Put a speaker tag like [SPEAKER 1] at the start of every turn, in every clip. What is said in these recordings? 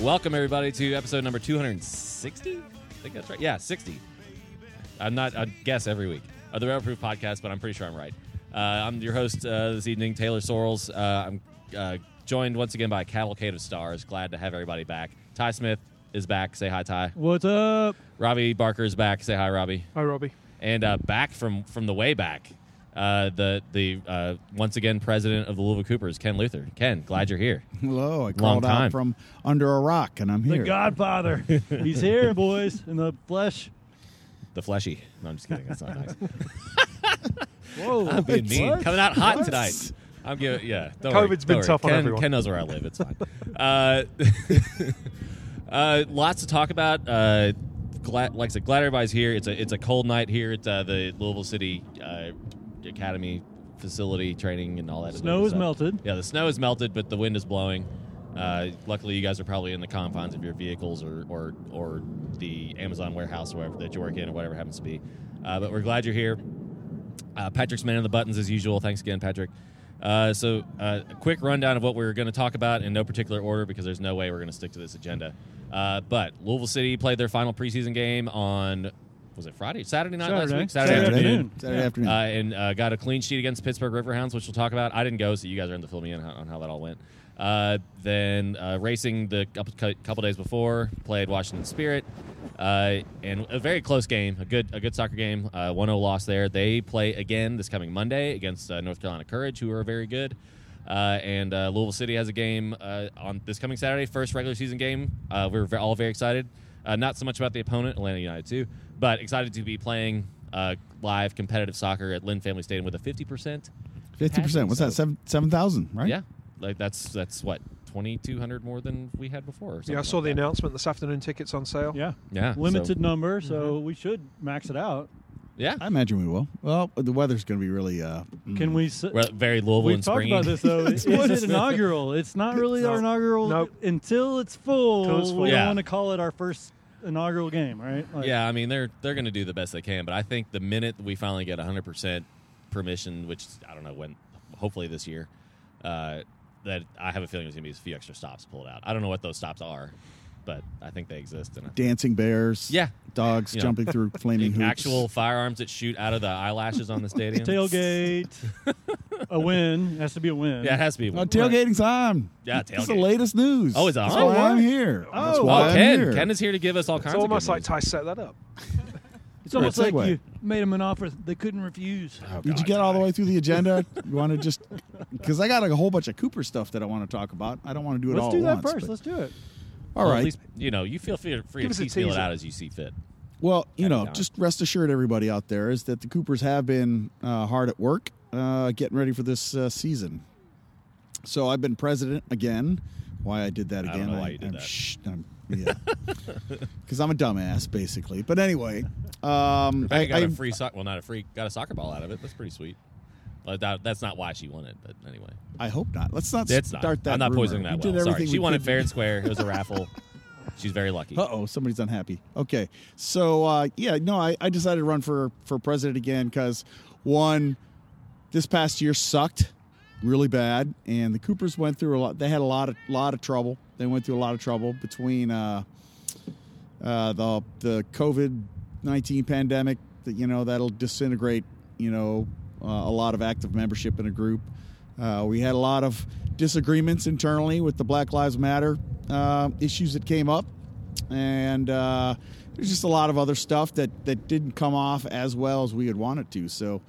[SPEAKER 1] Welcome everybody to episode number 260. I think that's right. Yeah, 60. I'm not. I guess every week of the Railproof Podcast, but I'm pretty sure I'm right. Uh, I'm your host uh, this evening, Taylor Sorrells. Uh, I'm uh, joined once again by a cavalcade of stars. Glad to have everybody back. Ty Smith is back. Say hi, Ty.
[SPEAKER 2] What's up?
[SPEAKER 1] Robbie Barker is back. Say hi, Robbie.
[SPEAKER 2] Hi, Robbie.
[SPEAKER 1] And uh, back from from the way back, uh, the the uh, once again president of the Louisville Coopers, Ken Luther. Ken, glad you're here.
[SPEAKER 3] Hello, I
[SPEAKER 1] Long
[SPEAKER 3] crawled
[SPEAKER 1] time.
[SPEAKER 3] out from under a rock and I'm
[SPEAKER 2] The
[SPEAKER 3] here.
[SPEAKER 2] Godfather. He's here, boys, in the flesh.
[SPEAKER 1] The fleshy. No, I'm just kidding. That's not nice.
[SPEAKER 2] Whoa.
[SPEAKER 1] I'm being mean.
[SPEAKER 2] What?
[SPEAKER 1] Coming out hot
[SPEAKER 3] What?
[SPEAKER 1] tonight. I'm giving yeah. Don't worry,
[SPEAKER 4] COVID's
[SPEAKER 1] don't
[SPEAKER 4] been
[SPEAKER 1] worry.
[SPEAKER 4] tough on
[SPEAKER 1] Ken,
[SPEAKER 4] everyone.
[SPEAKER 1] Ken knows where I live. It's fine. uh, uh, lots to talk about. Uh, glad, like I said, glad everybody's here. It's a it's a cold night here at uh, the Louisville City uh, Academy facility training and all that.
[SPEAKER 2] Snow is
[SPEAKER 1] stuff.
[SPEAKER 2] melted.
[SPEAKER 1] Yeah, the snow is melted, but the wind is blowing. Uh, luckily, you guys are probably in the confines of your vehicles or or, or the Amazon warehouse, wherever that you work in, or whatever it happens to be. Uh, but we're glad you're here. Uh, Patrick's man on the buttons as usual. Thanks again, Patrick. Uh, so, uh, a quick rundown of what we're going to talk about in no particular order because there's no way we're going to stick to this agenda. Uh, but Louisville City played their final preseason game on was it Friday, Saturday night last
[SPEAKER 2] Saturday.
[SPEAKER 1] week,
[SPEAKER 3] Saturday,
[SPEAKER 2] Saturday
[SPEAKER 3] afternoon.
[SPEAKER 2] afternoon.
[SPEAKER 3] Saturday
[SPEAKER 2] Yeah.
[SPEAKER 3] afternoon.
[SPEAKER 1] uh, and uh, got a clean sheet against Pittsburgh Riverhounds, which we'll talk about. I didn't go, so you guys are going to fill me in on, on how that all went. Uh, then uh, racing the couple, cou- couple days before, played Washington Spirit, uh, and a very close game, a good a good soccer game. Uh, 1-0 loss there. They play again this coming Monday against uh, North Carolina Courage, who are very good. Uh, and uh, Louisville City has a game uh, on this coming Saturday, first regular season game. Uh, we were ve- all very excited. Uh, not so much about the opponent, Atlanta United, too, but excited to be playing uh, live competitive soccer at Lynn Family Stadium with a 50%.
[SPEAKER 3] 50%. What's
[SPEAKER 1] so-
[SPEAKER 3] that? Seven- 7,000, right?
[SPEAKER 1] Yeah. Like that's that's what 2200 more than we had before. Or
[SPEAKER 4] Yeah, I saw the
[SPEAKER 1] something like
[SPEAKER 4] announcement this afternoon. Tickets on sale.
[SPEAKER 2] Yeah.
[SPEAKER 1] Yeah,
[SPEAKER 2] Limited
[SPEAKER 1] so-
[SPEAKER 2] number, so we should max it out.
[SPEAKER 1] that.
[SPEAKER 3] I imagine we will. Well, the weather's going to be really. Uh, mm.
[SPEAKER 2] Can we? s
[SPEAKER 1] Yeah. Well, very Louisville
[SPEAKER 2] We've
[SPEAKER 1] and
[SPEAKER 2] talked
[SPEAKER 1] springy.
[SPEAKER 2] about this though. is
[SPEAKER 3] what
[SPEAKER 2] it
[SPEAKER 3] it's-
[SPEAKER 2] inaugural? It's not really
[SPEAKER 4] No.
[SPEAKER 2] our inaugural
[SPEAKER 4] Nope.
[SPEAKER 2] until it's full.
[SPEAKER 4] Till it's full.
[SPEAKER 2] We don't
[SPEAKER 1] Yeah.
[SPEAKER 2] want to call it our first inaugural game, right? Like,
[SPEAKER 1] yeah, I mean they're they're going to do the best they can, but I think the minute we finally get 100% permission, which I don't know when, hopefully this year, uh, that I have a feeling there's going to be a few extra stops pulled out. I don't know what those stops are, but I think they exist. And I-
[SPEAKER 3] Dancing bears.
[SPEAKER 1] Yeah.
[SPEAKER 3] Dogs
[SPEAKER 1] You know.
[SPEAKER 3] jumping through flaming hoops.
[SPEAKER 1] actual firearms that shoot out of the eyelashes on the stadium.
[SPEAKER 2] Tailgate. a win has to be a win.
[SPEAKER 1] Yeah, it has to be.
[SPEAKER 3] Oh,
[SPEAKER 1] one.
[SPEAKER 3] tailgating's on.
[SPEAKER 1] Yeah,
[SPEAKER 3] It's the
[SPEAKER 1] tailgate.
[SPEAKER 3] latest news.
[SPEAKER 1] Oh, is it
[SPEAKER 3] That's
[SPEAKER 1] on?
[SPEAKER 3] why
[SPEAKER 2] Oh,
[SPEAKER 3] I'm
[SPEAKER 2] what?
[SPEAKER 3] here.
[SPEAKER 2] Oh,
[SPEAKER 3] That's
[SPEAKER 2] wow.
[SPEAKER 3] why
[SPEAKER 1] Well,
[SPEAKER 3] I'm
[SPEAKER 1] Ken,
[SPEAKER 3] here.
[SPEAKER 1] Ken is here to give us all
[SPEAKER 4] It's
[SPEAKER 1] kinds
[SPEAKER 4] almost
[SPEAKER 1] of
[SPEAKER 4] like
[SPEAKER 1] good
[SPEAKER 4] Ty set that up.
[SPEAKER 2] It's almost
[SPEAKER 3] Good
[SPEAKER 2] like
[SPEAKER 3] segue.
[SPEAKER 2] you made them an offer they couldn't refuse.
[SPEAKER 1] news. Oh,
[SPEAKER 3] Did you
[SPEAKER 1] God.
[SPEAKER 3] get all the way through the agenda? you want to just. Because I got a whole bunch of Cooper stuff that I want to talk about. I don't want to do it
[SPEAKER 2] Let's
[SPEAKER 3] all
[SPEAKER 2] do
[SPEAKER 3] at
[SPEAKER 2] that
[SPEAKER 3] once,
[SPEAKER 2] first.
[SPEAKER 3] but-
[SPEAKER 2] Let's do it.
[SPEAKER 3] all
[SPEAKER 1] Well,
[SPEAKER 3] right.
[SPEAKER 1] At least, you know, you feel free, free
[SPEAKER 4] Give
[SPEAKER 1] to
[SPEAKER 4] us a
[SPEAKER 1] piecemeal it
[SPEAKER 4] teaser.
[SPEAKER 1] out as you see fit.
[SPEAKER 3] Well, you
[SPEAKER 1] Happy
[SPEAKER 3] know,
[SPEAKER 1] time.
[SPEAKER 3] just rest assured, everybody out there, is that the Coopers have been uh, hard at work uh, getting ready for this uh, season. So I've been president again. Why I did that
[SPEAKER 1] I don't
[SPEAKER 3] again?
[SPEAKER 1] know why you did
[SPEAKER 3] I'm
[SPEAKER 1] that.
[SPEAKER 3] sh- I'm, yeah, because I'm a dumbass, basically. But anyway, um,
[SPEAKER 1] I got
[SPEAKER 3] I-
[SPEAKER 1] a free soc Well, not a free. Got a soccer ball out of it. That's pretty sweet. But that, that's not why she won it. But anyway,
[SPEAKER 3] I hope not. Let's not
[SPEAKER 1] it's
[SPEAKER 3] start
[SPEAKER 1] not.
[SPEAKER 3] that.
[SPEAKER 1] I'm not
[SPEAKER 3] rumor.
[SPEAKER 1] poisoning that
[SPEAKER 3] We did
[SPEAKER 1] well. Sorry,
[SPEAKER 3] everything
[SPEAKER 1] she
[SPEAKER 3] we
[SPEAKER 1] won it
[SPEAKER 3] could.
[SPEAKER 1] fair and square. It was a raffle. She's very lucky.
[SPEAKER 3] Uh oh, somebody's unhappy. Okay, so uh, yeah, no, I, I decided to run for for president again because one, this past year sucked really bad, and the Coopers went through a lot. They had a lot of lot of trouble. They went through a lot of trouble between uh, uh, the the COVID nineteen pandemic. That you know that'll disintegrate. You know uh, a lot of active membership in a group. Uh, we had a lot of disagreements internally with the Black Lives Matter uh, issues that came up, and uh, there's just a lot of other stuff that that didn't come off as well as we had wanted to. So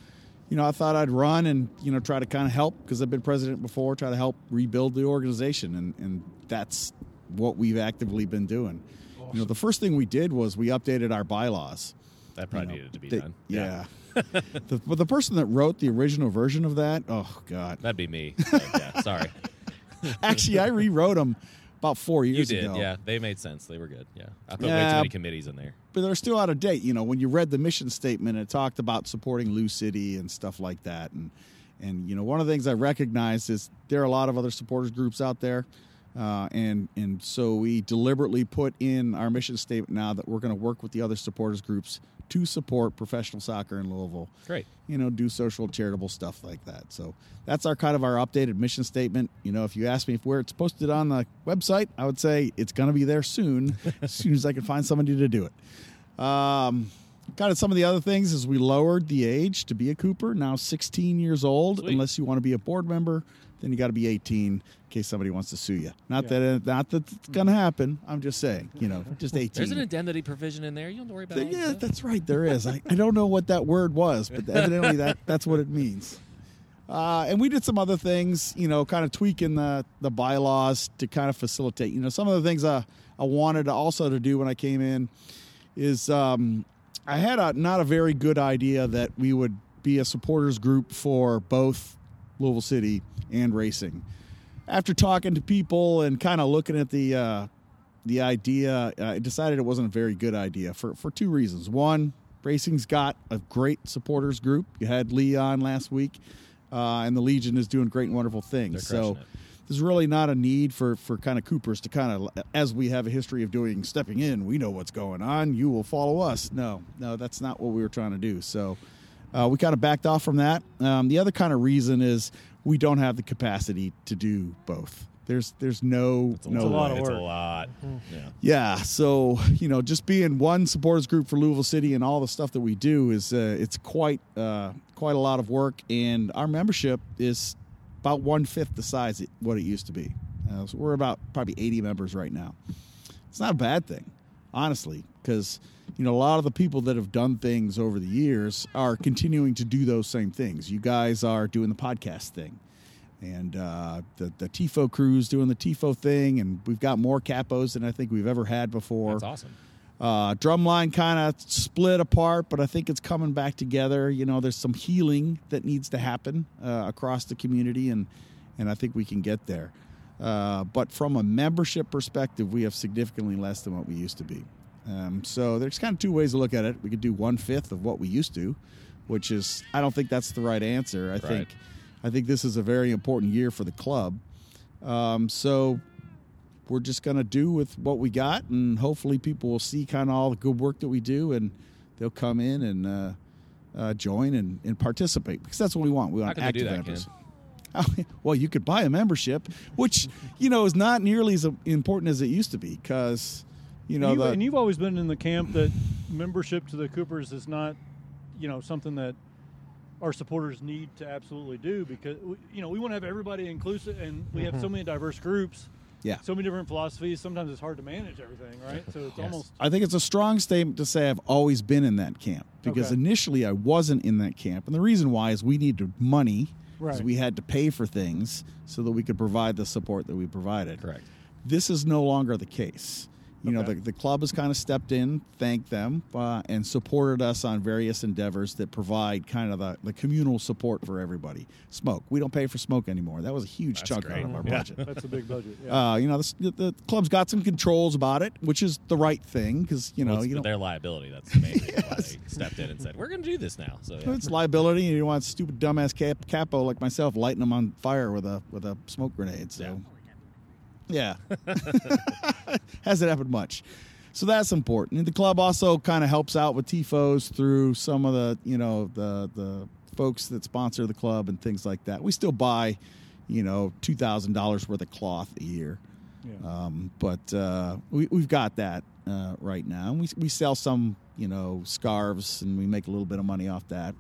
[SPEAKER 3] you know, I thought I'd run and you know try to kind of help because I've been president before, try to help rebuild the organization, and and that's what we've actively been doing. You know, the first thing we did was we updated our bylaws.
[SPEAKER 1] that
[SPEAKER 3] you
[SPEAKER 1] probably
[SPEAKER 3] know,
[SPEAKER 1] needed to be
[SPEAKER 3] that-
[SPEAKER 1] done.
[SPEAKER 3] Yeah. the, but the person that wrote the original version of that, oh god,
[SPEAKER 1] that'd be me. So, yeah, sorry.
[SPEAKER 3] actually I rewrote them about four
[SPEAKER 1] You
[SPEAKER 3] years
[SPEAKER 1] did.
[SPEAKER 3] ago.
[SPEAKER 1] Yeah, they made sense. They were good. Yeah, I put way too
[SPEAKER 3] Yeah.
[SPEAKER 1] many committees in there.
[SPEAKER 3] but they're still out of date. You know, when you read the mission statement, it talked about supporting Lou City and stuff like that. And and you know, one of the things I recognized is there are a lot of other supporters groups out there. Uh, and and so we deliberately put in our mission statement now that we're going to work with the other supporters groups to support professional soccer in Louisville.
[SPEAKER 1] Great.
[SPEAKER 3] You know, do social charitable stuff like that. So that's our kind of our updated mission statement. You know, if you ask me if where it's posted on the website, I would say it's going to be there soon, as soon as I can find somebody to do it. Um, kind of some of the other things is we lowered the age to be a Cooper, now 16 years old,
[SPEAKER 1] Sweet.
[SPEAKER 3] unless you want to be a board member. Then you got to be 18 in case somebody wants to sue you. Not
[SPEAKER 2] Yeah.
[SPEAKER 3] that it, not that it's going to happen. I'm just saying, you know, just 18.
[SPEAKER 1] There's an indemnity provision in there. You don't have to worry about
[SPEAKER 3] Th-
[SPEAKER 1] that.
[SPEAKER 3] yeah, that's right. There is. I, I don't know what that word was, but evidently that that's what it means. Uh, and we did some other things, you know, kind of tweaking the the bylaws to kind of facilitate. You know, some of the things I I wanted to also to do when I came in is um, I had a not a very good idea that we would be a supporters group for both Louisville City and racing. After talking to people and kind of looking at the uh, the idea, I decided it wasn't a very good idea for for two reasons. One, racing's got a great supporters group. You had Lee on last week, uh, and the Legion is doing great and wonderful things.
[SPEAKER 1] They're
[SPEAKER 3] So
[SPEAKER 1] crushing it.
[SPEAKER 3] there's really not a need for for kind of Coopers to kind of as we have a history of doing stepping in. We know what's going on. You will follow us. No, no, that's not what we were trying to do. So uh, we kind of backed off from that. Um, the other kind of reason is we don't have the capacity to do both. There's there's no
[SPEAKER 2] It's
[SPEAKER 3] no
[SPEAKER 2] a lot of
[SPEAKER 3] way.
[SPEAKER 1] It's a
[SPEAKER 2] work.
[SPEAKER 1] lot.
[SPEAKER 3] Hmm.
[SPEAKER 1] Yeah.
[SPEAKER 3] Yeah, so you know, just being one supporters group for Louisville City and all the stuff that we do is uh, it's quite uh, quite a lot of work, and our membership is about one fifth the size it, what it used to be. Uh, so we're about probably eighty members right now. It's not a bad thing, honestly, because you know a lot of the people that have done things over the years are continuing to do those same things. You guys are doing the podcast thing and uh, the the Tifo crew's doing the Tifo thing, and we've got more capos than I think we've ever had before.
[SPEAKER 1] That's awesome.
[SPEAKER 3] Uh, drumline kind of split apart, but I think it's coming back together. You know, there's some healing that needs to happen uh, across the community, and and I think we can get there. Uh, but from a membership perspective, we have significantly less than what we used to be. Um, so there's kind of two ways to look at it. We could do one fifth of what we used to, which is I don't think that's the right answer. I
[SPEAKER 1] Right.
[SPEAKER 3] think I think this is a very important year for the club. Um, so we're just going to do with what we got, and hopefully people will see kind of all the good work that we do, and they'll come in and uh, uh, join and, and participate because that's what we want. We
[SPEAKER 1] How
[SPEAKER 3] want
[SPEAKER 1] can they
[SPEAKER 3] active
[SPEAKER 1] do that, Ken?
[SPEAKER 3] members. well, you could buy a membership, which you know is not nearly as important as it used to be because you know
[SPEAKER 2] and, you,
[SPEAKER 3] the,
[SPEAKER 2] and you've always been in the camp that membership to the Coopers is not, you know, something that our supporters need to absolutely do because we- you know we want to have everybody inclusive, and we have so many diverse groups,
[SPEAKER 3] Mm-hmm. yeah.
[SPEAKER 2] so many different philosophies. Sometimes it's hard to manage everything, right? So it's
[SPEAKER 1] Yes.
[SPEAKER 2] almost
[SPEAKER 3] I think it's a strong statement to say I've always been in that camp because
[SPEAKER 2] Okay.
[SPEAKER 3] initially I wasn't in that camp, and the reason why is we needed money because
[SPEAKER 2] Right.
[SPEAKER 3] we had to pay for things so that we could provide the support that we provided.
[SPEAKER 1] Correct.
[SPEAKER 3] This is no longer the case. You know,
[SPEAKER 2] Okay.
[SPEAKER 3] the, the club has kind of stepped in, thanked them, uh, and supported us on various endeavors that provide kind of the, the communal support for everybody. Smoke. We don't pay for smoke anymore. That was a huge
[SPEAKER 1] That's
[SPEAKER 3] chunk
[SPEAKER 1] great.
[SPEAKER 3] out of our
[SPEAKER 1] Yeah.
[SPEAKER 3] budget.
[SPEAKER 2] that's a big budget. Yeah.
[SPEAKER 3] Uh, you know, this, the, the club's got some controls about it, which is the right thing because you know
[SPEAKER 1] Well, it's for
[SPEAKER 3] you don't
[SPEAKER 1] their liability. That's amazing. why they stepped in and said, "We're going to do this now." So yeah.
[SPEAKER 3] It's liability, and you don't want stupid dumbass cap- capo like myself lighting them on fire with a with a smoke grenade. So, yeah, hasn't happened much. So that's important. And the club also kind of helps out with tifos through some of the you know the the folks that sponsor the club and things like that. We still buy, you know, two thousand dollars worth of cloth a year.
[SPEAKER 2] yeah.
[SPEAKER 3] Um, but uh, we, we've got that uh, right now. And we, we sell some, you know, scarves and we make a little bit of money off that.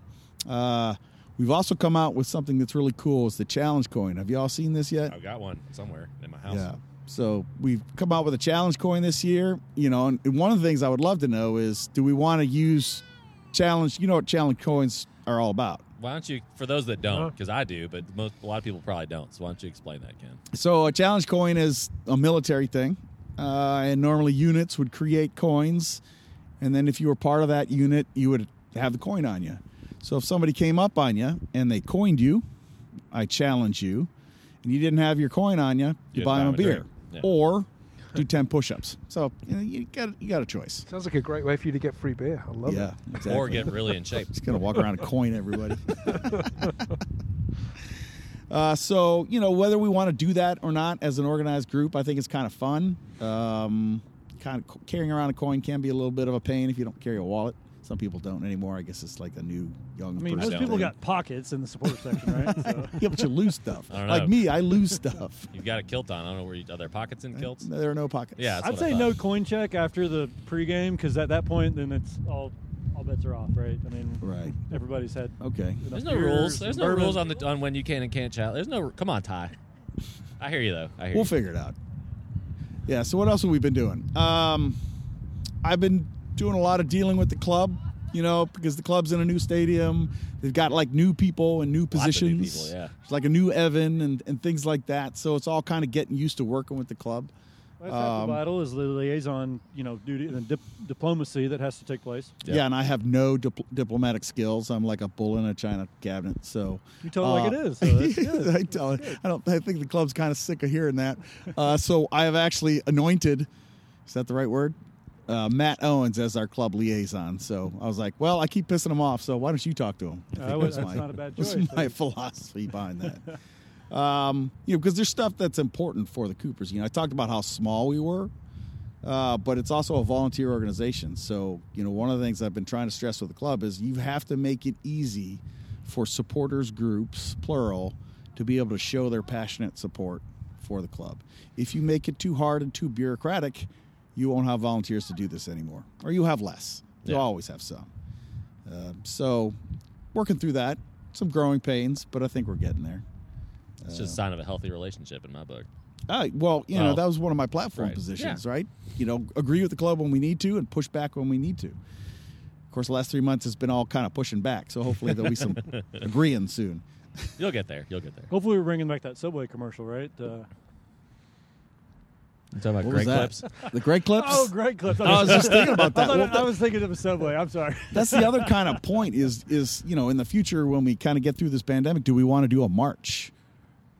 [SPEAKER 3] Uh, we've also come out with something that's really cool is the challenge coin. Have you all seen this yet?
[SPEAKER 1] I've got one somewhere in my house.
[SPEAKER 3] Yeah. So we've come out with a challenge coin this year, you know, and one of the things I would love to know is do we want to use challenge, you know what challenge coins are all about?
[SPEAKER 1] Why don't you, for those that don't,
[SPEAKER 4] Huh?
[SPEAKER 1] because I do, but most a lot of people probably don't. So why don't you explain that, Ken?
[SPEAKER 3] So a challenge coin is a military thing, uh, and normally units would create coins, and then if you were part of that unit, you would have the coin on you. So if somebody came up on you and they coined you, I challenge you, and you didn't have your coin on you, you,
[SPEAKER 1] You
[SPEAKER 3] buy them a beer
[SPEAKER 1] drink. Yeah.
[SPEAKER 3] or do ten push-ups. So you, know, you got you got a choice.
[SPEAKER 4] Sounds like a great way for you to get free beer. I love
[SPEAKER 3] yeah,
[SPEAKER 4] it.
[SPEAKER 3] exactly.
[SPEAKER 1] Or get really in shape.
[SPEAKER 3] Just gonna walk around and coin everybody. Uh, so you know whether we want to do that or not as an organized group, I think it's kind of fun. Um, kind of co- carrying around a coin can be a little bit of a pain if you don't carry a wallet. Some people don't anymore. I guess it's like a new young.
[SPEAKER 2] I mean,
[SPEAKER 3] person
[SPEAKER 2] most people
[SPEAKER 3] thing.
[SPEAKER 2] got pockets in the support section, right? So,
[SPEAKER 3] yeah, but you lose stuff.
[SPEAKER 1] I don't know.
[SPEAKER 3] Like me, I lose stuff.
[SPEAKER 1] You've got a kilt on. I don't know where you, are there pockets in kilts?
[SPEAKER 3] There are no pockets.
[SPEAKER 1] Yeah, that's
[SPEAKER 2] I'd
[SPEAKER 1] what I
[SPEAKER 2] say
[SPEAKER 1] thought.
[SPEAKER 2] no coin check after the pregame because at that point, then it's all all bets are off, right? I mean,
[SPEAKER 3] Right.
[SPEAKER 2] everybody's had.
[SPEAKER 3] Okay.
[SPEAKER 2] enough
[SPEAKER 1] There's no
[SPEAKER 2] beers
[SPEAKER 1] rules.
[SPEAKER 2] and
[SPEAKER 1] There's no
[SPEAKER 2] bourbon.
[SPEAKER 1] rules on the on when you can and can't chat. There's no. Come on, Ty. I hear you though. I hear
[SPEAKER 3] We'll
[SPEAKER 1] you.
[SPEAKER 3] figure it out. Yeah. So what else have we been doing? Um, I've been doing a lot of dealing with the club, you know, because the club's in a new stadium. They've got like new people and new
[SPEAKER 1] Lots of new
[SPEAKER 3] positions.
[SPEAKER 1] people, yeah.
[SPEAKER 3] It's like a new Evan and, and things like that. So it's all kind of getting used to working with the club.
[SPEAKER 2] That's half
[SPEAKER 3] Um,
[SPEAKER 2] the battle is the liaison, you know, duty and dip- diplomacy that has to take place.
[SPEAKER 1] Yeah.
[SPEAKER 3] Yeah, and I have no dipl- diplomatic skills. I'm like a bull in a china cabinet. So uh,
[SPEAKER 2] You tell it like it is, so that's good.
[SPEAKER 3] I tell it. I don't. I think the club's kind of sick of hearing that. Uh, so I have actually anointed. Is that the right word? Uh, Matt Owens as our club liaison. So I was like, well, I keep pissing him off. So why don't you talk to him? I
[SPEAKER 2] Uh,
[SPEAKER 3] think
[SPEAKER 2] well,
[SPEAKER 3] was
[SPEAKER 2] that's
[SPEAKER 3] my-
[SPEAKER 2] not a bad
[SPEAKER 3] was
[SPEAKER 2] choice.
[SPEAKER 3] my philosophy behind that. um, you know, because there's stuff that's important for the Coopers. You know, I talked about how small we were uh, but it's also a volunteer organization. So, you know, one of the things I've been trying to stress with the club is you have to make it easy for supporters groups, plural, to be able to show their passionate support for the club. If you make it too hard and too bureaucratic, you won't have volunteers to do this anymore, or you have less. You'll
[SPEAKER 1] Yeah.
[SPEAKER 3] always have some. Uh, so, working through that, some growing pains, but I think we're getting there.
[SPEAKER 1] It's just a sign of a healthy relationship in my book.
[SPEAKER 3] Uh, well, you know,
[SPEAKER 1] Well,
[SPEAKER 3] that was one of my platform
[SPEAKER 1] right.
[SPEAKER 3] positions,
[SPEAKER 1] Yeah.
[SPEAKER 3] right? You know, agree with the club when we need to and push back when we need to. Of course, the last three months has been all kind of pushing back, so hopefully there'll be some agreeing soon.
[SPEAKER 1] You'll get there. You'll get there.
[SPEAKER 2] Hopefully, we're bringing back that subway commercial, right? Uh,
[SPEAKER 1] You talking about
[SPEAKER 3] What was
[SPEAKER 1] great
[SPEAKER 3] that?
[SPEAKER 1] clips?
[SPEAKER 3] The great clips?
[SPEAKER 2] oh, great clip!
[SPEAKER 3] I was just thinking about
[SPEAKER 2] I,
[SPEAKER 3] that.
[SPEAKER 2] thought-
[SPEAKER 3] Well,
[SPEAKER 2] I was thinking of a subway. I'm sorry.
[SPEAKER 3] That's the other kind of point is is you know in the future when we kind of get through this pandemic, do we want to do a march,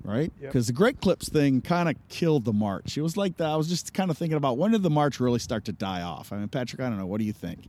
[SPEAKER 3] right?
[SPEAKER 4] Yep.
[SPEAKER 3] Because the Great Clips thing kind of killed the march. It was like that. I was just kind of thinking about when did the march really start to die off? I mean, Patrick, I don't know. What do you think?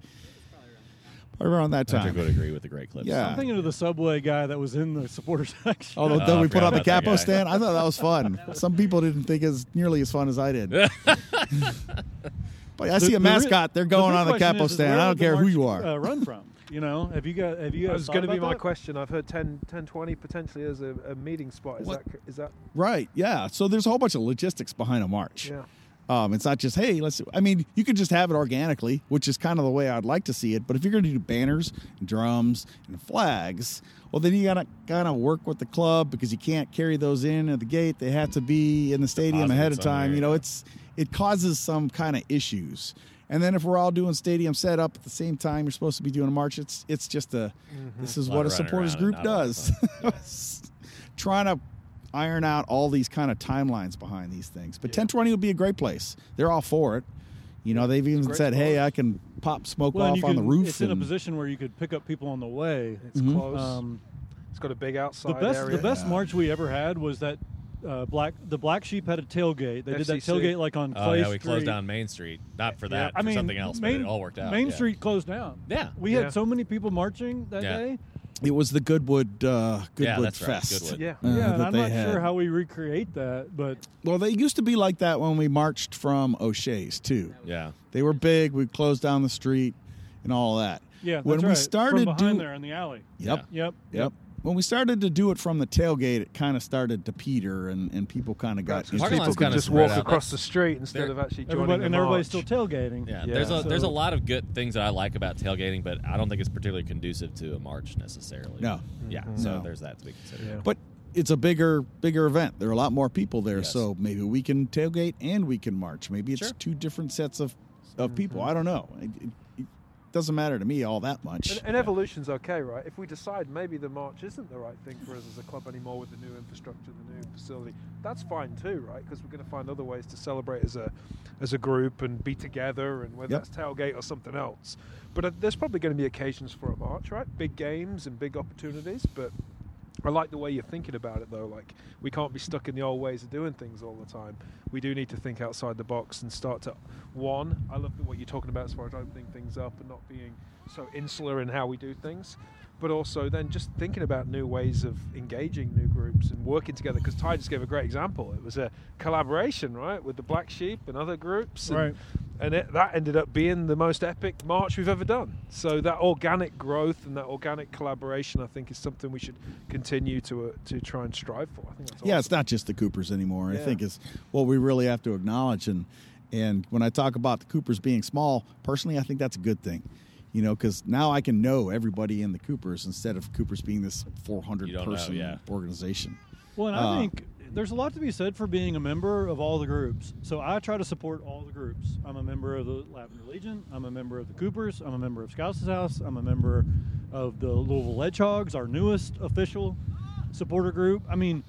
[SPEAKER 3] Probably around that
[SPEAKER 1] Patrick
[SPEAKER 3] time.
[SPEAKER 1] would agree with the great clips.
[SPEAKER 3] Yeah.
[SPEAKER 2] I'm thinking of the subway guy that was in the supporter section.
[SPEAKER 3] Although
[SPEAKER 1] Oh,
[SPEAKER 3] then
[SPEAKER 1] I
[SPEAKER 3] we put
[SPEAKER 1] forgot
[SPEAKER 3] on the
[SPEAKER 1] about that
[SPEAKER 3] capo
[SPEAKER 1] guy.
[SPEAKER 3] stand, I thought that was fun. Some people didn't think it was nearly as fun as I did. but I see
[SPEAKER 2] The-
[SPEAKER 3] a
[SPEAKER 2] the real-
[SPEAKER 3] mascot; they're going
[SPEAKER 2] real
[SPEAKER 3] on the
[SPEAKER 2] question
[SPEAKER 3] capo
[SPEAKER 2] is, is
[SPEAKER 3] stand.
[SPEAKER 2] where
[SPEAKER 3] I don't
[SPEAKER 2] would the
[SPEAKER 3] care who
[SPEAKER 2] march,
[SPEAKER 3] you are.
[SPEAKER 2] Uh, run from. You know, have you got? Have you
[SPEAKER 4] That
[SPEAKER 2] guys?
[SPEAKER 4] was
[SPEAKER 2] thought
[SPEAKER 4] going to be
[SPEAKER 2] about
[SPEAKER 4] my
[SPEAKER 2] that?
[SPEAKER 4] question. I've heard 10, 10 20 potentially as a, a meeting spot. Is
[SPEAKER 3] What?
[SPEAKER 4] that is that
[SPEAKER 3] Right? Yeah. So there's a whole bunch of logistics behind a march.
[SPEAKER 4] yeah?
[SPEAKER 3] Um, it's not just hey, let's. I mean, you could just have it organically, which is kind of the way I'd like to see it. But if you're going to do banners, and drums, and flags, well, then you got to kind of work with the club because you can't carry those in at the gate. They have to be in the stadium
[SPEAKER 1] Deposited
[SPEAKER 3] ahead of time.
[SPEAKER 1] somewhere,
[SPEAKER 3] You know,
[SPEAKER 1] yeah.
[SPEAKER 3] it's it causes some kind of issues. And then if we're all doing stadium setup at the same time, you're supposed to be doing a march. It's it's just a this is
[SPEAKER 1] Mm-hmm. lot
[SPEAKER 3] what a
[SPEAKER 1] of running
[SPEAKER 3] supporters
[SPEAKER 1] around and
[SPEAKER 3] group
[SPEAKER 1] not a lot of
[SPEAKER 3] does. Trying to iron out all these kind of timelines behind these things. But 1020 would be a great place. They're all for it. You know, they've even
[SPEAKER 4] great
[SPEAKER 3] said, "Hey,
[SPEAKER 4] place.
[SPEAKER 3] I can pop smoke
[SPEAKER 2] Well, and
[SPEAKER 3] off
[SPEAKER 2] you
[SPEAKER 3] on the
[SPEAKER 2] can-
[SPEAKER 3] roof."
[SPEAKER 2] It's in a
[SPEAKER 3] and- Mm.
[SPEAKER 2] position where you could pick up people on the way.
[SPEAKER 4] It's
[SPEAKER 1] Mm-hmm.
[SPEAKER 4] close.
[SPEAKER 2] Um,
[SPEAKER 4] it's got a big
[SPEAKER 2] the
[SPEAKER 4] outside
[SPEAKER 2] best,
[SPEAKER 4] area.
[SPEAKER 2] the best
[SPEAKER 3] Yeah.
[SPEAKER 2] march we ever had was that uh, black. The black sheep had a tailgate. They did that
[SPEAKER 4] FCC.
[SPEAKER 2] tailgate like on
[SPEAKER 1] Oh
[SPEAKER 2] Clay
[SPEAKER 1] yeah, we closed
[SPEAKER 2] Street.
[SPEAKER 1] down Main Street. Not for
[SPEAKER 2] Yeah,
[SPEAKER 1] that.
[SPEAKER 2] I
[SPEAKER 1] for
[SPEAKER 2] mean,
[SPEAKER 1] something else.
[SPEAKER 2] Main,
[SPEAKER 1] but it all worked out.
[SPEAKER 2] Main
[SPEAKER 1] yeah.
[SPEAKER 2] Street closed down.
[SPEAKER 1] Yeah.
[SPEAKER 2] we
[SPEAKER 4] Yeah.
[SPEAKER 2] had so many people marching that
[SPEAKER 1] Yeah.
[SPEAKER 2] day.
[SPEAKER 3] it was the Goodwood uh, Goodwood
[SPEAKER 1] Yeah, that's right,
[SPEAKER 3] Fest.
[SPEAKER 1] Goodwood.
[SPEAKER 4] Yeah.
[SPEAKER 3] Uh,
[SPEAKER 2] yeah, and
[SPEAKER 3] that
[SPEAKER 2] I'm
[SPEAKER 3] they
[SPEAKER 2] not
[SPEAKER 3] had.
[SPEAKER 2] sure how we recreate that, but
[SPEAKER 3] Well, they used to be like that when we marched from O'Shea's too.
[SPEAKER 1] Yeah.
[SPEAKER 3] They were big. We closed down the street and all that.
[SPEAKER 2] yeah,
[SPEAKER 3] when
[SPEAKER 2] that's
[SPEAKER 3] we
[SPEAKER 2] right.
[SPEAKER 3] started
[SPEAKER 2] from behind
[SPEAKER 3] do-
[SPEAKER 2] there in the alley.
[SPEAKER 3] Yep.
[SPEAKER 1] Yeah.
[SPEAKER 2] Yep.
[SPEAKER 3] Yep. When we started to do it from the tailgate, it kind of started to peter, and, and people kind of got
[SPEAKER 4] That's 'cause
[SPEAKER 3] into
[SPEAKER 1] Parking
[SPEAKER 3] it.
[SPEAKER 1] lot's
[SPEAKER 4] people can
[SPEAKER 1] kinda
[SPEAKER 4] just
[SPEAKER 1] spread
[SPEAKER 4] walk
[SPEAKER 1] out.
[SPEAKER 4] across the street instead
[SPEAKER 1] There-
[SPEAKER 4] of actually joining
[SPEAKER 2] Everybody,
[SPEAKER 4] the
[SPEAKER 2] and everybody's still
[SPEAKER 4] march.
[SPEAKER 2] tailgating.
[SPEAKER 1] Yeah,
[SPEAKER 4] Yeah.
[SPEAKER 1] there's a there's a
[SPEAKER 2] So-
[SPEAKER 1] lot of good things that I like about tailgating, but I don't think it's particularly conducive to a march necessarily.
[SPEAKER 3] No.
[SPEAKER 1] yeah, so
[SPEAKER 3] No.
[SPEAKER 1] there's that to be considered.
[SPEAKER 4] Mm-hmm. Yeah.
[SPEAKER 3] But it's a bigger bigger event. There are a lot more people there,
[SPEAKER 1] Yes.
[SPEAKER 3] so maybe we can tailgate and we can march. Maybe it's
[SPEAKER 1] Sure. Mm-hmm.
[SPEAKER 3] two different sets of of people. I don't know. It, it, it doesn't matter to me all that much.
[SPEAKER 4] And, and evolution's okay, right? If we decide maybe the march isn't the right thing for us as a club anymore with the new infrastructure, the new facility, that's fine too, right? Because we're going to find other ways to celebrate as a as a group and be together, and whether
[SPEAKER 3] Yep.
[SPEAKER 4] that's tailgate or something else. But uh, there's probably going to be occasions for a march, right? Big games and big opportunities, but I like the way you're thinking about it though. Like we can't be stuck in the old ways of doing things all the time. We do need to think outside the box and start to one. I love what you're talking about as far as opening things up and not being so insular in how we do things, but also then just thinking about new ways of engaging new groups and working together. Because Ty just gave a great example. It was a collaboration, right, with the Black Sheep and other groups. And,
[SPEAKER 2] Right.
[SPEAKER 4] and it, that ended up being the most epic march we've ever done. So that organic growth and that organic collaboration, I think, is something we should continue to uh, to try and strive for. I think that's
[SPEAKER 3] Yeah, it's not just the Coopers anymore. I
[SPEAKER 4] Yeah.
[SPEAKER 3] think it's what we really have to acknowledge. And and when I talk about the Coopers being small, personally, I think that's a good thing. You know, because now I can know everybody in the Coopers instead of Coopers being this 400
[SPEAKER 1] You don't know,
[SPEAKER 3] person
[SPEAKER 1] yeah.
[SPEAKER 3] organization.
[SPEAKER 2] Well, and I
[SPEAKER 3] Uh,
[SPEAKER 2] think there's a lot to be said for being a member of all the groups. So I try to support all the groups. I'm a member of the Lavender Legion. I'm a member of the Coopers. I'm a member of Scouts' House. I'm a member of the Louisville Ledgehogs, our newest official supporter group. I mean,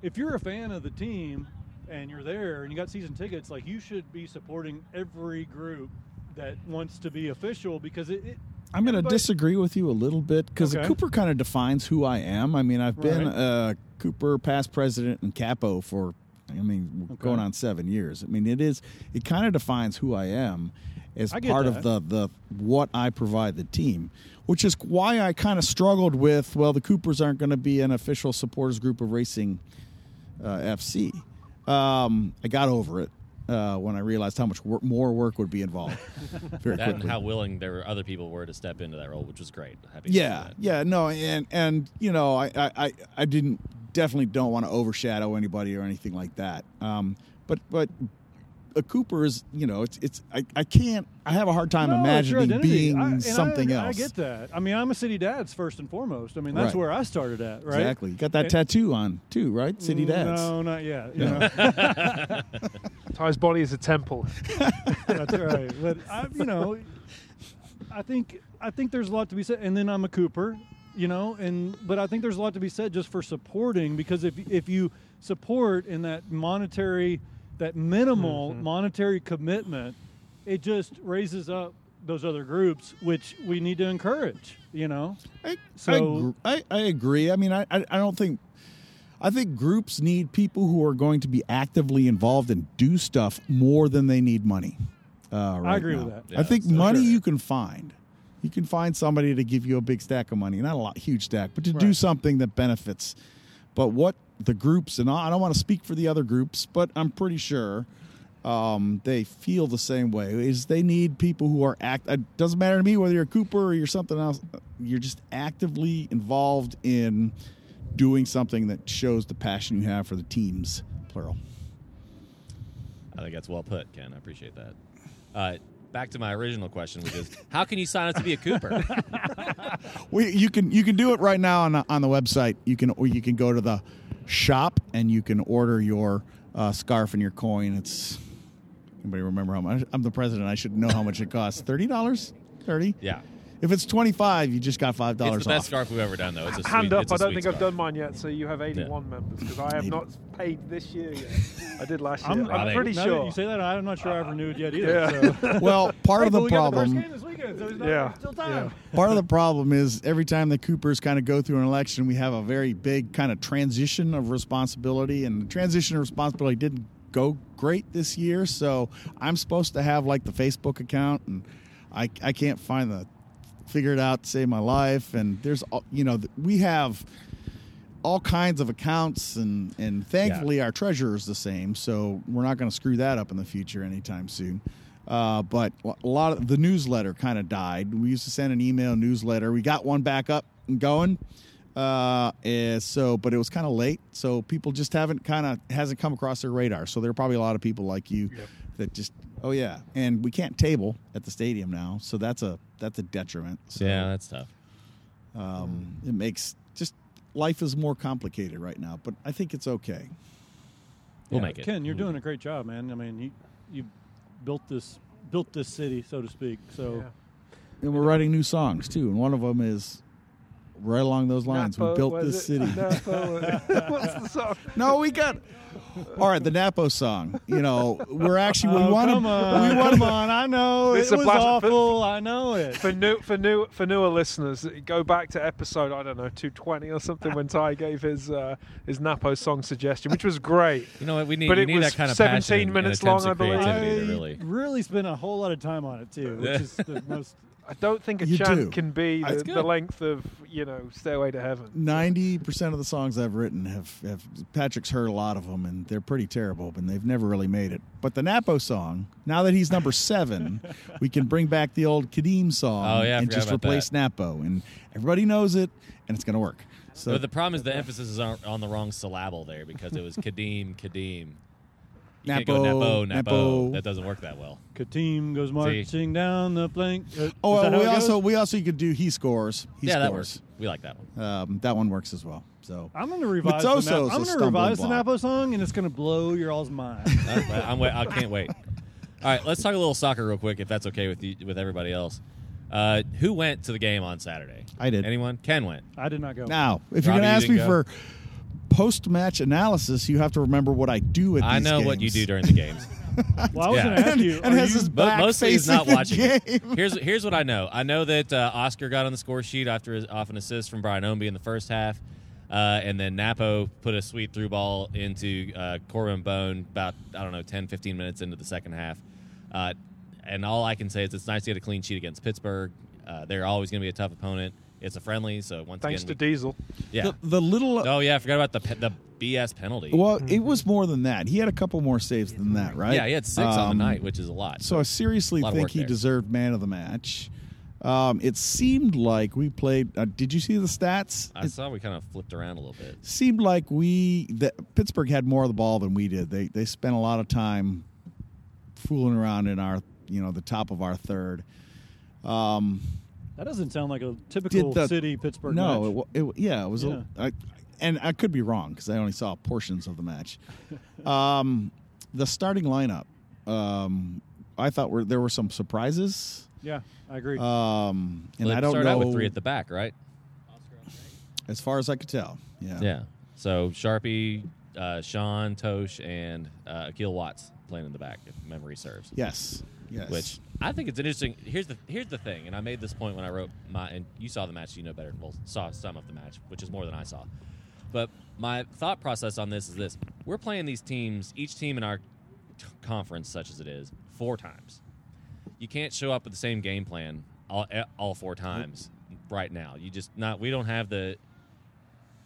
[SPEAKER 2] if you're a fan of the team and you're there and you got season tickets, like you should be supporting every group that wants to be official because it. it
[SPEAKER 3] I'm going to
[SPEAKER 2] everybody-
[SPEAKER 3] disagree with you a little bit because
[SPEAKER 2] Okay.
[SPEAKER 3] the Cooper kind of defines who I am. I mean, I've been
[SPEAKER 2] Right.
[SPEAKER 3] a Cooper past president and capo for, I mean,
[SPEAKER 2] Okay.
[SPEAKER 3] going on seven years. I mean, it is it kind of defines who I am as
[SPEAKER 2] I get
[SPEAKER 3] part of
[SPEAKER 2] that.
[SPEAKER 3] the the what I provide the team, which is why I kind of struggled with. Well, the Coopers aren't going to be an official supporters group of racing uh, FC. Um, I got over it uh, when I realized how much work, more work would be involved. Very
[SPEAKER 1] That and
[SPEAKER 3] quickly.
[SPEAKER 1] how willing there were other people were to step into that role, which was great. Happy to see
[SPEAKER 3] Yeah,
[SPEAKER 1] that.
[SPEAKER 3] yeah, no, and and you know, I I, I- I didn't definitely don't want to overshadow anybody or anything like that. Um, but but a Cooper is you know it's it's I, I can't I have a hard time
[SPEAKER 2] No, it's your
[SPEAKER 3] imagining
[SPEAKER 2] identity.
[SPEAKER 3] being
[SPEAKER 2] I- and I-
[SPEAKER 3] something else.
[SPEAKER 2] I get that. I mean, I'm a city dad's first and foremost. I mean, that's
[SPEAKER 3] Right.
[SPEAKER 2] where I started at, right?
[SPEAKER 3] Exactly, you got that
[SPEAKER 2] And-
[SPEAKER 3] tattoo on too, right? City dads.
[SPEAKER 2] No, not yet. You
[SPEAKER 3] No.
[SPEAKER 2] know,
[SPEAKER 4] awesome. Ty's body is a temple.
[SPEAKER 2] that's right. But I, you know, I think I think there's a lot to be said. And then I'm a Cooper, you know, and but I think there's a lot to be said just for supporting because if if you support in that monetary, that minimal monetary commitment, it just raises up those other groups, which we need to encourage. You know,
[SPEAKER 3] I,
[SPEAKER 2] So-
[SPEAKER 3] I, gr- I, I agree. I mean, I, I, I don't think. I think groups need people who are going to be actively involved and do stuff more than they need money. Uh, right
[SPEAKER 2] agree with
[SPEAKER 3] now.
[SPEAKER 2] that.
[SPEAKER 3] I
[SPEAKER 1] Yeah,
[SPEAKER 3] think
[SPEAKER 1] so-
[SPEAKER 3] money
[SPEAKER 1] Sure.
[SPEAKER 3] you can find. You can find somebody to give you a big stack of money, not a lot, huge stack, but to do
[SPEAKER 2] Right.
[SPEAKER 3] something that benefits. But what the groups and I I don't want to speak for the other groups, but I'm pretty sure um, they feel the same way. Is they need people who are act. It doesn't matter to me whether you're a Cooper or you're something else. You're just actively involved in doing something that shows the passion you have for the teams, plural.
[SPEAKER 1] I think that's well put, Ken. I appreciate that. Uh, back to my original question, which is how can you sign up to be a Cooper?
[SPEAKER 3] We, you can you can do it right now on the, on the website. You can or you can go to the shop and you can order your uh, scarf and your coin. It's anybody remember how much? I'm the president. I should know how much it costs. Thirty dollars. Thirty.
[SPEAKER 1] yeah.
[SPEAKER 3] If it's twenty five, you just got five
[SPEAKER 1] It's
[SPEAKER 3] dollars
[SPEAKER 1] the best
[SPEAKER 3] off.
[SPEAKER 1] scarf we've ever done, though. It's a
[SPEAKER 4] Hand
[SPEAKER 1] sweet,
[SPEAKER 4] up!
[SPEAKER 1] it's a
[SPEAKER 4] I don't
[SPEAKER 1] sweet
[SPEAKER 4] think I've
[SPEAKER 1] scarf.
[SPEAKER 4] done mine yet. So you have 81 members because I have not paid this year yet. I did last year.
[SPEAKER 2] I'm,
[SPEAKER 4] I'm,
[SPEAKER 1] Rob eight.
[SPEAKER 4] pretty
[SPEAKER 2] now
[SPEAKER 4] sure.
[SPEAKER 2] That you say that, I'm not sure I've renewed yet either. So.
[SPEAKER 3] well, part of
[SPEAKER 2] Hey, but
[SPEAKER 3] the
[SPEAKER 2] we
[SPEAKER 3] problem.
[SPEAKER 2] Got the first game this weekend, so there's not-
[SPEAKER 4] Yeah.
[SPEAKER 2] still time.
[SPEAKER 3] Part of the problem is every time the Coopers kind of go through an election, we have a very big kind of transition of responsibility, and the transition of responsibility didn't go great this year. So I'm supposed to have like the Facebook account, and I I can't find the figure it out to save my life. And there's all- you know th- we have all kinds of accounts, and and thankfully our treasurer is the same, so we're not going to screw that up in the future anytime soon. Uh, but a lot of the newsletter kind of died. We used to send an email newsletter. We got one back up and going. Uh, eh, so, but it was kind of late, so people just haven't kind of hasn't come across their radar. So there are probably a lot of people like you that just oh yeah, and we can't table at the stadium now, so that's a that's a detriment. So
[SPEAKER 1] Yeah, that's tough.
[SPEAKER 3] um, it makes just life is more complicated right now, but I think it's okay.
[SPEAKER 1] We'll
[SPEAKER 2] Yeah,
[SPEAKER 1] make it.
[SPEAKER 2] Ken, you're doing a great job, man. I mean, you you built this built this city, so to speak. So
[SPEAKER 4] Yeah.
[SPEAKER 3] And we're writing new songs too, and one of them is right along those lines.
[SPEAKER 4] Napa,
[SPEAKER 3] we built
[SPEAKER 4] was
[SPEAKER 3] this
[SPEAKER 4] it?
[SPEAKER 3] city.
[SPEAKER 4] Napa, What's the song?
[SPEAKER 3] no, we got all right, the Napo song. You know, we're actually we
[SPEAKER 2] Oh,
[SPEAKER 3] want
[SPEAKER 2] come on,
[SPEAKER 3] we want
[SPEAKER 2] come on. I know
[SPEAKER 4] It's
[SPEAKER 2] it
[SPEAKER 4] a
[SPEAKER 2] was
[SPEAKER 4] blast-
[SPEAKER 2] awful. I know it.
[SPEAKER 4] For new, for new, for newer listeners, go back to episode I don't know two twenty or something when Ty gave his uh, his Napo song suggestion, which was great.
[SPEAKER 1] You know what? We need,
[SPEAKER 4] But
[SPEAKER 1] we
[SPEAKER 4] it
[SPEAKER 1] need
[SPEAKER 4] was
[SPEAKER 1] that kind of
[SPEAKER 4] 17
[SPEAKER 1] passion and- and
[SPEAKER 4] minutes
[SPEAKER 1] attempts
[SPEAKER 4] long,
[SPEAKER 1] at
[SPEAKER 4] I believe.
[SPEAKER 1] creativity to
[SPEAKER 2] I
[SPEAKER 1] really.
[SPEAKER 2] spent a whole lot of time on it too,
[SPEAKER 1] Yeah.
[SPEAKER 2] which is the most.
[SPEAKER 4] I don't think a
[SPEAKER 3] You
[SPEAKER 4] chant
[SPEAKER 3] do.
[SPEAKER 4] can be
[SPEAKER 3] That's
[SPEAKER 4] the, the
[SPEAKER 1] good.
[SPEAKER 4] length of you know Stairway to Heaven.
[SPEAKER 3] ninety percent of the songs I've written have, have Patrick's heard a lot of them, and they're pretty terrible, and they've never really made it. But the Napo song, now that he's number seven, we can bring back the old Kadeem song
[SPEAKER 1] Oh, yeah, I
[SPEAKER 3] and
[SPEAKER 1] forgot
[SPEAKER 3] just
[SPEAKER 1] about
[SPEAKER 3] replace Napo, and everybody knows it, and it's gonna work. So
[SPEAKER 1] But the problem is the emphasis is on, on the wrong syllable there because it was Kadeem, Kadeem. You can't go
[SPEAKER 3] Napo,
[SPEAKER 1] Napo, Napo.
[SPEAKER 3] Napo.
[SPEAKER 1] That doesn't work that well.
[SPEAKER 2] Katim goes marching down the plank. Uh, is
[SPEAKER 3] oh,
[SPEAKER 2] that
[SPEAKER 3] and
[SPEAKER 2] how
[SPEAKER 3] we
[SPEAKER 2] it goes?
[SPEAKER 3] also we also could do he scores. He
[SPEAKER 1] yeah,
[SPEAKER 3] scores.
[SPEAKER 1] that works. We like that one.
[SPEAKER 3] Um, that one works as well. So
[SPEAKER 1] Oh.
[SPEAKER 2] I'm going to revise. The
[SPEAKER 3] Mazzoso's
[SPEAKER 2] Nap-
[SPEAKER 3] a
[SPEAKER 2] I'm going to
[SPEAKER 3] stumbling
[SPEAKER 2] revise the
[SPEAKER 3] block.
[SPEAKER 2] Napo song, and it's going to blow your all's mind.
[SPEAKER 1] I, I- I'm wait, I can't wait. All right, let's talk a little soccer real quick, if that's okay with you, with everybody else. Uh, who went to the game on Saturday?
[SPEAKER 3] I did.
[SPEAKER 1] Anyone? Ken went.
[SPEAKER 2] I did not go.
[SPEAKER 3] Now, if you're
[SPEAKER 1] Robbie,
[SPEAKER 3] going to
[SPEAKER 1] you
[SPEAKER 3] ask
[SPEAKER 1] didn't
[SPEAKER 3] me
[SPEAKER 1] go?
[SPEAKER 3] for post-match analysis, you have to remember what I do at
[SPEAKER 1] I
[SPEAKER 3] these
[SPEAKER 1] know what you
[SPEAKER 3] games.
[SPEAKER 1] do during the games.
[SPEAKER 2] Well, I was
[SPEAKER 1] Yeah.
[SPEAKER 2] going to ask
[SPEAKER 3] And-
[SPEAKER 2] you.
[SPEAKER 3] and
[SPEAKER 2] are
[SPEAKER 3] has
[SPEAKER 2] you-
[SPEAKER 3] his
[SPEAKER 1] But
[SPEAKER 3] Back
[SPEAKER 1] mostly he's not
[SPEAKER 3] facing the
[SPEAKER 1] watching. it.
[SPEAKER 3] game.
[SPEAKER 1] Here's here's what I know. I know that uh, Oscar got on the score sheet after his, off an assist from Brian Omby in the first half, uh, and then Napo put a sweet through ball into uh, Corbin Bone about I don't know 10, 15 minutes into the second half. Uh, and all I can say is it's nice to get a clean sheet against Pittsburgh. Uh, they're always going to be a tough opponent. It's a friendly, so once
[SPEAKER 4] Thanks to
[SPEAKER 1] again,
[SPEAKER 4] Diesel.
[SPEAKER 1] we, yeah.
[SPEAKER 3] The, the little
[SPEAKER 1] oh yeah, I forgot about the pe- the BS penalty.
[SPEAKER 3] well, it was more than that. He had a couple more saves than that, right?
[SPEAKER 1] yeah, he had six on
[SPEAKER 3] Um,
[SPEAKER 1] the night, which is a lot.
[SPEAKER 3] So I seriously
[SPEAKER 1] A lot of
[SPEAKER 3] think
[SPEAKER 1] work
[SPEAKER 3] he
[SPEAKER 1] there.
[SPEAKER 3] deserved man of the match. Um, it seemed like we played. Uh, did you see the stats?
[SPEAKER 1] I saw we kind of flipped around a little bit.
[SPEAKER 3] seemed like we that Pittsburgh had more of the ball than we did. They they spent a lot of time fooling around in our you know the top of our third. Um,
[SPEAKER 2] that doesn't sound like a typical
[SPEAKER 3] did the
[SPEAKER 2] city Pittsburgh
[SPEAKER 3] No,
[SPEAKER 2] match.
[SPEAKER 3] it wa- it, wa- yeah, it was.
[SPEAKER 2] Yeah.
[SPEAKER 3] A, I, and I could be wrong because I only saw portions of the match. um, the starting lineup, um, I thought were there were some surprises.
[SPEAKER 2] yeah, I agree.
[SPEAKER 3] Um, and
[SPEAKER 1] Well,
[SPEAKER 3] I
[SPEAKER 1] it
[SPEAKER 3] don't
[SPEAKER 1] started
[SPEAKER 3] know
[SPEAKER 1] out with three at the back, right?
[SPEAKER 3] as far as I could tell. Yeah.
[SPEAKER 1] Yeah. So Sharpie, uh, Sean Tosh, and uh, Akil Watts playing in the back, if memory serves.
[SPEAKER 3] Yes. Yes.
[SPEAKER 1] Which I think it's interesting. Here's the here's the thing, and I made this point when I wrote my and you saw the match, you know better. Well, saw some of the match, which is more than I saw. But my thought process on this is this: we're playing these teams, each team in our t- conference, such as it is, four times. You can't show up with the same game plan all, eh, all four times right now. You just not. We don't have the.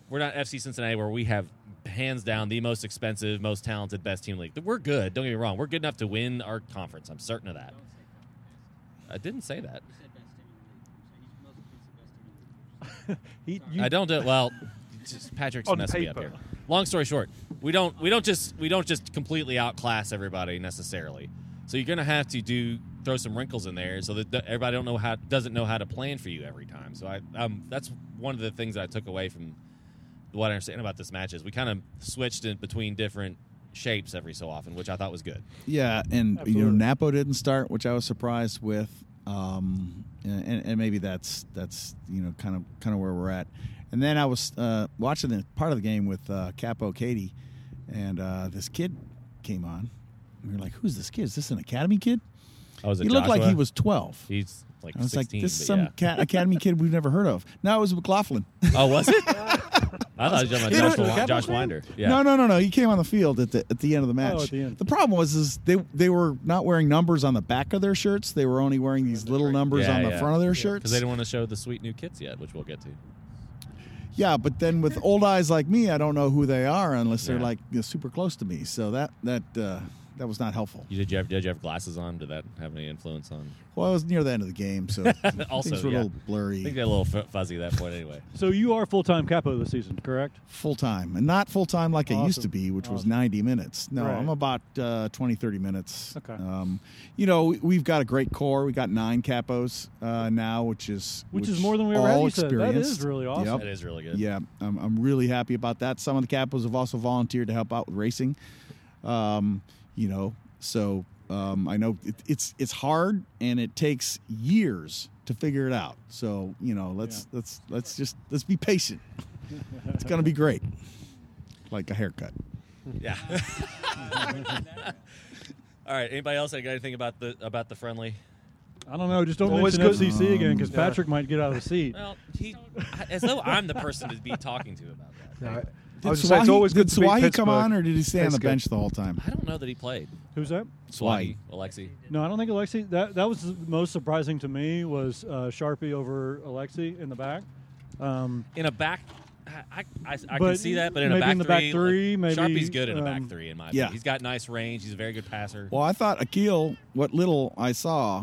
[SPEAKER 1] We're not FC Cincinnati where we have hands down the most expensive, most talented, best team in the league. We're good. Don't get me wrong. We're good enough to win our conference. I'm certain of that. I didn't say that.
[SPEAKER 2] he, you,
[SPEAKER 1] I don't do well. Just Patrick's
[SPEAKER 4] On
[SPEAKER 1] messing me up
[SPEAKER 4] paper.
[SPEAKER 1] here. Long story short, we don't we don't just we don't just completely outclass everybody necessarily. So you're gonna have to do throw some wrinkles in there so that everybody don't know how doesn't know how to plan for you every time. So I um, that's one of the things that I took away from what I understand about this match is we kind of switched in between different shapes every so often, which I thought was good.
[SPEAKER 3] Yeah, and you know
[SPEAKER 2] Absolutely.
[SPEAKER 3] Napo didn't start, which I was surprised with. Um, and, and maybe that's that's you know kind of kind of where we're at. And then I was uh, watching the part of the game with uh, Capo Katie, and uh, this kid came on. And we were like, "Who's this kid? Is this an academy kid?"
[SPEAKER 1] Oh, was
[SPEAKER 3] He looked like he was twelve.
[SPEAKER 1] he's like
[SPEAKER 3] I was
[SPEAKER 1] 16,
[SPEAKER 3] like, "This is
[SPEAKER 1] but
[SPEAKER 3] some
[SPEAKER 1] yeah.
[SPEAKER 3] ca- academy kid we've never heard of." No, it was McLaughlin.
[SPEAKER 1] Oh, was it? I thought you were talking
[SPEAKER 3] They
[SPEAKER 1] about Josh,
[SPEAKER 3] don't-
[SPEAKER 1] Wi- Josh
[SPEAKER 2] Capital
[SPEAKER 1] Winder. Yeah.
[SPEAKER 3] No, no, no, no. He came on the field at the at the end of the match.
[SPEAKER 2] Oh, at the end.
[SPEAKER 3] problem was is they they were not wearing numbers on the back of their shirts. They were only wearing these little numbers
[SPEAKER 1] Yeah,
[SPEAKER 3] on the
[SPEAKER 1] yeah.
[SPEAKER 3] front of their
[SPEAKER 1] because
[SPEAKER 3] shirts.
[SPEAKER 1] they didn't want to show the sweet new kits yet, which we'll get to.
[SPEAKER 3] yeah, but then with old eyes like me, I don't know who they are unless they're
[SPEAKER 1] Yeah.
[SPEAKER 3] like you know, super close to me. So that that uh, that was not helpful.
[SPEAKER 1] You did you have did you have glasses on? Did that have any influence on?
[SPEAKER 3] Well, I was near the end of the game, so
[SPEAKER 1] Also,
[SPEAKER 3] things were
[SPEAKER 1] yeah.
[SPEAKER 3] a little
[SPEAKER 1] I think
[SPEAKER 3] blurry.
[SPEAKER 1] they're a little fu- fuzzy at that point anyway.
[SPEAKER 2] so you are full time capo this season, correct?
[SPEAKER 3] Full time and not full time like I used
[SPEAKER 2] Awesome.
[SPEAKER 3] to be, which was
[SPEAKER 2] Awesome.
[SPEAKER 3] 90 minutes. No,
[SPEAKER 2] Right.
[SPEAKER 3] I'm about uh, 20, 30 minutes.
[SPEAKER 2] Okay.
[SPEAKER 3] Um, you know, we- we've got a great core. We got nine capos uh, now, which is
[SPEAKER 2] Which is more than we ever had,
[SPEAKER 3] all
[SPEAKER 2] you said. That is
[SPEAKER 3] experienced.
[SPEAKER 2] really awesome.
[SPEAKER 1] That is really good.
[SPEAKER 3] Yeah, I'm, I'm really happy about that. Some of the capos have also volunteered to help out with racing. Um, you know, so um, I know it, it's it's hard and it takes years to figure it out. So you know, let's let's let's just let's be patient. It's gonna be great. Like a haircut.
[SPEAKER 1] Yeah. All right. Anybody else that got anything about the about the friendly?
[SPEAKER 2] I don't know. Just don't
[SPEAKER 4] Always
[SPEAKER 2] mention
[SPEAKER 4] good-
[SPEAKER 2] FCC again because
[SPEAKER 4] Yeah.
[SPEAKER 2] Patrick might get out of the seat.
[SPEAKER 1] Well, he, as though I'm the person to be talking to about that.
[SPEAKER 4] No, I- I
[SPEAKER 3] Did
[SPEAKER 4] was just saying, it's
[SPEAKER 3] Swahi-
[SPEAKER 4] always good
[SPEAKER 3] did
[SPEAKER 4] to beat
[SPEAKER 3] Swahi come
[SPEAKER 4] Pittsburgh.
[SPEAKER 3] on, or did he stay on the
[SPEAKER 4] Pittsburgh.
[SPEAKER 3] bench the whole time?
[SPEAKER 1] I don't know that he played.
[SPEAKER 2] Who's that?
[SPEAKER 1] Swaggy, Alexi.
[SPEAKER 2] No, I don't think Alexi. That that was the most surprising to me was uh, Sharpie over Alexi in the back. Um,
[SPEAKER 1] In a back, I, I, I can
[SPEAKER 2] But
[SPEAKER 1] see that, but in a
[SPEAKER 2] maybe
[SPEAKER 1] back
[SPEAKER 2] in the back
[SPEAKER 1] three,
[SPEAKER 2] three,
[SPEAKER 1] like,
[SPEAKER 2] maybe,
[SPEAKER 1] Sharpie's good in a back
[SPEAKER 2] um,
[SPEAKER 1] three, in my
[SPEAKER 3] yeah.
[SPEAKER 1] opinion. He's got nice range. He's a very good passer.
[SPEAKER 3] Well, I thought Akil. What little I saw,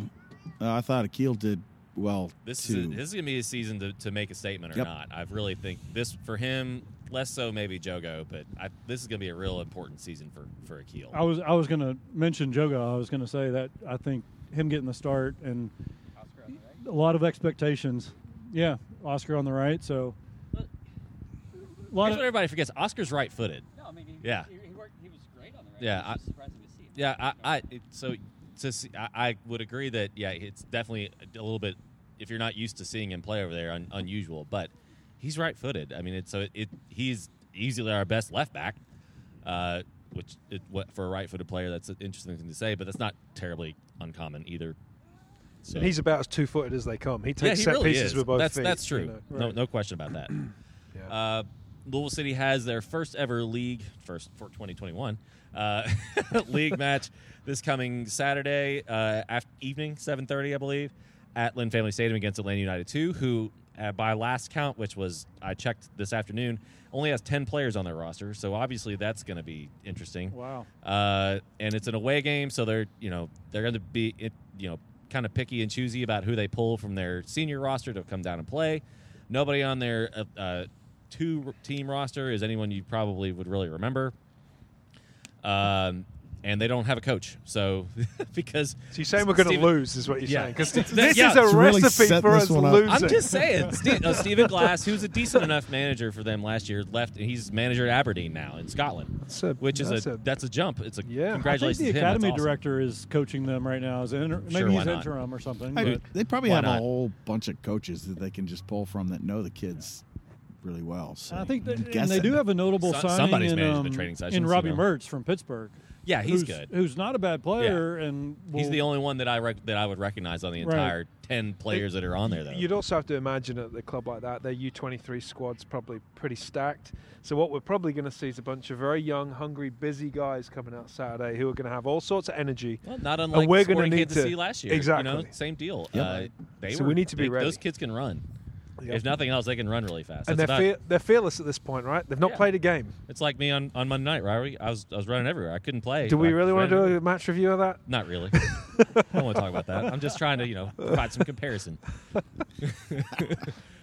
[SPEAKER 3] uh, I thought Akil did well
[SPEAKER 1] This
[SPEAKER 3] too.
[SPEAKER 1] is this is gonna be a season to, to make a statement or
[SPEAKER 3] Yep.
[SPEAKER 1] not. I really think this for him less so maybe Jogo, but I, this is gonna be a real important season for for Akil.
[SPEAKER 2] I was I was gonna mention Jogo. I was gonna say that I think him getting the start and a lot of expectations. Yeah, Oscar on the right. So a lot
[SPEAKER 1] Here's what
[SPEAKER 2] of
[SPEAKER 1] everybody forgets: Oscar's right-footed.
[SPEAKER 5] No, I mean, he,
[SPEAKER 1] Yeah.
[SPEAKER 5] he, he worked. He was great on the right.
[SPEAKER 1] Yeah,
[SPEAKER 5] I was
[SPEAKER 1] I-
[SPEAKER 5] just surprised to see him.
[SPEAKER 1] Yeah, I, I it, so to see, I, I would agree that yeah, it's definitely a little bit if you're not used to seeing him play over there, un, unusual. But he's right-footed. I mean, it's so it, it he's easily our best left back, uh, which it, what, for a right-footed player that's an interesting thing to say, but that's not terribly uncommon either. So.
[SPEAKER 4] And he's about as two footed as they come. He takes
[SPEAKER 1] he
[SPEAKER 4] set
[SPEAKER 1] really
[SPEAKER 4] pieces
[SPEAKER 1] is.
[SPEAKER 4] with both
[SPEAKER 1] that's,
[SPEAKER 4] feet.
[SPEAKER 1] That's true.
[SPEAKER 4] you know.
[SPEAKER 1] No,
[SPEAKER 4] Right.
[SPEAKER 1] no question about that.
[SPEAKER 4] Yeah.
[SPEAKER 1] uh, Louisville City has their first ever league first for 2021 uh, league match this coming Saturday uh, after evening 7:30, I believe, at Lynn Family Stadium against Atlanta United Two, who uh, by last count, which was I checked this afternoon, only has 10 players on their roster. So obviously that's going to be interesting
[SPEAKER 2] wow.
[SPEAKER 1] uh, and it's an away game, so they're you know they're going to be it- you know kind of picky and choosy about who they pull from their senior roster to come down and play. Nobody on their uh, uh, two team roster is anyone you probably would really remember. Um, and they don't have a coach, so because
[SPEAKER 4] So you're saying we're going to
[SPEAKER 1] Steven-
[SPEAKER 4] lose, is what you're
[SPEAKER 1] Yeah.
[SPEAKER 4] saying? Because
[SPEAKER 1] Th-
[SPEAKER 4] this
[SPEAKER 1] yeah,
[SPEAKER 4] is a
[SPEAKER 3] it's really
[SPEAKER 4] recipe
[SPEAKER 3] setting
[SPEAKER 4] for
[SPEAKER 3] this
[SPEAKER 4] us
[SPEAKER 3] one up.
[SPEAKER 4] losing.
[SPEAKER 1] I'm just saying, Ste uh, Stephen Glass, who's a decent enough manager for them last year, left. and He's manager at Aberdeen now in Scotland,
[SPEAKER 4] That's a-
[SPEAKER 1] which is
[SPEAKER 4] that's
[SPEAKER 1] a,
[SPEAKER 4] a-
[SPEAKER 1] that's a jump. It's a
[SPEAKER 4] Yeah. I think
[SPEAKER 2] I think
[SPEAKER 1] congratulations.
[SPEAKER 2] the
[SPEAKER 1] to him. That's
[SPEAKER 2] academy
[SPEAKER 1] awesome.
[SPEAKER 2] director is coaching them right now. Is it inter-
[SPEAKER 1] Sure,
[SPEAKER 2] maybe
[SPEAKER 1] why
[SPEAKER 2] he's
[SPEAKER 1] not?
[SPEAKER 2] interim or something.
[SPEAKER 3] I-
[SPEAKER 2] but
[SPEAKER 3] they probably
[SPEAKER 1] why
[SPEAKER 3] have
[SPEAKER 1] not?
[SPEAKER 3] a whole bunch of coaches that they can just pull from that know the kids really well. So
[SPEAKER 2] And I think that,
[SPEAKER 3] I'm
[SPEAKER 2] and they
[SPEAKER 3] guessing.
[SPEAKER 2] do have a notable
[SPEAKER 1] So-
[SPEAKER 2] signing
[SPEAKER 1] somebody's
[SPEAKER 2] in,
[SPEAKER 1] managed the
[SPEAKER 2] um,
[SPEAKER 1] training sessions,
[SPEAKER 2] in
[SPEAKER 1] you
[SPEAKER 2] Robbie
[SPEAKER 1] know.
[SPEAKER 2] Mertz from Pittsburgh.
[SPEAKER 1] Yeah, he's
[SPEAKER 2] who's-
[SPEAKER 1] good.
[SPEAKER 2] Who's not a bad player, and
[SPEAKER 1] He's
[SPEAKER 2] will-
[SPEAKER 1] the only one that I rec- that I would recognize on the
[SPEAKER 2] Right.
[SPEAKER 1] entire ten players that are on there, though.
[SPEAKER 4] You'd also have to imagine at the club like that, their U23 squad's probably pretty stacked. So what we're probably going to see is a bunch of very young, hungry, busy guys coming out Saturday who are going to have all sorts of energy.
[SPEAKER 1] well, not unlike
[SPEAKER 4] we're gonna
[SPEAKER 1] Sporting
[SPEAKER 4] need
[SPEAKER 1] Kansas
[SPEAKER 4] to-
[SPEAKER 1] City last year. You know,
[SPEAKER 4] Exactly.
[SPEAKER 1] same deal.
[SPEAKER 3] Yep.
[SPEAKER 1] Uh, they
[SPEAKER 4] So
[SPEAKER 1] were-
[SPEAKER 4] we need to be
[SPEAKER 1] they-
[SPEAKER 4] ready.
[SPEAKER 1] Those kids can run.
[SPEAKER 4] Yeah.
[SPEAKER 1] If nothing else, they can run really fast.
[SPEAKER 4] and they're,
[SPEAKER 1] That's
[SPEAKER 4] fear
[SPEAKER 1] about-
[SPEAKER 4] they're fearless at this point, right? They've not
[SPEAKER 1] Yeah.
[SPEAKER 4] played a game.
[SPEAKER 1] it's like me on, on Monday night, Rory. I was I was running everywhere. I couldn't play.
[SPEAKER 4] Do we
[SPEAKER 1] I
[SPEAKER 4] really want to
[SPEAKER 1] ran-
[SPEAKER 4] do a match review of that?
[SPEAKER 1] Not really. I don't want to talk about that. I'm just trying to you know provide some comparison.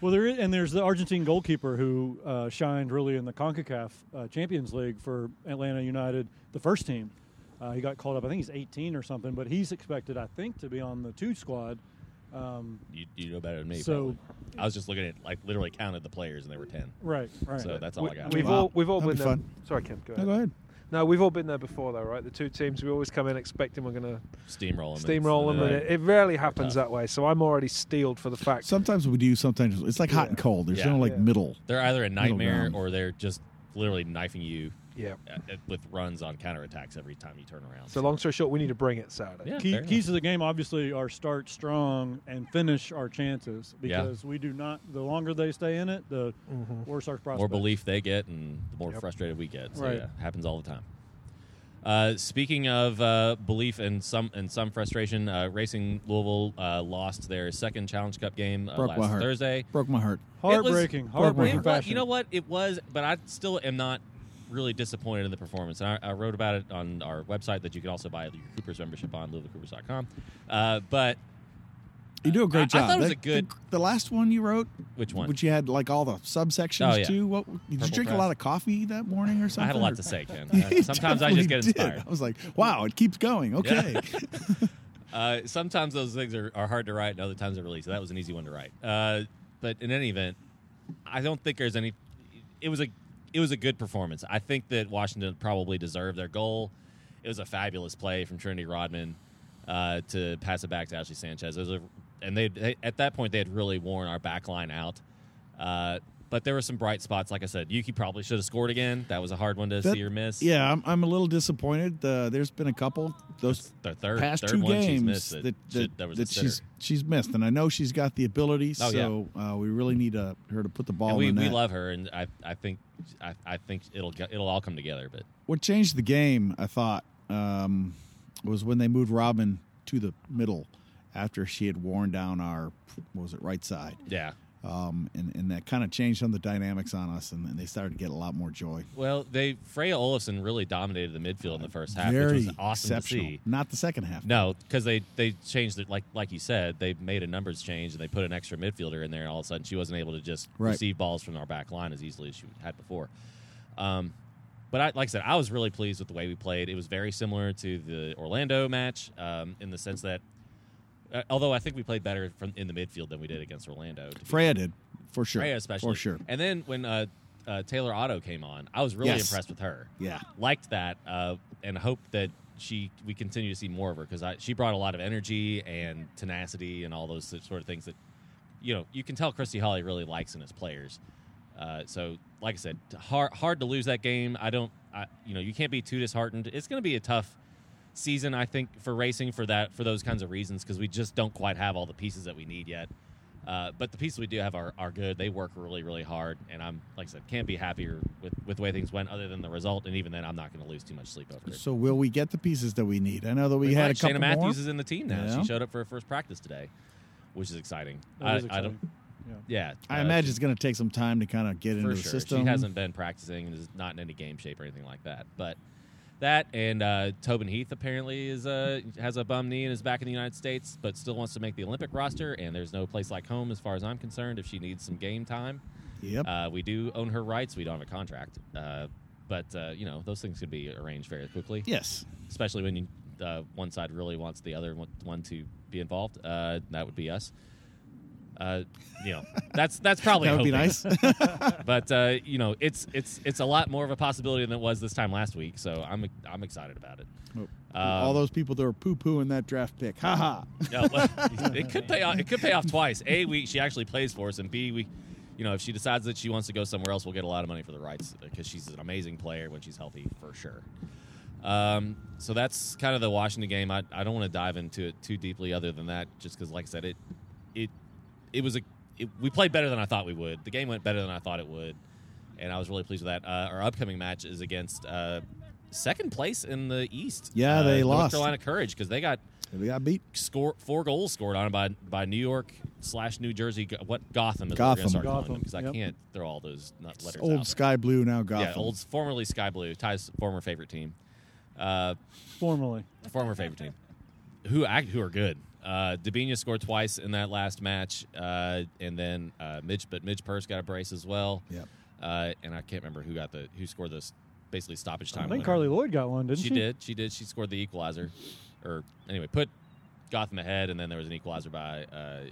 [SPEAKER 2] Well, there is, and there's the Argentine goalkeeper who uh, shined really in the CONCACAF uh, Champions League for Atlanta United, the first team. Uh, he got called up. I think he's 18 or something, but he's expected, I think, to be on the two squad. Um,
[SPEAKER 1] You, you know better than me.
[SPEAKER 2] So-
[SPEAKER 1] probably. I was just looking at like literally counted the players, and there were ten.
[SPEAKER 2] right, right.
[SPEAKER 1] So that's all I got.
[SPEAKER 4] We've
[SPEAKER 3] Wow.
[SPEAKER 4] all we've all
[SPEAKER 3] That'd
[SPEAKER 4] been
[SPEAKER 3] be
[SPEAKER 4] there.
[SPEAKER 3] fun.
[SPEAKER 4] Sorry, Ken.
[SPEAKER 3] No,
[SPEAKER 4] Go ahead.
[SPEAKER 3] go ahead.
[SPEAKER 4] No, we've all been there before, though, right? The two teams we always come in expecting we're going to
[SPEAKER 1] steamroll them. and-
[SPEAKER 4] steamroll them, and
[SPEAKER 1] Right.
[SPEAKER 4] it, it rarely happens
[SPEAKER 1] tough.
[SPEAKER 4] that way. So I'm already steeled for the fact.
[SPEAKER 3] Sometimes we do. Sometimes it's like hot and cold. There's
[SPEAKER 1] Yeah.
[SPEAKER 3] no like
[SPEAKER 4] Yeah.
[SPEAKER 3] middle.
[SPEAKER 1] They're either a nightmare
[SPEAKER 3] round.
[SPEAKER 1] or they're just literally knifing you
[SPEAKER 4] yeah.
[SPEAKER 1] at- at- with runs on counterattacks every time you turn around.
[SPEAKER 4] So long story short, we need to bring it Saturday.
[SPEAKER 1] Yeah,
[SPEAKER 2] Key,
[SPEAKER 1] fair
[SPEAKER 2] keys to the game, obviously, are start strong and finish our chances
[SPEAKER 1] Yeah.
[SPEAKER 2] because we do not. The longer they stay in it, the
[SPEAKER 3] Mm-hmm.
[SPEAKER 2] worse our
[SPEAKER 1] enough.
[SPEAKER 2] prospects.
[SPEAKER 1] more belief they get, and the more
[SPEAKER 4] Yep.
[SPEAKER 1] frustrated we get. So
[SPEAKER 2] Right.
[SPEAKER 1] yeah, happens all the time. Uh, speaking of uh, belief and some and some frustration, uh, Racing Louisville uh, lost their second Challenge Cup game uh,
[SPEAKER 3] Broke my
[SPEAKER 1] last
[SPEAKER 3] heart.
[SPEAKER 1] Thursday.
[SPEAKER 3] Broke my heart.
[SPEAKER 1] It was-
[SPEAKER 2] Heartbreaking,
[SPEAKER 1] it
[SPEAKER 2] heartbreaking.
[SPEAKER 1] was-
[SPEAKER 2] fashion.
[SPEAKER 1] you know what? It was, but I still am not really disappointed in the performance. And I, I wrote about it on our website that you can also buy your Coopers membership on LouisvilleCoopers.com. Uh, but
[SPEAKER 3] You do a
[SPEAKER 1] I-
[SPEAKER 3] great
[SPEAKER 1] I
[SPEAKER 3] job.
[SPEAKER 1] thought it was
[SPEAKER 3] That-
[SPEAKER 1] a good-
[SPEAKER 3] The, the last one you wrote,
[SPEAKER 1] which one?
[SPEAKER 3] which you had like all the subsections
[SPEAKER 1] Oh, yeah.
[SPEAKER 3] to. What did
[SPEAKER 1] Purple
[SPEAKER 3] you
[SPEAKER 1] Press.
[SPEAKER 3] drink a lot of coffee that morning or something?
[SPEAKER 1] I had a lot
[SPEAKER 3] or-
[SPEAKER 1] to say, Ken.
[SPEAKER 3] You
[SPEAKER 1] Uh, sometimes I just get
[SPEAKER 3] definitely did.
[SPEAKER 1] inspired.
[SPEAKER 3] I was like, wow, it keeps going. Okay.
[SPEAKER 1] Uh, sometimes those things are, are hard to write, and other times they're really. So that was an easy one to write. Uh, but in any event, I don't think there's any. It was a it was a good performance. I think that Washington probably deserved their goal. It was a fabulous play from Trinity Rodman uh, to pass it back to Ashley Sanchez. It was a, and they, they at that point they had really worn our back line out. Uh, But there were some bright spots. Like I said, Yuki probably should have scored again. That was a hard one to
[SPEAKER 3] That-
[SPEAKER 1] see or miss.
[SPEAKER 3] Yeah, I'm, I'm a little disappointed. Uh, there's been a couple those
[SPEAKER 1] their third
[SPEAKER 3] past
[SPEAKER 1] third
[SPEAKER 3] two
[SPEAKER 1] one she's
[SPEAKER 3] games
[SPEAKER 1] missed
[SPEAKER 3] that
[SPEAKER 1] that,
[SPEAKER 3] that,
[SPEAKER 1] should- that was a
[SPEAKER 3] that she's
[SPEAKER 1] sitter.
[SPEAKER 3] she's missed, and I know she's got the ability.
[SPEAKER 1] Oh, yeah.
[SPEAKER 3] so uh, we really need uh, her to put the ball
[SPEAKER 1] And we,
[SPEAKER 3] in the
[SPEAKER 1] we
[SPEAKER 3] net.
[SPEAKER 1] love her, and I I think I, I think it'll go- it'll all come together. But
[SPEAKER 3] what changed the game, I thought, um, was when they moved Robin to the middle after she had worn down our what was it right side,
[SPEAKER 1] yeah,
[SPEAKER 3] um, and and that kind of changed some of the dynamics on us, and, and they started to get a lot more joy.
[SPEAKER 1] well, they Freya Olafson really dominated the midfield in the first half, which was awesome to
[SPEAKER 3] exceptional.
[SPEAKER 1] see.
[SPEAKER 3] Not the second half.
[SPEAKER 1] No, because they they changed it like like you said, they made a numbers change and they put an extra midfielder in there, and all of a sudden she wasn't able to just
[SPEAKER 3] Right.
[SPEAKER 1] receive balls from our back line as easily as she had before. Um, but I, like I said, I was really pleased with the way we played. It was very similar to the Orlando match um, in the sense that, uh, although I think we played better from in the midfield than we did against Orlando. to be
[SPEAKER 3] Freya did for sure.
[SPEAKER 1] Freya especially.
[SPEAKER 3] for sure.
[SPEAKER 1] And then when uh, uh, Taylor Otto came on, I was really
[SPEAKER 3] Yes.
[SPEAKER 1] impressed with her.
[SPEAKER 3] Yeah.
[SPEAKER 1] Liked that, uh, and hope that she we continue to see more of her because she brought a lot of energy and tenacity and all those sort of things that you know you can tell Christy Holly really likes in his players. Uh, so, like I said, hard hard to lose that game. I don't, I, you know, you can't be too disheartened. It's going to be a tough season, I think, for racing for that for those kinds of reasons because we just don't quite have all the pieces that we need yet. Uh, but the pieces we do have are, are good. They work really, really hard, and I'm like I said, can't be happier with with the way things went. Other than the result, and even then, I'm not going to lose too much sleep over it.
[SPEAKER 3] So will we get the pieces that we need? I know that we,
[SPEAKER 1] We
[SPEAKER 3] had a
[SPEAKER 1] might.
[SPEAKER 3] couple
[SPEAKER 1] Shayna
[SPEAKER 3] more.
[SPEAKER 1] Matthews is in the team now.
[SPEAKER 3] Yeah.
[SPEAKER 1] She showed up for her first practice today, which is exciting.
[SPEAKER 2] That is
[SPEAKER 1] I
[SPEAKER 2] exciting.
[SPEAKER 1] don't. Yeah,
[SPEAKER 3] I
[SPEAKER 1] uh,
[SPEAKER 3] imagine it's going to take some time to kind of get into
[SPEAKER 1] for
[SPEAKER 3] the
[SPEAKER 1] sure.
[SPEAKER 3] system.
[SPEAKER 1] She hasn't been practicing and is not in any game shape or anything like that. But that and uh, Tobin Heath apparently is uh, has a bum knee and is back in the United States, but still wants to make the Olympic roster. And there's no place like home as far as I'm concerned. If she needs some game time,
[SPEAKER 3] Yep.
[SPEAKER 1] uh, we do own her rights. We don't have a contract, uh, but uh, you know those things could be arranged very quickly
[SPEAKER 3] yes.
[SPEAKER 1] especially when you, uh, one side really wants the other one, one to be involved. Uh, that would be us. Uh, you know, that's that's probably
[SPEAKER 3] That would be
[SPEAKER 1] hoping.
[SPEAKER 3] nice.
[SPEAKER 1] But uh, you know, it's it's it's a lot more of a possibility than it was this time last week. So I'm I'm excited about it. Um,
[SPEAKER 3] All those people that were poo pooing that draft pick. Ha ha.
[SPEAKER 1] Yeah, well, it could pay off. It could pay off twice. A, we she actually plays for us, and B, we, you know, if she decides that she wants to go somewhere else, we'll get a lot of money for the rights because she's an amazing player when she's healthy for sure. Um, so that's kind of the Washington game. I, I don't want to dive into it too deeply, other than that, just because, like I said, it it it was a it, we played better than I thought we would. The game went better than I thought it would, and I was really pleased with that. Uh, our upcoming match is against. Uh, Second place in the East.
[SPEAKER 3] Yeah,
[SPEAKER 1] uh,
[SPEAKER 3] they
[SPEAKER 1] North
[SPEAKER 3] lost.
[SPEAKER 1] Carolina Courage because they got
[SPEAKER 3] We got beat.
[SPEAKER 1] score four goals scored on it by by New York slash New Jersey. Go- What Gotham is
[SPEAKER 3] Gotham.
[SPEAKER 1] What we're gonna start
[SPEAKER 2] Gotham,
[SPEAKER 1] calling because I
[SPEAKER 2] yep.
[SPEAKER 1] can't throw all those nut letters
[SPEAKER 3] Old
[SPEAKER 1] out.
[SPEAKER 3] sky blue, now Gotham.
[SPEAKER 1] Yeah, old formerly Sky Blue, Ty's former favorite team, uh,
[SPEAKER 2] Formally,
[SPEAKER 1] former favorite team, who act who are good. Uh, Dabinia scored twice in that last match, uh, and then uh, Midge, but Midge Purse got a brace as well.
[SPEAKER 3] Yep.
[SPEAKER 1] Uh, and I can't remember who got the who scored this basically stoppage time.
[SPEAKER 2] I think
[SPEAKER 1] winner
[SPEAKER 2] Carly Lloyd got one, didn't she?
[SPEAKER 1] did. She did. She scored the equalizer, or anyway, put Gotham ahead, and then there was an equalizer by uh,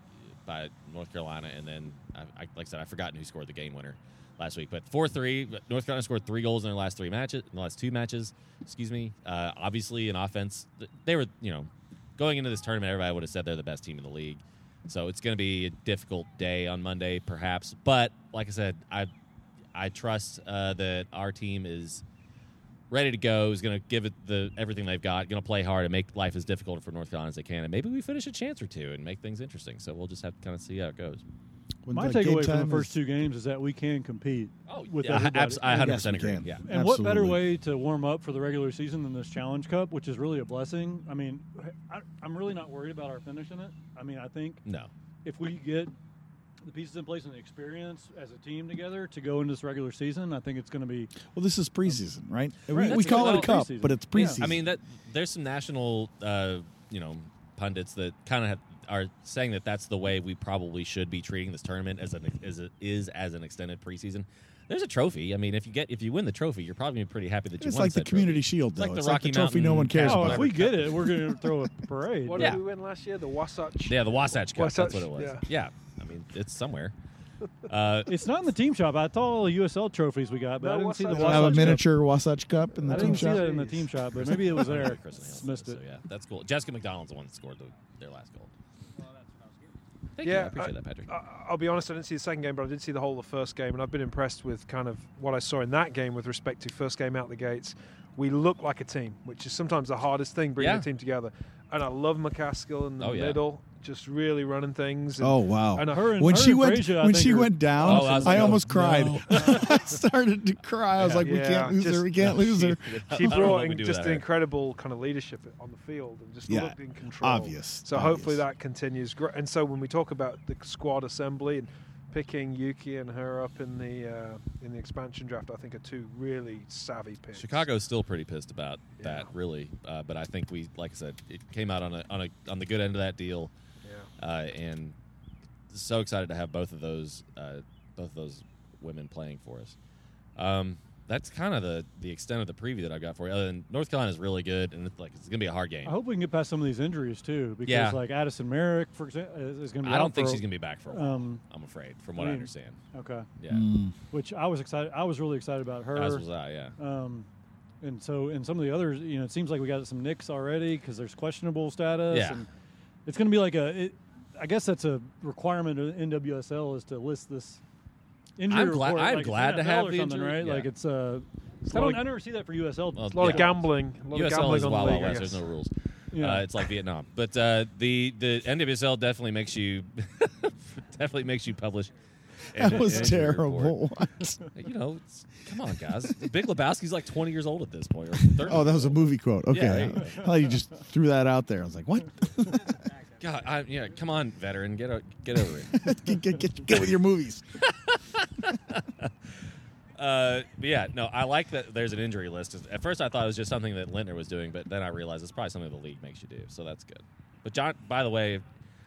[SPEAKER 1] by North Carolina, and then I, I, like I said, I've forgotten who scored the game winner last week. But four three, North Carolina scored three goals in their last three matches, in the last two matches. Excuse me. Uh, obviously, in offense, th- they were you know going into this tournament, everybody would have said they're the best team in the league. So it's going to be a difficult day on Monday, perhaps. But like I said, I I trust uh, that our team is ready to go. Is going to give it the everything they've got. Going to play hard and make life as difficult for North Carolina as they can. And maybe we finish a chance or two and make things interesting. So we'll just have to kind of see how it goes.
[SPEAKER 3] When
[SPEAKER 2] My
[SPEAKER 3] the game
[SPEAKER 2] takeaway from the
[SPEAKER 3] time
[SPEAKER 2] first
[SPEAKER 3] is-
[SPEAKER 2] two games is that we can compete.
[SPEAKER 1] Oh,
[SPEAKER 2] with
[SPEAKER 1] yeah, I,
[SPEAKER 2] everybody.
[SPEAKER 1] abs- I 100 percent
[SPEAKER 3] Yes, we
[SPEAKER 1] agree.
[SPEAKER 3] can.
[SPEAKER 1] Yeah,
[SPEAKER 2] And what better
[SPEAKER 3] Absolutely.
[SPEAKER 2] way to warm up for the regular season than this Challenge Cup, which is really a blessing? I mean, I, I'm really not worried about our finish in it. I mean, I think
[SPEAKER 1] no,
[SPEAKER 2] if we get the pieces in place and the experience as a team together to go into this regular season, I think it's going to be
[SPEAKER 3] Well, this is preseason, right? We-
[SPEAKER 2] Right, Oh,
[SPEAKER 3] We,
[SPEAKER 1] that's
[SPEAKER 3] call it a
[SPEAKER 1] about
[SPEAKER 3] cup,
[SPEAKER 2] preseason.
[SPEAKER 3] but it's
[SPEAKER 2] Yeah.
[SPEAKER 3] preseason.
[SPEAKER 1] I mean that there's some national, uh, you know, pundits that kind of are saying that that's the way we probably should be treating this tournament as an as it is as an extended preseason. There's a trophy. I mean, if you get if you win the trophy, you're probably gonna be pretty happy that you
[SPEAKER 3] it's
[SPEAKER 1] won
[SPEAKER 3] like the
[SPEAKER 1] said trophy.
[SPEAKER 3] community shield,
[SPEAKER 1] It's
[SPEAKER 3] though.
[SPEAKER 1] like the
[SPEAKER 3] It's
[SPEAKER 1] Rocky
[SPEAKER 3] trophy no
[SPEAKER 1] Mountain
[SPEAKER 3] one cares
[SPEAKER 1] Cup.
[SPEAKER 2] Oh,
[SPEAKER 3] about.
[SPEAKER 2] if we get it, we're going to throw a parade.
[SPEAKER 4] What
[SPEAKER 1] Yeah.
[SPEAKER 4] did we win last year? The Wasatch.
[SPEAKER 1] Yeah, the Wasatch Cup.
[SPEAKER 4] Wasatch,
[SPEAKER 1] that's what it was.
[SPEAKER 4] yeah.
[SPEAKER 1] Yeah. I mean, it's somewhere. Uh,
[SPEAKER 2] It's not in the team shop. I saw all the USL trophies we got, but
[SPEAKER 4] No,
[SPEAKER 2] I didn't see the
[SPEAKER 4] Wasatch
[SPEAKER 3] We'll have a
[SPEAKER 2] Wasatch
[SPEAKER 3] miniature Wasatch Cup
[SPEAKER 2] Cup.
[SPEAKER 3] in the
[SPEAKER 2] I
[SPEAKER 3] team
[SPEAKER 2] didn't see
[SPEAKER 3] shop.
[SPEAKER 2] that in the team shop, but maybe it was there.
[SPEAKER 1] Chris Nails,
[SPEAKER 2] Missed
[SPEAKER 1] so
[SPEAKER 2] it.
[SPEAKER 1] yeah, that's cool. Jessica McDonald's the one that scored the, their last goal. Thank
[SPEAKER 4] uh,
[SPEAKER 1] you. I appreciate that, Patrick.
[SPEAKER 4] I- I'll be honest, I didn't see the second game, but I did see the whole of the first game, and I've been impressed with kind of what I saw in that game with respect to first game out the gates. We look like a team, which is sometimes the hardest thing, bringing
[SPEAKER 1] Yeah.
[SPEAKER 4] a team together. And I love McCaskill in the
[SPEAKER 1] Oh, yeah.
[SPEAKER 4] middle, just really running things. And,
[SPEAKER 3] Oh wow!
[SPEAKER 4] And I-
[SPEAKER 2] Her and-
[SPEAKER 3] when she
[SPEAKER 2] and
[SPEAKER 3] went
[SPEAKER 2] Frazier, I
[SPEAKER 3] when
[SPEAKER 2] think,
[SPEAKER 3] she
[SPEAKER 2] are-
[SPEAKER 3] went down,
[SPEAKER 1] Oh, I was
[SPEAKER 3] I
[SPEAKER 1] like,
[SPEAKER 3] almost
[SPEAKER 1] no.
[SPEAKER 3] cried. I started to cry. I was like, "We
[SPEAKER 4] Yeah,
[SPEAKER 3] can't lose her.
[SPEAKER 4] just-
[SPEAKER 3] We can't lose her."
[SPEAKER 4] she
[SPEAKER 1] I don't know
[SPEAKER 4] brought
[SPEAKER 1] what we
[SPEAKER 4] in
[SPEAKER 1] do eh?
[SPEAKER 4] just
[SPEAKER 1] without
[SPEAKER 4] an
[SPEAKER 1] her.
[SPEAKER 4] incredible kind of leadership on the field and just
[SPEAKER 3] Yeah,
[SPEAKER 4] looked in control.
[SPEAKER 3] obvious,
[SPEAKER 4] So
[SPEAKER 3] obvious.
[SPEAKER 4] hopefully that continues. Gr- And so when we talk about the squad assembly and picking Yuki and her up in the uh, in the expansion draft, I think are two really savvy picks.
[SPEAKER 1] Chicago's still pretty pissed about
[SPEAKER 4] Yeah.
[SPEAKER 1] that, really. Uh, but I think we, like I said, it came out on a, on a on the good end of that deal,
[SPEAKER 4] Yeah.
[SPEAKER 1] uh, and so excited to have both of those uh, both of those women playing for us. Um, that's kind of the the extent of the preview that I've got for you. Other than North Carolina is really good, and it's like it's going to be a hard game.
[SPEAKER 2] I hope we can get past some of these injuries too, because
[SPEAKER 1] Yeah.
[SPEAKER 2] like Addison Merrick, for example, is, going to be.
[SPEAKER 1] I
[SPEAKER 2] out
[SPEAKER 1] don't think
[SPEAKER 2] for-
[SPEAKER 1] she's going to be back for a while.
[SPEAKER 2] Um,
[SPEAKER 1] I'm afraid, from what
[SPEAKER 2] I
[SPEAKER 1] I,
[SPEAKER 2] mean-
[SPEAKER 1] understand.
[SPEAKER 2] Okay,
[SPEAKER 1] Yeah,
[SPEAKER 3] Mm.
[SPEAKER 2] which I was excited. I was really excited about her.
[SPEAKER 1] as was I. Yeah,
[SPEAKER 2] Um, and so, and some of the others, you know, it seems like we got some nicks already because there's questionable status.
[SPEAKER 1] Yeah.
[SPEAKER 2] And it's going to be like a, it, I guess that's a requirement of NWSL is to list this injury
[SPEAKER 1] I'm glad-
[SPEAKER 2] report,
[SPEAKER 1] I'm
[SPEAKER 2] like it's
[SPEAKER 1] glad to
[SPEAKER 2] NFL
[SPEAKER 1] have
[SPEAKER 2] or
[SPEAKER 1] the
[SPEAKER 2] something,
[SPEAKER 1] injury-
[SPEAKER 2] right?
[SPEAKER 1] yeah.
[SPEAKER 2] Like it's uh,
[SPEAKER 4] It's
[SPEAKER 2] I
[SPEAKER 4] a lot
[SPEAKER 2] don't,
[SPEAKER 4] of-
[SPEAKER 2] I never see that for USL.
[SPEAKER 1] Well,
[SPEAKER 2] It's
[SPEAKER 4] A lot
[SPEAKER 1] Yeah.
[SPEAKER 4] of gambling. A lot of
[SPEAKER 1] USL
[SPEAKER 4] gambling
[SPEAKER 1] is
[SPEAKER 4] on
[SPEAKER 1] Wild
[SPEAKER 4] the
[SPEAKER 1] Wild
[SPEAKER 4] league, I
[SPEAKER 1] West. There's
[SPEAKER 4] guess.
[SPEAKER 1] no rules.
[SPEAKER 2] Yeah.
[SPEAKER 1] Uh, it's like Vietnam, but uh, the the NWSL definitely makes you definitely makes you publish. an-
[SPEAKER 3] That was
[SPEAKER 1] an injury report.
[SPEAKER 3] terrible.
[SPEAKER 1] You know, it's, come on, guys. Big Lebowski's like 20 years old at this point. or 30.
[SPEAKER 3] oh, that was a movie quote. Okay,
[SPEAKER 1] Yeah, there you go.
[SPEAKER 3] I thought you just threw that out there. I was like, "What?
[SPEAKER 1] God, I, yeah. Come on, veteran, get o- get over it.
[SPEAKER 3] get, get, get, get with your movies."
[SPEAKER 1] Uh, but yeah, no, I like that there's an injury list. At first, I thought it was just something that Lintner was doing, but then I realized it's probably something the league makes you do, so that's good. But John, by the way,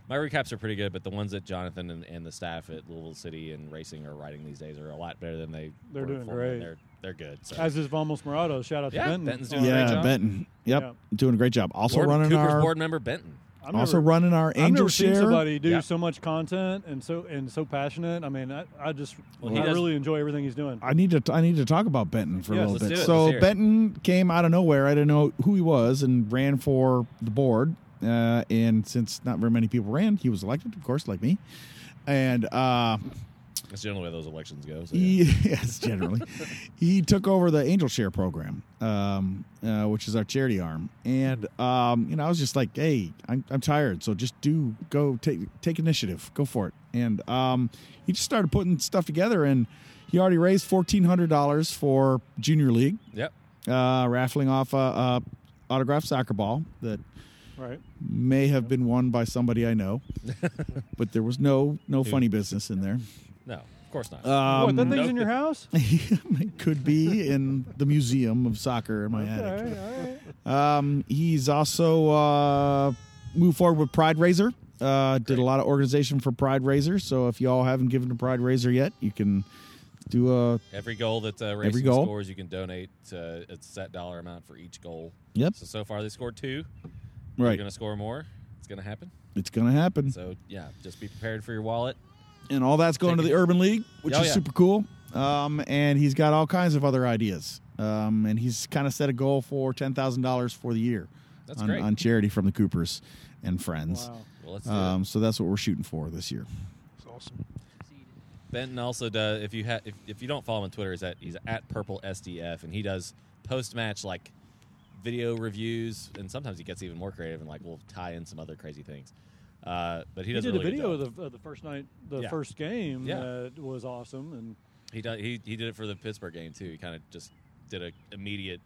[SPEAKER 1] my recaps are pretty good, but the ones that Jonathan and, and the staff at Louisville City and Racing are writing these days are a lot better than they.
[SPEAKER 2] They're
[SPEAKER 1] were
[SPEAKER 2] doing
[SPEAKER 1] before.
[SPEAKER 2] great.
[SPEAKER 1] They're they're good. So.
[SPEAKER 2] As is Vamos Morado. Shout out
[SPEAKER 1] Yeah,
[SPEAKER 2] to Benton.
[SPEAKER 1] Benton's doing a great
[SPEAKER 3] Yeah,
[SPEAKER 1] job.
[SPEAKER 3] Benton. Yep,
[SPEAKER 2] Yeah.
[SPEAKER 3] doing a great job. Also
[SPEAKER 1] Board-
[SPEAKER 3] running
[SPEAKER 1] Cooper's
[SPEAKER 3] our
[SPEAKER 1] board member Benton.
[SPEAKER 2] I've
[SPEAKER 3] also
[SPEAKER 2] never-
[SPEAKER 3] running our
[SPEAKER 2] I've
[SPEAKER 3] angel
[SPEAKER 2] never
[SPEAKER 3] share.
[SPEAKER 2] seen somebody do
[SPEAKER 1] Yeah.
[SPEAKER 2] so much content and so and so passionate. I mean, I, I just
[SPEAKER 1] Well, he
[SPEAKER 2] I
[SPEAKER 1] does-
[SPEAKER 2] really enjoy everything he's doing.
[SPEAKER 3] I need to I need to talk about Benton for
[SPEAKER 2] Yes,
[SPEAKER 3] a little
[SPEAKER 1] let's
[SPEAKER 3] bit.
[SPEAKER 1] do it. Let's
[SPEAKER 3] So
[SPEAKER 1] hear it.
[SPEAKER 3] Benton came out of nowhere. I didn't know who he was and ran for the board. Uh, and since not very many people ran, he was elected, of course, like me. And uh,
[SPEAKER 1] That's generally where those elections go. So yeah.
[SPEAKER 3] he, yes, generally, he took over the Angel Share program, um, uh, which is our charity arm. And um, you know, I was just like, "Hey, I'm, I'm tired, so just do go take take initiative, go for it." And um, he just started putting stuff together, and he already raised fourteen hundred dollars for junior league,
[SPEAKER 1] Yep.
[SPEAKER 3] uh, raffling off a, a autographed soccer ball that
[SPEAKER 2] Right?
[SPEAKER 3] may have been won by somebody I know, but there was no no funny business in there.
[SPEAKER 1] No, of course not.
[SPEAKER 2] what
[SPEAKER 3] Um,
[SPEAKER 2] that thing's
[SPEAKER 1] no.
[SPEAKER 2] in your house?
[SPEAKER 3] it could be in the museum of soccer in my attic.
[SPEAKER 2] Okay, all right.
[SPEAKER 3] Um, he's also uh, moved forward with Pride Raiser. Uh, did a lot of organization for Pride Raiser. So if y'all haven't given to Pride Raiser yet, you can do a
[SPEAKER 1] every goal that uh, Racing
[SPEAKER 3] goal.
[SPEAKER 1] scores, you can donate uh, a set dollar amount for each goal.
[SPEAKER 3] yep.
[SPEAKER 1] So so far they scored two. You're
[SPEAKER 3] Right, Hmm.
[SPEAKER 1] gonna score more. It's gonna happen.
[SPEAKER 3] it's gonna happen,
[SPEAKER 1] So yeah, just be prepared for your wallet.
[SPEAKER 3] and all that's going to the Urban League, which
[SPEAKER 1] Oh,
[SPEAKER 3] is
[SPEAKER 1] yeah.
[SPEAKER 3] super cool. Um, and he's got all kinds of other ideas. Um, and he's kind of set a goal for ten thousand dollars for the year
[SPEAKER 1] That's
[SPEAKER 3] on,
[SPEAKER 1] great.
[SPEAKER 3] on charity from the Coopers and friends.
[SPEAKER 2] Wow.
[SPEAKER 1] Well, let's do it.
[SPEAKER 3] Um, so that's what we're shooting for this year.
[SPEAKER 4] It's awesome.
[SPEAKER 1] Benton also does. If you ha- if, if you don't follow him on Twitter, he's at he's at purple SDF, and he does post match like video reviews, and sometimes he gets even more creative and like will tie in some other crazy things. Uh, but he
[SPEAKER 2] He
[SPEAKER 1] does
[SPEAKER 2] did
[SPEAKER 1] a really
[SPEAKER 2] a video
[SPEAKER 1] good job.
[SPEAKER 2] of the, of the first night, the
[SPEAKER 1] Yeah.
[SPEAKER 2] first game
[SPEAKER 1] Yeah.
[SPEAKER 2] that was awesome, and
[SPEAKER 1] He does, he he did it for the Pittsburgh game too. He kind of just did a immediate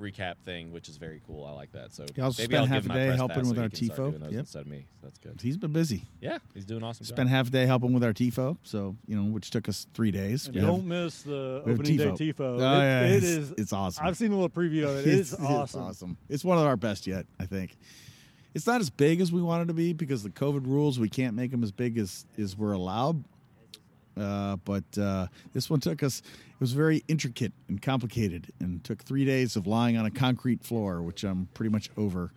[SPEAKER 1] recap thing, which is very cool. I like that. So
[SPEAKER 3] He also
[SPEAKER 1] maybe
[SPEAKER 3] spent
[SPEAKER 1] I'll
[SPEAKER 3] half
[SPEAKER 1] give him
[SPEAKER 3] a
[SPEAKER 1] my
[SPEAKER 3] day
[SPEAKER 1] press
[SPEAKER 3] helping
[SPEAKER 1] pass so
[SPEAKER 3] with
[SPEAKER 1] he
[SPEAKER 3] our
[SPEAKER 1] can start
[SPEAKER 3] TIFO.
[SPEAKER 1] doing those
[SPEAKER 3] Yep.
[SPEAKER 1] instead of me. So that's good.
[SPEAKER 3] He's been busy.
[SPEAKER 1] Yeah, he's doing an awesome. job.
[SPEAKER 3] Spent half a day helping with our TIFO, so you know, which took us three days.
[SPEAKER 2] and
[SPEAKER 3] We
[SPEAKER 2] don't
[SPEAKER 3] have-
[SPEAKER 2] miss the
[SPEAKER 3] we have
[SPEAKER 2] opening day tifo.
[SPEAKER 3] Oh,
[SPEAKER 2] It-
[SPEAKER 3] yeah,
[SPEAKER 2] it
[SPEAKER 3] it's,
[SPEAKER 2] is.
[SPEAKER 3] It's awesome.
[SPEAKER 2] I've seen a little preview of it. It is awesome.
[SPEAKER 3] It's awesome. It's one of our best yet, I think. It's not as big as we wanted to be because the COVID rules. We can't make them as big as as we're allowed. Uh, but uh, this one took us. It was very intricate and complicated, and took three days of lying on a concrete floor, which I'm pretty much over.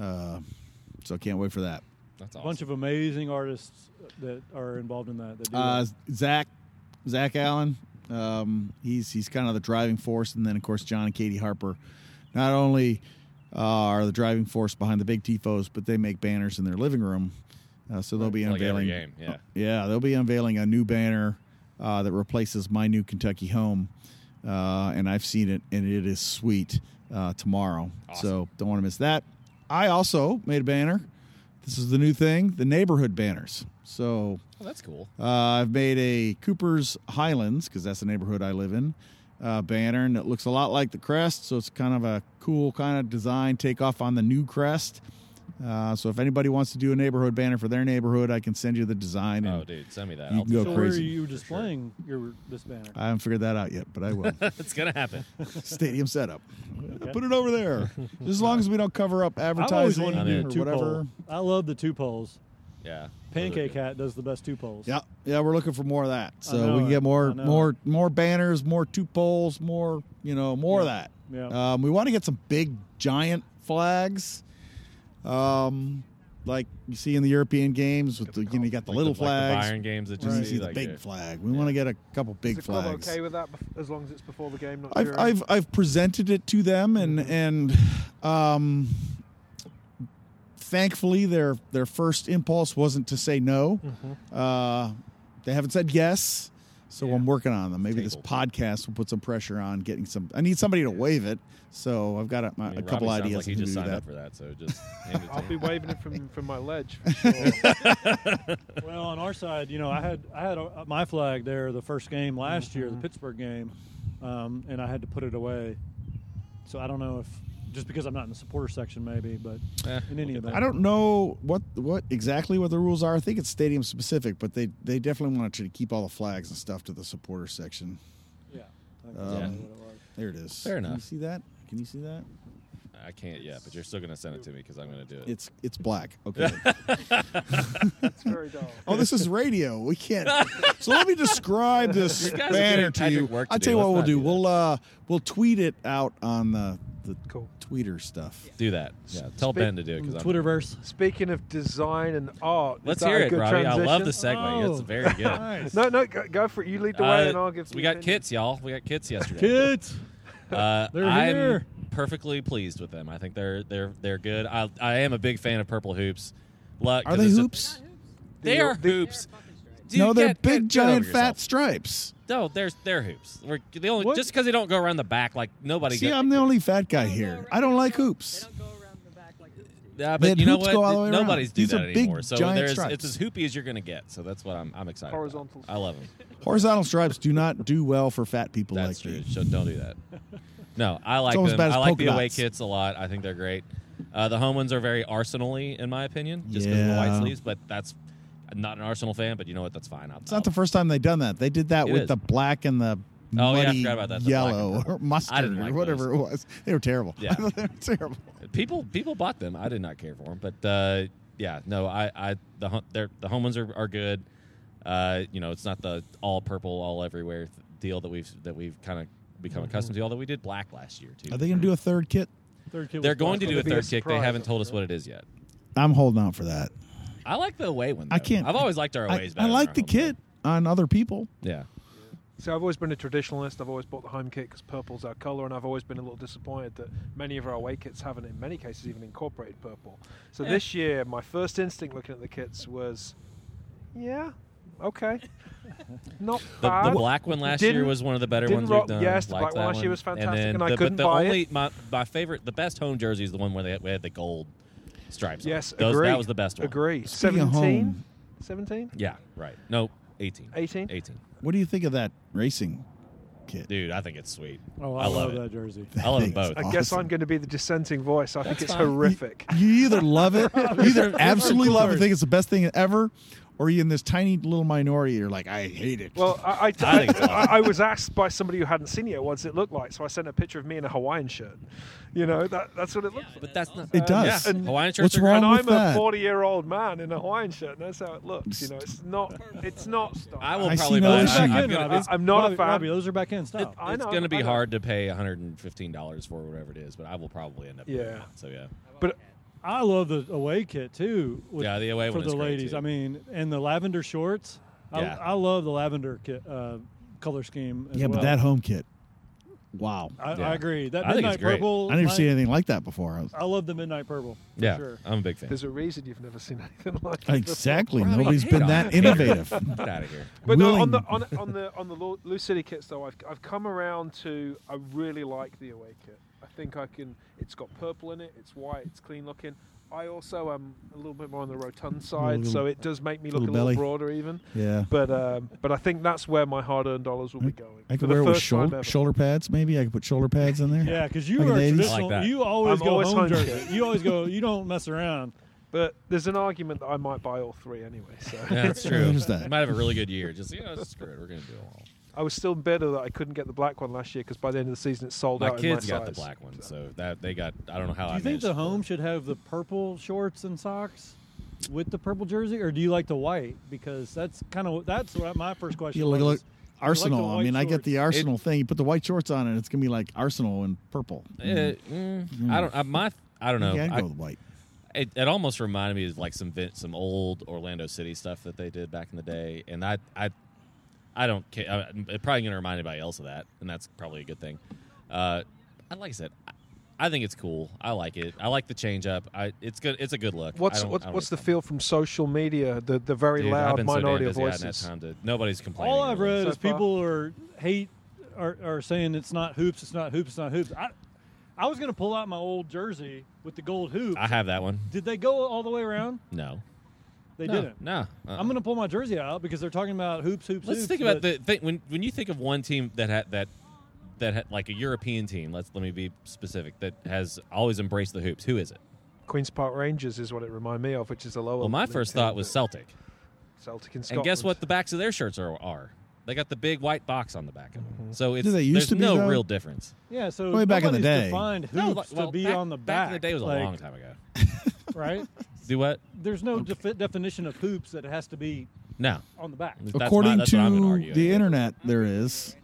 [SPEAKER 3] Uh, so I can't wait for that.
[SPEAKER 1] That's
[SPEAKER 2] A
[SPEAKER 1] awesome.
[SPEAKER 2] bunch of amazing artists that are involved in that. that do
[SPEAKER 3] Uh,
[SPEAKER 2] that.
[SPEAKER 3] Zach, Zach Allen. Um, he's he's kind of the driving force, and then of course John and Katie Harper. Not only uh, are the driving force behind the big tifos, but they make banners in their living room Uh, so they'll be
[SPEAKER 1] For, like, every
[SPEAKER 3] unveiling. Oh,
[SPEAKER 1] game, yeah.
[SPEAKER 3] yeah, they'll be unveiling a new banner uh, that replaces my new Kentucky home, uh, and I've seen it, and it is sweet uh, tomorrow. So don't want to miss that. I also made a banner. This is the new thing: the neighborhood banners. So
[SPEAKER 1] Oh, that's cool.
[SPEAKER 3] uh, I've made a Cooper's Highlands because that's the neighborhood I live in. Uh, banner and it looks a lot like the crest, so it's kind of a cool kind of design takeoff on the new crest. Uh, so if anybody wants to do a neighborhood banner for their neighborhood, I can send you the design. And
[SPEAKER 1] Oh, dude, send me that.
[SPEAKER 3] You
[SPEAKER 1] I'll-
[SPEAKER 3] can go
[SPEAKER 2] so where are
[SPEAKER 3] crazy.
[SPEAKER 2] you displaying your this banner?
[SPEAKER 3] I haven't figured that out yet, but I will.
[SPEAKER 1] it's gonna happen.
[SPEAKER 3] Stadium setup. Put it over there. Just as long as we don't cover up
[SPEAKER 2] I've always
[SPEAKER 3] advertising
[SPEAKER 2] wanted
[SPEAKER 1] I'm
[SPEAKER 2] to
[SPEAKER 1] in.
[SPEAKER 2] do
[SPEAKER 3] or
[SPEAKER 2] two
[SPEAKER 3] whatever.
[SPEAKER 2] pole. I love the two poles.
[SPEAKER 1] Yeah.
[SPEAKER 2] Pancake Hat does the best two poles.
[SPEAKER 3] Yeah, yeah, we're looking for more of that. So
[SPEAKER 2] know
[SPEAKER 3] we can
[SPEAKER 2] it.
[SPEAKER 3] get more,
[SPEAKER 2] I know
[SPEAKER 3] more, more banners, more two poles, more, you know, more of
[SPEAKER 2] Yeah.
[SPEAKER 3] that. Um, we want to get some big, giant flags, um, like you see in the European games. With the, you, know, you got the
[SPEAKER 1] Like
[SPEAKER 3] little
[SPEAKER 1] the, Like
[SPEAKER 3] flags,
[SPEAKER 1] the Bayern games that you
[SPEAKER 3] and you
[SPEAKER 1] see,
[SPEAKER 3] see the
[SPEAKER 1] like
[SPEAKER 3] big
[SPEAKER 1] the-
[SPEAKER 3] flag. We want to get a couple
[SPEAKER 4] Is
[SPEAKER 3] big
[SPEAKER 4] the club
[SPEAKER 3] flags.
[SPEAKER 4] okay with that bef- as long as it's before the game, not
[SPEAKER 3] I've,
[SPEAKER 4] during?
[SPEAKER 3] I've I've presented it to them and
[SPEAKER 1] Mm-hmm.
[SPEAKER 3] and um, thankfully their their first impulse wasn't to say no.
[SPEAKER 1] Mm-hmm.
[SPEAKER 3] Uh, they haven't said yes, so I'm working on them. Maybe this
[SPEAKER 1] Tabled.
[SPEAKER 3] podcast will put some pressure on getting some. I need somebody to wave it, so I've got a, my-
[SPEAKER 1] I
[SPEAKER 3] a
[SPEAKER 1] mean,
[SPEAKER 3] couple
[SPEAKER 1] Robbie sounds Like
[SPEAKER 3] ideas.
[SPEAKER 1] he
[SPEAKER 3] of who
[SPEAKER 1] just
[SPEAKER 3] to do
[SPEAKER 1] signed
[SPEAKER 3] that.
[SPEAKER 1] up for that, so just hand it to
[SPEAKER 4] I'll be
[SPEAKER 1] him.
[SPEAKER 4] waving it from, from my ledge for sure.
[SPEAKER 2] Well, on our side, you know, I had I had uh, my flag there the first game last year, the
[SPEAKER 1] Mm-hmm.
[SPEAKER 2] Pittsburgh game, um, and I had to put it away. So I don't know if just because I'm not in the supporter section, maybe, but
[SPEAKER 1] Eh,
[SPEAKER 2] in any
[SPEAKER 1] we'll
[SPEAKER 2] event,
[SPEAKER 3] I don't know what what exactly what the rules are. I think it's stadium specific, but they they definitely wanted you to keep all the flags and stuff to the supporter section.
[SPEAKER 2] Yeah, I think
[SPEAKER 3] Um,
[SPEAKER 2] that's what it was.
[SPEAKER 3] There it is.
[SPEAKER 1] Fair
[SPEAKER 3] Can you
[SPEAKER 1] enough.
[SPEAKER 3] see that? Can you see that?
[SPEAKER 1] I can't yet, but you're still gonna send it to me because I'm gonna do it.
[SPEAKER 3] It's it's black. Okay.
[SPEAKER 4] It's very dull.
[SPEAKER 3] oh, this is radio. We can't. So let me describe this
[SPEAKER 1] guys are
[SPEAKER 3] banner
[SPEAKER 1] giving
[SPEAKER 3] to
[SPEAKER 1] Patrick
[SPEAKER 3] you.
[SPEAKER 1] work to
[SPEAKER 3] I'll
[SPEAKER 1] do.
[SPEAKER 3] tell you what
[SPEAKER 1] Let's
[SPEAKER 3] we'll
[SPEAKER 1] not
[SPEAKER 3] do.
[SPEAKER 1] do that.
[SPEAKER 3] We'll uh we'll tweet it out on the the
[SPEAKER 4] Cool.
[SPEAKER 3] tweeter stuff.
[SPEAKER 1] Do that. Yeah. Tell
[SPEAKER 4] Speak-
[SPEAKER 1] Ben to do it because
[SPEAKER 2] Twitterverse.
[SPEAKER 4] Speaking of design and art, is
[SPEAKER 1] Let's
[SPEAKER 4] that
[SPEAKER 1] hear
[SPEAKER 4] a
[SPEAKER 1] it,
[SPEAKER 4] good
[SPEAKER 1] Robbie. I love the
[SPEAKER 4] transition?
[SPEAKER 1] segue.
[SPEAKER 2] Oh.
[SPEAKER 1] It's very good.
[SPEAKER 3] Nice.
[SPEAKER 4] No, no, go, go for it. You lead the way,
[SPEAKER 1] Uh,
[SPEAKER 4] and I'll give.
[SPEAKER 1] we
[SPEAKER 4] the
[SPEAKER 1] got
[SPEAKER 4] opinion.
[SPEAKER 1] kits, y'all. We got kits yesterday.
[SPEAKER 2] Kids,
[SPEAKER 1] Uh,
[SPEAKER 2] They're
[SPEAKER 1] I'm
[SPEAKER 2] here.
[SPEAKER 1] perfectly pleased with them. I think they're they're they're good. I I am a big fan of purple hoops. Lu- 'cause
[SPEAKER 3] Are they
[SPEAKER 1] it's a-
[SPEAKER 3] hoops?
[SPEAKER 1] they are hoops. Dude,
[SPEAKER 3] no, they're
[SPEAKER 1] get- get-
[SPEAKER 3] big,
[SPEAKER 1] get over
[SPEAKER 3] giant,
[SPEAKER 1] yourself.
[SPEAKER 3] fat stripes.
[SPEAKER 1] No, there's they're hoops. We're, they only,
[SPEAKER 2] What?
[SPEAKER 1] just because they don't go around the back like nobody.
[SPEAKER 3] See,
[SPEAKER 1] go-
[SPEAKER 3] I'm the only fat guy
[SPEAKER 5] They don't go
[SPEAKER 3] here.
[SPEAKER 5] around
[SPEAKER 3] I don't
[SPEAKER 5] the
[SPEAKER 3] like
[SPEAKER 5] back.
[SPEAKER 3] hoops.
[SPEAKER 5] They don't go around the back like this.
[SPEAKER 1] Yeah,
[SPEAKER 3] They
[SPEAKER 1] but
[SPEAKER 3] had
[SPEAKER 1] you know
[SPEAKER 3] hoops
[SPEAKER 1] what?
[SPEAKER 3] go all the way around.
[SPEAKER 1] Nobody's do
[SPEAKER 3] These
[SPEAKER 1] that
[SPEAKER 3] are big,
[SPEAKER 1] anymore. So
[SPEAKER 3] giant
[SPEAKER 1] there's,
[SPEAKER 3] stripes.
[SPEAKER 1] it's as hoopy as you're gonna get. So that's what I'm. I'm excited. about.
[SPEAKER 4] Horizontals.
[SPEAKER 1] I love them.
[SPEAKER 3] Horizontal stripes do not do well for fat people
[SPEAKER 1] That's
[SPEAKER 3] like me.
[SPEAKER 1] true. So don't do that. No, I like
[SPEAKER 3] It's almost
[SPEAKER 1] them.
[SPEAKER 3] bad as
[SPEAKER 1] I like the
[SPEAKER 3] polka
[SPEAKER 1] away
[SPEAKER 3] dots.
[SPEAKER 1] kits a lot. I think they're great. Uh, the home ones are very arsenally, in my opinion, just because of the
[SPEAKER 3] Yeah.
[SPEAKER 1] white sleeves. But that's I'm not an Arsenal fan. But you know what? That's fine. I'll,
[SPEAKER 3] It's not the first time they've done that. They did that
[SPEAKER 1] It
[SPEAKER 3] with
[SPEAKER 1] is.
[SPEAKER 3] the black and the
[SPEAKER 1] Oh, yeah, I
[SPEAKER 3] muddy
[SPEAKER 1] forgot about that, the black and
[SPEAKER 3] yellow
[SPEAKER 1] purple.
[SPEAKER 3] or mustard
[SPEAKER 1] I didn't like
[SPEAKER 3] or whatever it was. They were terrible.
[SPEAKER 1] Yeah.
[SPEAKER 3] I thought they were terrible.
[SPEAKER 1] people people bought them. I did not care for them, but uh, yeah, no, I, I the hu- they're, the home ones are, are good. Uh, you know, it's not the all purple, all everywhere th- deal that we've that we've kind of become
[SPEAKER 3] Mm-hmm.
[SPEAKER 1] accustomed to. Although we did black last year too.
[SPEAKER 3] Are they going to do a third kit?
[SPEAKER 2] third kid.
[SPEAKER 1] They're
[SPEAKER 2] was
[SPEAKER 1] going to
[SPEAKER 2] black.
[SPEAKER 1] do a
[SPEAKER 4] be a
[SPEAKER 1] third kick. They
[SPEAKER 4] surprise,
[SPEAKER 1] haven't told us
[SPEAKER 4] right?
[SPEAKER 1] what it is yet.
[SPEAKER 3] I'm holding out for that.
[SPEAKER 1] I like the away one. Though.
[SPEAKER 3] I can't-
[SPEAKER 1] I've always liked our
[SPEAKER 3] I,
[SPEAKER 1] aways.
[SPEAKER 3] I
[SPEAKER 1] better than
[SPEAKER 3] like
[SPEAKER 1] our
[SPEAKER 3] the
[SPEAKER 1] home ones.
[SPEAKER 3] kit on other people.
[SPEAKER 1] Yeah.
[SPEAKER 4] So I've always been a traditionalist. I've always bought the home kit because purple's our colour, and I've always been a little disappointed that many of our away kits haven't, in many cases, even incorporated purple. So
[SPEAKER 1] Yeah.
[SPEAKER 4] this year, my first instinct looking at the kits was, yeah, okay, not
[SPEAKER 1] The,
[SPEAKER 4] bad.
[SPEAKER 1] the black one last year
[SPEAKER 4] Didn't-
[SPEAKER 1] was one of the better
[SPEAKER 4] didn't
[SPEAKER 1] ones
[SPEAKER 4] rock-
[SPEAKER 1] we've done.
[SPEAKER 4] yes, the
[SPEAKER 1] Liked
[SPEAKER 4] black one
[SPEAKER 1] that
[SPEAKER 4] last year was fantastic, and I
[SPEAKER 1] the,
[SPEAKER 4] couldn't
[SPEAKER 1] But the
[SPEAKER 4] buy
[SPEAKER 1] only my my favorite, the best home jersey is the one where they had, we had the gold stripes. on.
[SPEAKER 4] Yes,
[SPEAKER 1] Those,
[SPEAKER 4] agree.
[SPEAKER 1] that was the best one.
[SPEAKER 4] Agree.
[SPEAKER 3] Speaking of
[SPEAKER 4] 17?
[SPEAKER 3] home-
[SPEAKER 4] 17?
[SPEAKER 1] Yeah, right. No, 18.
[SPEAKER 4] 18?
[SPEAKER 1] 18.
[SPEAKER 3] What do you think of that racing kit?
[SPEAKER 1] Dude, I think it's sweet.
[SPEAKER 2] Oh, I,
[SPEAKER 1] I love
[SPEAKER 2] love,
[SPEAKER 1] it.
[SPEAKER 2] that jersey.
[SPEAKER 1] I love them
[SPEAKER 3] Thanks.
[SPEAKER 1] both.
[SPEAKER 4] I guess
[SPEAKER 3] Awesome.
[SPEAKER 4] I'm going to be the dissenting voice. I think
[SPEAKER 1] That's
[SPEAKER 4] it's
[SPEAKER 1] fine.
[SPEAKER 4] horrific.
[SPEAKER 3] You either love it, you either absolutely love it,
[SPEAKER 2] Cooper.
[SPEAKER 3] think it's the best thing ever, or you in this tiny little minority, you're like, I hate it.
[SPEAKER 4] Well, I, I,
[SPEAKER 1] I think it's
[SPEAKER 4] I- I was asked by somebody who hadn't seen it, what's it look like? So I sent a picture of me in a Hawaiian shirt. You know, that, that's what it looks like.
[SPEAKER 1] But that's not.
[SPEAKER 3] it does.
[SPEAKER 1] Yeah.
[SPEAKER 4] and-
[SPEAKER 1] Hawaiian shirts
[SPEAKER 3] What's
[SPEAKER 1] are
[SPEAKER 3] wrong
[SPEAKER 4] and
[SPEAKER 3] with
[SPEAKER 4] I'm
[SPEAKER 3] that?
[SPEAKER 4] a 40 year old man in a Hawaiian shirt, and that's how it looks. You know, it's not, it's not. Style.
[SPEAKER 1] I will
[SPEAKER 3] I see
[SPEAKER 1] probably
[SPEAKER 3] no
[SPEAKER 1] buy
[SPEAKER 3] issue.
[SPEAKER 1] I-
[SPEAKER 2] Back
[SPEAKER 1] I'm
[SPEAKER 2] in,
[SPEAKER 1] gonna-
[SPEAKER 2] Robbie.
[SPEAKER 1] it's-
[SPEAKER 4] I'm not a
[SPEAKER 2] Robbie-
[SPEAKER 4] fan.
[SPEAKER 2] Robbie, those are back in style.
[SPEAKER 4] I
[SPEAKER 1] it's
[SPEAKER 4] know,
[SPEAKER 1] going to
[SPEAKER 4] I
[SPEAKER 1] be
[SPEAKER 4] know.
[SPEAKER 1] hard to pay $115 for whatever it is, but I will probably end up doing
[SPEAKER 4] Yeah.
[SPEAKER 1] that. So, yeah.
[SPEAKER 4] But
[SPEAKER 2] I love the away kit too. with-
[SPEAKER 1] Yeah, the away
[SPEAKER 2] for
[SPEAKER 1] one
[SPEAKER 2] the
[SPEAKER 1] is great,
[SPEAKER 2] ladies.
[SPEAKER 1] too.
[SPEAKER 2] I mean, and the lavender shorts. I,
[SPEAKER 1] Yeah.
[SPEAKER 2] I love the lavender kit, uh, color scheme. As
[SPEAKER 3] yeah,
[SPEAKER 2] well.
[SPEAKER 3] but that home kit. Wow.
[SPEAKER 2] I,
[SPEAKER 1] Yeah.
[SPEAKER 2] I agree. That
[SPEAKER 1] I think it's
[SPEAKER 2] midnight
[SPEAKER 1] great.
[SPEAKER 2] purple.
[SPEAKER 3] I never
[SPEAKER 2] my-
[SPEAKER 3] seen anything like that before. I was,
[SPEAKER 2] I love the midnight purple. for
[SPEAKER 1] Yeah,
[SPEAKER 2] Sure.
[SPEAKER 1] I'm a big fan.
[SPEAKER 4] There's a reason you've never seen anything like it.
[SPEAKER 3] exactly.
[SPEAKER 1] Well, I mean,
[SPEAKER 3] Nobody's
[SPEAKER 1] hate
[SPEAKER 3] been
[SPEAKER 1] on
[SPEAKER 3] that
[SPEAKER 1] it.
[SPEAKER 3] innovative.
[SPEAKER 1] Get out of here.
[SPEAKER 4] But no,
[SPEAKER 3] Willing-
[SPEAKER 4] on the on, on the on the Lu- Lucidity kits though, I've I've come around to I really like the Away kit. I think I can. It's got purple in it. It's white. It's clean looking. I also am a little bit more on the rotund side, so
[SPEAKER 3] little-
[SPEAKER 4] it does make me look
[SPEAKER 3] little
[SPEAKER 4] a little
[SPEAKER 3] belly.
[SPEAKER 4] broader even.
[SPEAKER 3] Yeah.
[SPEAKER 4] But um, but I think that's where my hard-earned dollars will be going.
[SPEAKER 3] Hmm? I
[SPEAKER 4] For
[SPEAKER 3] could
[SPEAKER 4] the
[SPEAKER 3] wear it with
[SPEAKER 4] first time
[SPEAKER 3] shoulder,
[SPEAKER 4] ever.
[SPEAKER 3] shoulder pads, maybe. I could put shoulder pads in there.
[SPEAKER 2] Yeah, because you
[SPEAKER 3] Like in
[SPEAKER 2] are
[SPEAKER 3] the 80s?
[SPEAKER 2] traditional.
[SPEAKER 1] I like that.
[SPEAKER 2] you always
[SPEAKER 4] I'm
[SPEAKER 2] go
[SPEAKER 4] always
[SPEAKER 2] home
[SPEAKER 4] home
[SPEAKER 2] jersey.
[SPEAKER 4] shirt.
[SPEAKER 2] You always go. You don't mess around.
[SPEAKER 4] But there's an argument that I might buy all three anyway. So
[SPEAKER 1] Yeah, that's
[SPEAKER 3] Yeah,
[SPEAKER 1] true.
[SPEAKER 3] there's that.
[SPEAKER 1] You might have a really good year. Just, you know, screw it. We're going to do it all.
[SPEAKER 4] I was still bitter that I couldn't get the black one last year because by the end of the season it sold
[SPEAKER 1] My
[SPEAKER 4] out. in
[SPEAKER 1] kids
[SPEAKER 4] my
[SPEAKER 1] got the
[SPEAKER 4] size.
[SPEAKER 1] black one, so that they got. I don't know how
[SPEAKER 2] Do
[SPEAKER 1] I
[SPEAKER 2] you think
[SPEAKER 1] managed
[SPEAKER 2] the
[SPEAKER 1] to-
[SPEAKER 2] home should have the purple shorts and socks with the purple jersey, or do you like the white? Because that's kind of that's what my first question.
[SPEAKER 3] You look,
[SPEAKER 2] was.
[SPEAKER 3] look Arsenal. I
[SPEAKER 2] white
[SPEAKER 3] mean, I get
[SPEAKER 2] shorts.
[SPEAKER 3] the Arsenal thing. You put the white shorts on, and it's gonna be like Arsenal in purple.
[SPEAKER 1] Eh, mm, I don't. I, my. I don't know.
[SPEAKER 3] Yeah, I'd
[SPEAKER 1] I-
[SPEAKER 3] go with white.
[SPEAKER 1] it, it almost reminded me of like some vin- some old Orlando City stuff that they did back in the day, and I I I don't care. I- It probably gonna remind anybody else of that, and that's probably a good thing. Uh, I- like I said, I, I think it's cool. I like it. I like the change up. I it's good. It's a good look. I
[SPEAKER 4] What's
[SPEAKER 1] don't-
[SPEAKER 4] what's,
[SPEAKER 1] I don't
[SPEAKER 4] what's the
[SPEAKER 1] really-
[SPEAKER 4] feel from social media? The the very
[SPEAKER 1] Dude, I've
[SPEAKER 4] loud
[SPEAKER 1] been so damn
[SPEAKER 4] minority of
[SPEAKER 1] busy, I haven't had
[SPEAKER 4] voices.
[SPEAKER 1] time to- nobody's complaining.
[SPEAKER 2] All I've
[SPEAKER 1] really.
[SPEAKER 2] read
[SPEAKER 4] So
[SPEAKER 2] is
[SPEAKER 4] far.
[SPEAKER 2] people are hate are, are saying it's not hoops, it's not hoops, it's not hoops. I I was gonna pull out my old jersey with the gold hoop.
[SPEAKER 1] I have that one.
[SPEAKER 2] Did they go all the way around?
[SPEAKER 1] No,
[SPEAKER 2] They
[SPEAKER 1] no,
[SPEAKER 2] didn't.
[SPEAKER 1] No, uh-uh.
[SPEAKER 2] I'm gonna pull my jersey out because they're talking about hoops, hoops.
[SPEAKER 1] Let's
[SPEAKER 2] hoops,
[SPEAKER 1] think about the
[SPEAKER 2] but-
[SPEAKER 1] thing when when you think of one team that had that that had like a European team. Let's let me be specific. That has always embraced the hoops. Who is it?
[SPEAKER 4] Queens Park Rangers is what it reminded me of, which is the lower.
[SPEAKER 1] Well, my
[SPEAKER 4] league
[SPEAKER 1] first
[SPEAKER 4] team,
[SPEAKER 1] thought was
[SPEAKER 4] but
[SPEAKER 1] Celtic.
[SPEAKER 4] Celtic in
[SPEAKER 1] And
[SPEAKER 4] Scotland.
[SPEAKER 1] guess what? The backs of their shirts are. are. They got the big white box on the back of
[SPEAKER 2] Mm-hmm.
[SPEAKER 1] them. So it's
[SPEAKER 3] Did they used
[SPEAKER 1] there's
[SPEAKER 3] to be,
[SPEAKER 1] no
[SPEAKER 3] though?
[SPEAKER 1] real difference.
[SPEAKER 2] yeah. So
[SPEAKER 3] Way back in the
[SPEAKER 2] nobody's
[SPEAKER 3] day.
[SPEAKER 2] defined hoops
[SPEAKER 1] no, like- well,
[SPEAKER 2] to be
[SPEAKER 1] back,
[SPEAKER 2] on the back.
[SPEAKER 1] back in the day was a
[SPEAKER 2] like,
[SPEAKER 1] long time ago.
[SPEAKER 2] right?
[SPEAKER 1] Do what?
[SPEAKER 2] There's no defi- definition of hoops that it has to be
[SPEAKER 1] No.
[SPEAKER 2] on the back.
[SPEAKER 1] That's my-
[SPEAKER 3] According
[SPEAKER 1] that's what I'm gonna
[SPEAKER 3] to
[SPEAKER 1] argue
[SPEAKER 3] the
[SPEAKER 1] anyway.
[SPEAKER 3] internet, there is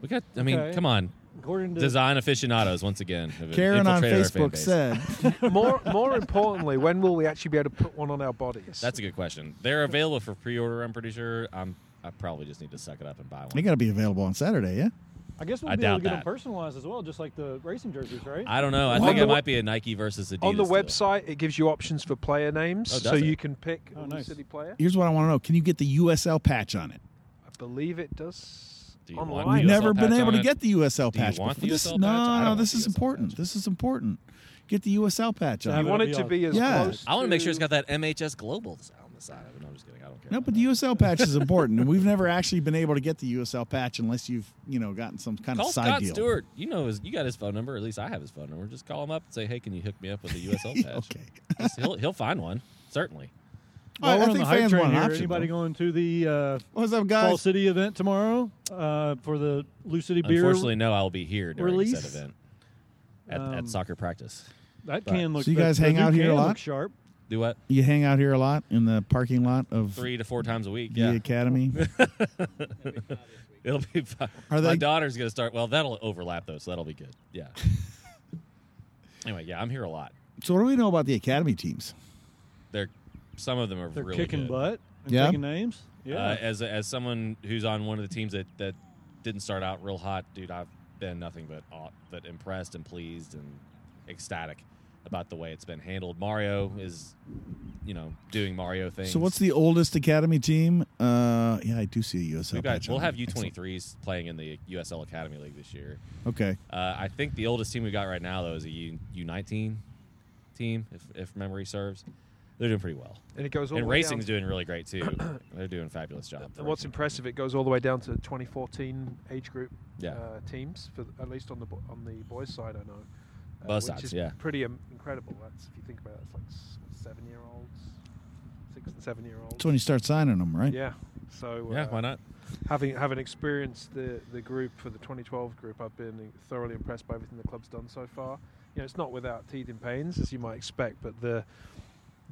[SPEAKER 1] we got. I mean,
[SPEAKER 2] Okay.
[SPEAKER 1] come on.
[SPEAKER 2] According to
[SPEAKER 1] Design aficionados once again. have
[SPEAKER 3] Karen on
[SPEAKER 1] infiltrated our fan
[SPEAKER 3] Facebook
[SPEAKER 1] base.
[SPEAKER 3] said,
[SPEAKER 4] more more importantly, when will we actually be able to put one on our bodies?
[SPEAKER 1] That's a good question. They're available for pre-order. I'm pretty sure. I'm. I probably just need to suck it up and buy
[SPEAKER 3] "They
[SPEAKER 1] one.
[SPEAKER 3] got to be available on Saturday." Yeah.
[SPEAKER 2] I guess we'll
[SPEAKER 1] I
[SPEAKER 2] be able to
[SPEAKER 1] doubt
[SPEAKER 2] get them
[SPEAKER 1] that.
[SPEAKER 2] personalized as well, just like the racing jerseys, right?
[SPEAKER 1] I don't know. I
[SPEAKER 4] On
[SPEAKER 1] think
[SPEAKER 4] the
[SPEAKER 1] it
[SPEAKER 4] we-
[SPEAKER 1] might be a Nike versus Adidas.
[SPEAKER 4] on the
[SPEAKER 1] deal.
[SPEAKER 4] website, it gives you options for player names,
[SPEAKER 1] Oh, does
[SPEAKER 4] so
[SPEAKER 1] it?
[SPEAKER 4] you can pick
[SPEAKER 2] Oh,
[SPEAKER 4] a
[SPEAKER 2] nice.
[SPEAKER 4] City player.
[SPEAKER 3] Here's what I want to know: Can you get the USL patch on it?
[SPEAKER 4] I believe it does
[SPEAKER 1] Do you want
[SPEAKER 4] online.
[SPEAKER 1] the
[SPEAKER 3] We've
[SPEAKER 1] USL
[SPEAKER 3] never been
[SPEAKER 1] patch
[SPEAKER 3] able
[SPEAKER 1] on
[SPEAKER 3] to
[SPEAKER 1] it?
[SPEAKER 3] get the USL
[SPEAKER 1] Do you
[SPEAKER 3] patch.
[SPEAKER 1] want
[SPEAKER 3] before.
[SPEAKER 1] the
[SPEAKER 3] This-
[SPEAKER 1] USL patch? I
[SPEAKER 3] No,
[SPEAKER 1] don't
[SPEAKER 3] no,
[SPEAKER 1] want
[SPEAKER 3] this
[SPEAKER 1] the
[SPEAKER 3] is
[SPEAKER 1] USL
[SPEAKER 3] important.
[SPEAKER 1] patch.
[SPEAKER 3] This is important. Get the USL patch
[SPEAKER 4] You
[SPEAKER 2] have
[SPEAKER 3] on.
[SPEAKER 2] it-
[SPEAKER 3] it.
[SPEAKER 4] want
[SPEAKER 2] That'd
[SPEAKER 4] it
[SPEAKER 2] be
[SPEAKER 4] to be as
[SPEAKER 3] Yeah.
[SPEAKER 4] close.
[SPEAKER 1] I want to make sure it's
[SPEAKER 4] to-
[SPEAKER 1] got that MHS Global on the side of it. No, I'm just kidding. I don't care.
[SPEAKER 3] No,
[SPEAKER 1] about
[SPEAKER 3] but
[SPEAKER 1] that.
[SPEAKER 3] the USL patch is important, and we've never actually been able to get the USL patch unless you've you know gotten some kind
[SPEAKER 1] call
[SPEAKER 3] of side
[SPEAKER 1] Scott
[SPEAKER 3] deal.
[SPEAKER 1] Stewart. You know his. You got his phone number. At least I have his phone number. Just call him up and say, "Hey, can you hook me up with a USL
[SPEAKER 3] Yeah,
[SPEAKER 1] patch?"
[SPEAKER 3] okay.
[SPEAKER 1] Just- he'll he'll find one certainly.
[SPEAKER 2] While
[SPEAKER 3] I- I
[SPEAKER 2] we're on
[SPEAKER 3] think
[SPEAKER 2] the hype
[SPEAKER 3] fans
[SPEAKER 2] train
[SPEAKER 3] want an
[SPEAKER 2] here,
[SPEAKER 3] option,
[SPEAKER 2] anybody
[SPEAKER 3] though.
[SPEAKER 2] going to the uh,
[SPEAKER 3] What's up,
[SPEAKER 2] Fall
[SPEAKER 3] guys?
[SPEAKER 2] City event tomorrow uh, for the Lou City beer?
[SPEAKER 1] Unfortunately, no. I'll be here during said
[SPEAKER 2] release?
[SPEAKER 1] event at,
[SPEAKER 2] Um,
[SPEAKER 1] at soccer practice.
[SPEAKER 2] that can look.
[SPEAKER 3] So you
[SPEAKER 2] the-
[SPEAKER 3] guys
[SPEAKER 2] the
[SPEAKER 3] hang
[SPEAKER 2] new
[SPEAKER 3] out here a
[SPEAKER 2] can
[SPEAKER 3] lot?
[SPEAKER 2] looks Sharp.
[SPEAKER 1] Do what?
[SPEAKER 3] You hang out here a lot in the parking lot of
[SPEAKER 1] Three to four times a week.
[SPEAKER 3] the
[SPEAKER 1] Yeah,
[SPEAKER 3] academy.
[SPEAKER 1] it'll be. Fun.
[SPEAKER 3] Are
[SPEAKER 1] My
[SPEAKER 3] they-
[SPEAKER 1] daughter's gonna start. Well, that'll overlap though, so that'll be good. Yeah. anyway, yeah, I'm here a lot.
[SPEAKER 3] so what do we know about the academy teams?
[SPEAKER 1] They're some of them are
[SPEAKER 2] They're
[SPEAKER 1] really
[SPEAKER 2] kicking
[SPEAKER 1] good.
[SPEAKER 2] butt. And
[SPEAKER 3] Yeah?
[SPEAKER 2] Taking names. Yeah.
[SPEAKER 1] Uh, as as someone who's on one of the teams that, that didn't start out real hot, dude, I've been nothing but aw- but impressed and pleased and ecstatic about the way it's been handled. Mario is, you know, doing Mario things.
[SPEAKER 3] So what's the oldest academy team? Uh, yeah, I do see a USL
[SPEAKER 1] We've got,
[SPEAKER 3] patch.
[SPEAKER 1] we'll
[SPEAKER 3] on
[SPEAKER 1] have
[SPEAKER 3] there. Excellent.
[SPEAKER 1] U23s playing in the USL Academy League this year.
[SPEAKER 3] Okay,
[SPEAKER 1] Uh, I think the oldest team we got right now though is a U U19 team, if if memory serves. They're doing pretty well,
[SPEAKER 4] and it goes all
[SPEAKER 1] and
[SPEAKER 4] the way
[SPEAKER 1] racing's
[SPEAKER 4] down.
[SPEAKER 1] doing really great too. They're doing a fabulous job.
[SPEAKER 4] And what's impressive, it goes all the way down to 2014 age group
[SPEAKER 1] Yeah.
[SPEAKER 4] uh, teams, for at least on the bo- on the boys' side, I know. Uh,
[SPEAKER 1] Both
[SPEAKER 4] which
[SPEAKER 1] sides,
[SPEAKER 4] is
[SPEAKER 1] yeah.
[SPEAKER 4] Pretty um, incredible. That's if you think about it, it's like s- seven year olds, six and seven year olds.
[SPEAKER 3] that's when you start signing them, right?
[SPEAKER 4] Yeah. So
[SPEAKER 1] Yeah,
[SPEAKER 4] uh,
[SPEAKER 1] why not?
[SPEAKER 4] Having having experienced the the group for the 2012 group, I've been thoroughly impressed by everything the club's done so far. You know, it's not without teething pains as you might expect, but the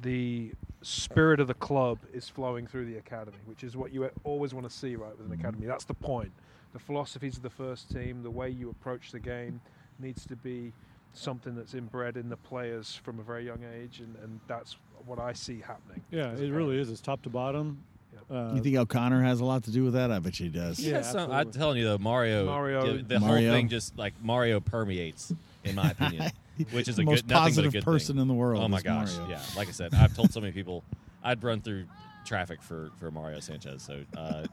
[SPEAKER 4] the spirit of the club is flowing through the academy, which is what you always want to see, right, with an academy. That's the point. The philosophies of the first team, the way you approach the game, needs to be something that's inbred in the players from a very young age, and, and that's what I see happening.
[SPEAKER 2] yeah. It really is. It's top to bottom.
[SPEAKER 4] Yeah.
[SPEAKER 2] Uh,
[SPEAKER 3] You think O'Connor has a lot to do with that? I bet she does.
[SPEAKER 1] He
[SPEAKER 2] Yeah,
[SPEAKER 1] has some- I'm
[SPEAKER 2] absolutely.
[SPEAKER 1] telling you though, Mario,
[SPEAKER 4] Mario.
[SPEAKER 1] the, the
[SPEAKER 3] Mario.
[SPEAKER 1] whole thing just like Mario permeates, in my opinion, which is
[SPEAKER 3] The
[SPEAKER 1] a
[SPEAKER 3] most
[SPEAKER 1] good, nothing but a
[SPEAKER 3] positive
[SPEAKER 1] good
[SPEAKER 3] person
[SPEAKER 1] thing.
[SPEAKER 3] in the world
[SPEAKER 1] Oh my
[SPEAKER 3] is
[SPEAKER 1] gosh,
[SPEAKER 3] Mario.
[SPEAKER 1] yeah. Like I said, I've told so many people I'd run through traffic for for Mario Sanchez. So uh,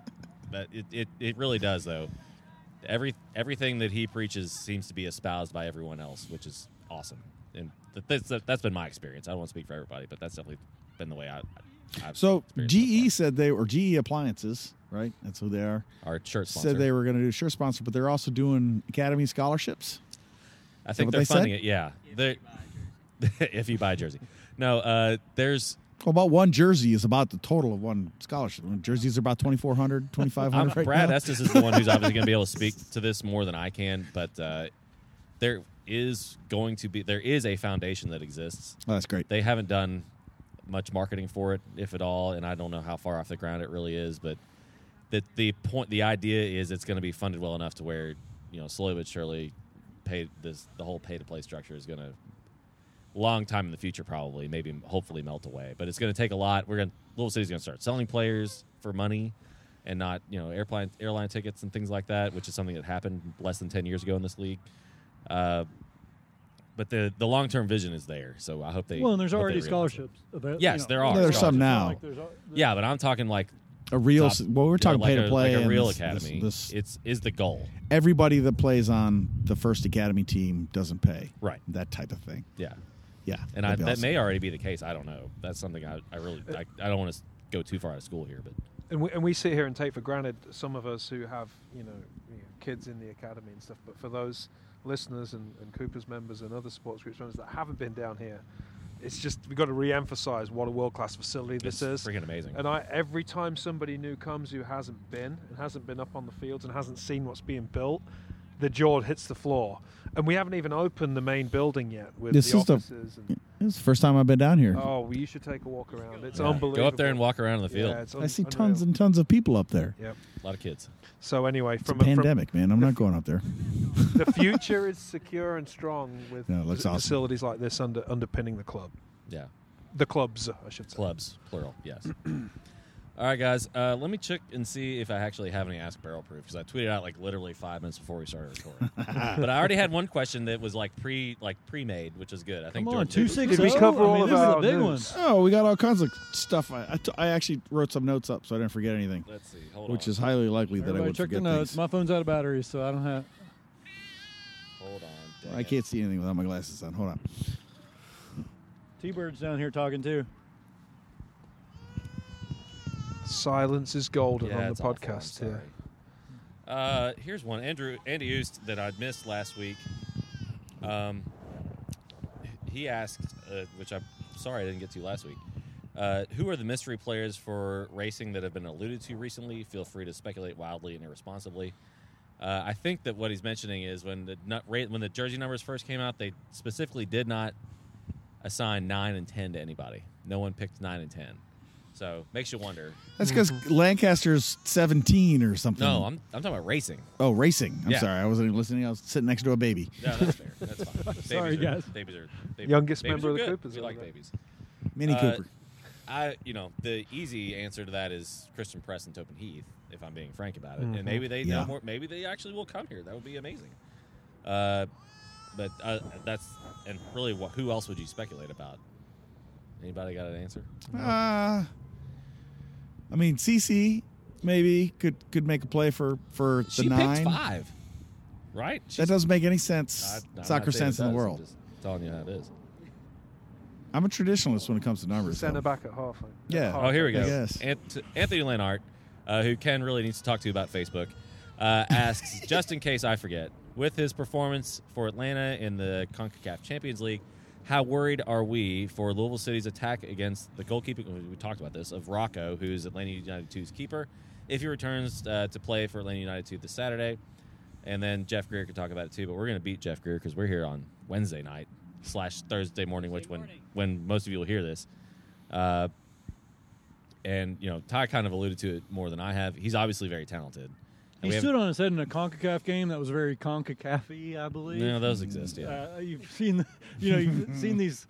[SPEAKER 1] that it, it it really does though. Every everything that he preaches seems to be espoused by everyone else, which is awesome. And th- that's that's been my experience. I don't want to speak for everybody, but that's definitely been the way I. I've
[SPEAKER 3] So E
[SPEAKER 1] experienced it
[SPEAKER 3] GE said they were GE Appliances, right? That's who they are.
[SPEAKER 1] so far. our shirt sponsor
[SPEAKER 3] Said they were going to do sure sponsor, but they're also doing Academy scholarships.
[SPEAKER 1] I think
[SPEAKER 3] what
[SPEAKER 1] they're
[SPEAKER 3] they said?
[SPEAKER 1] funding it. Yeah, They're- if you buy a jersey. No, uh, there's.
[SPEAKER 3] Well, about one jersey is about the total of one scholarship. One jerseys are about 2,400, 2,500
[SPEAKER 1] I'm,
[SPEAKER 3] right
[SPEAKER 1] Brad
[SPEAKER 3] now.
[SPEAKER 1] Estes is the one who's obviously going to be able to speak to this more than I can, but uh, there is going to be there is a foundation that exists.
[SPEAKER 3] Oh, that's great.
[SPEAKER 1] They haven't done much marketing for it, if at all, and I don't know how far off the ground it really is. But the the point, the idea is it's going to be funded well enough to where you know slowly but surely, pay this the whole pay to play structure is going to long time in the future probably maybe hopefully melt away but it's going to take a lot we're going to little city's going to start selling players for money and not you know airplane airline tickets and things like that which is something that happened less than 10 years ago in this league uh, but the the long-term vision is there so i hope they
[SPEAKER 2] well, and there's
[SPEAKER 1] hope they
[SPEAKER 2] already
[SPEAKER 1] realize it.
[SPEAKER 2] scholarships. available.
[SPEAKER 1] Yes, there are.
[SPEAKER 3] There's some now.
[SPEAKER 1] yeah but i'm talking like
[SPEAKER 3] A real,
[SPEAKER 1] top-
[SPEAKER 3] well, we're
[SPEAKER 1] you know,
[SPEAKER 3] talking
[SPEAKER 1] like
[SPEAKER 3] pay to play.
[SPEAKER 1] a, like a
[SPEAKER 3] and
[SPEAKER 1] real
[SPEAKER 3] this- this-
[SPEAKER 1] academy
[SPEAKER 3] this-
[SPEAKER 1] it's is the goal
[SPEAKER 3] everybody that plays on the first academy team doesn't pay.
[SPEAKER 1] Right.
[SPEAKER 3] That type of thing.
[SPEAKER 1] yeah
[SPEAKER 3] Yeah.
[SPEAKER 1] and I,
[SPEAKER 3] that'd be
[SPEAKER 1] that
[SPEAKER 3] awesome.
[SPEAKER 1] may already be the case i don't know that's something i, I really I, I don't want to go too far out of school here but
[SPEAKER 4] And we, and we sit here and take for granted some of us who have you know, you know, kids in the academy and stuff. But for those listeners and, and Cooper's members and other sports groups members that haven't been down here, it's just we've got to re-emphasize what a world-class facility this
[SPEAKER 1] it's
[SPEAKER 4] is.
[SPEAKER 1] freaking amazing
[SPEAKER 4] And I, every time somebody new comes who hasn't been and hasn't been up on the fields and hasn't seen what's being built, the jaw hits the floor. And we haven't even opened the main building yet with
[SPEAKER 3] This
[SPEAKER 4] the
[SPEAKER 3] is the-
[SPEAKER 4] offices. and,
[SPEAKER 3] It's the first time I've been down here.
[SPEAKER 4] oh, well, you should take a walk around. It's
[SPEAKER 1] Yeah.
[SPEAKER 4] unbelievable.
[SPEAKER 1] Go up there and walk around in the field.
[SPEAKER 4] Yeah, it's un-
[SPEAKER 3] I see
[SPEAKER 4] unreal.
[SPEAKER 3] tons and tons of people up there.
[SPEAKER 4] Yep.
[SPEAKER 1] A lot of kids.
[SPEAKER 4] So anyway,
[SPEAKER 3] It's a
[SPEAKER 4] from a, from,
[SPEAKER 3] pandemic, man. I'm not going up there.
[SPEAKER 4] the future is secure and strong with
[SPEAKER 3] No, it looks
[SPEAKER 4] f-
[SPEAKER 3] awesome.
[SPEAKER 4] facilities like this under, underpinning the club.
[SPEAKER 1] Yeah.
[SPEAKER 4] The clubs, I should say.
[SPEAKER 1] Clubs, plural. Yes. All right, guys. Uh, let me check and see if I actually have any Ask Barrel Proof because I tweeted out like literally five minutes before we started recording. but I already had one question that was like pre like pre made, which is good. I think
[SPEAKER 2] Come on,
[SPEAKER 1] Jordan
[SPEAKER 2] two
[SPEAKER 1] did-
[SPEAKER 2] six.
[SPEAKER 4] Did we cover all
[SPEAKER 2] I mean,
[SPEAKER 4] of
[SPEAKER 2] this
[SPEAKER 4] our
[SPEAKER 2] is a big
[SPEAKER 4] news?
[SPEAKER 3] Oh, we got all kinds of stuff. I I t- I actually wrote some notes up, so I didn't forget anything,
[SPEAKER 1] Let's see. Hold
[SPEAKER 3] which
[SPEAKER 1] on.
[SPEAKER 3] is highly likely
[SPEAKER 2] one.
[SPEAKER 3] that I
[SPEAKER 2] Everybody
[SPEAKER 3] would
[SPEAKER 2] check the
[SPEAKER 3] forget
[SPEAKER 2] notes.
[SPEAKER 3] things.
[SPEAKER 2] My phone's out of battery, so I don't have.
[SPEAKER 1] Hold on. Dang
[SPEAKER 3] I
[SPEAKER 1] it.
[SPEAKER 3] can't see anything without my glasses on. Hold on.
[SPEAKER 2] T-Bird's down here talking too.
[SPEAKER 4] Silence is golden
[SPEAKER 1] Yeah,
[SPEAKER 4] on
[SPEAKER 1] it's
[SPEAKER 4] the
[SPEAKER 1] awful. I'm
[SPEAKER 4] podcast
[SPEAKER 1] sorry.
[SPEAKER 4] here.
[SPEAKER 1] Uh, here's one. Andrew Andy Oost that I missed last week. Um, he asked, uh, which I'm sorry I didn't get to last week. Uh, who are the mystery players for racing that have been alluded to recently? Feel free to speculate wildly and irresponsibly. Uh, I think that what he's mentioning is when the nut ra- when the jersey numbers first came out, they specifically did not assign nine and ten to anybody. No one picked nine and ten, so makes you wonder.
[SPEAKER 3] That's because Lancaster's 17 or something.
[SPEAKER 1] No, I'm I'm talking about racing.
[SPEAKER 3] Oh, racing. I'm
[SPEAKER 1] Yeah.
[SPEAKER 3] sorry. I wasn't even listening. I was sitting next to a baby.
[SPEAKER 1] No, that's fair. That's fine. Babies
[SPEAKER 2] Sorry,
[SPEAKER 1] are,
[SPEAKER 2] guys.
[SPEAKER 1] Babies are babies,
[SPEAKER 4] Youngest
[SPEAKER 1] babies
[SPEAKER 4] member
[SPEAKER 1] are
[SPEAKER 4] of the
[SPEAKER 1] good.
[SPEAKER 4] Coopers
[SPEAKER 1] We
[SPEAKER 4] over
[SPEAKER 1] like
[SPEAKER 4] there.
[SPEAKER 1] babies.
[SPEAKER 3] Mini
[SPEAKER 1] Uh,
[SPEAKER 3] Cooper.
[SPEAKER 1] I, you know, the easy answer to that is Christian Press and Topin Heath. If I'm being frank about it, and maybe they
[SPEAKER 3] Mm-hmm. Yeah.
[SPEAKER 1] know more. Maybe they actually will come here. That would be amazing. Uh, but uh, that's and really, wh- who else would you speculate about? Anybody got an answer?
[SPEAKER 3] Uh, I mean, CC maybe could could make a play for for
[SPEAKER 1] she
[SPEAKER 3] the nine.
[SPEAKER 1] picked five, right?
[SPEAKER 3] That
[SPEAKER 1] She's-
[SPEAKER 3] doesn't make any
[SPEAKER 1] I-
[SPEAKER 3] sense.
[SPEAKER 1] I'm not
[SPEAKER 3] soccer
[SPEAKER 1] saying it
[SPEAKER 3] sense in the
[SPEAKER 1] does, I'm
[SPEAKER 3] world.
[SPEAKER 1] just telling you how it is.
[SPEAKER 3] I'm a traditionalist when it comes to numbers.
[SPEAKER 4] Centre
[SPEAKER 3] though.
[SPEAKER 4] back at half. like,
[SPEAKER 3] Yeah.
[SPEAKER 4] at half.
[SPEAKER 1] Oh, here we go.
[SPEAKER 3] I guess.
[SPEAKER 1] Ant- Anthony Lanart, uh, who Ken really needs to talk to about Facebook, uh, asks just in case I forget, with his performance for Atlanta in the CONCACAF Champions League, how worried are we for Louisville City's attack against the goalkeeping? We talked about this of Rocco, who's Atlanta United 2's keeper, if he returns uh, to play for Atlanta United 2 this Saturday. And then Jeff Greer could talk about it too, but we're going to beat Jeff Greer because we're here on Wednesday night slash Thursday morning, which when when most of you will hear this. Uh, and you know Ty kind of alluded to it more than I have. He's obviously very talented. And
[SPEAKER 2] He
[SPEAKER 1] we
[SPEAKER 2] stood on his head in a Concacaf game that was very Concacaf-y, I believe.
[SPEAKER 1] No, those exist. Yeah,
[SPEAKER 2] Uh, you've seen, the- you know, you've seen these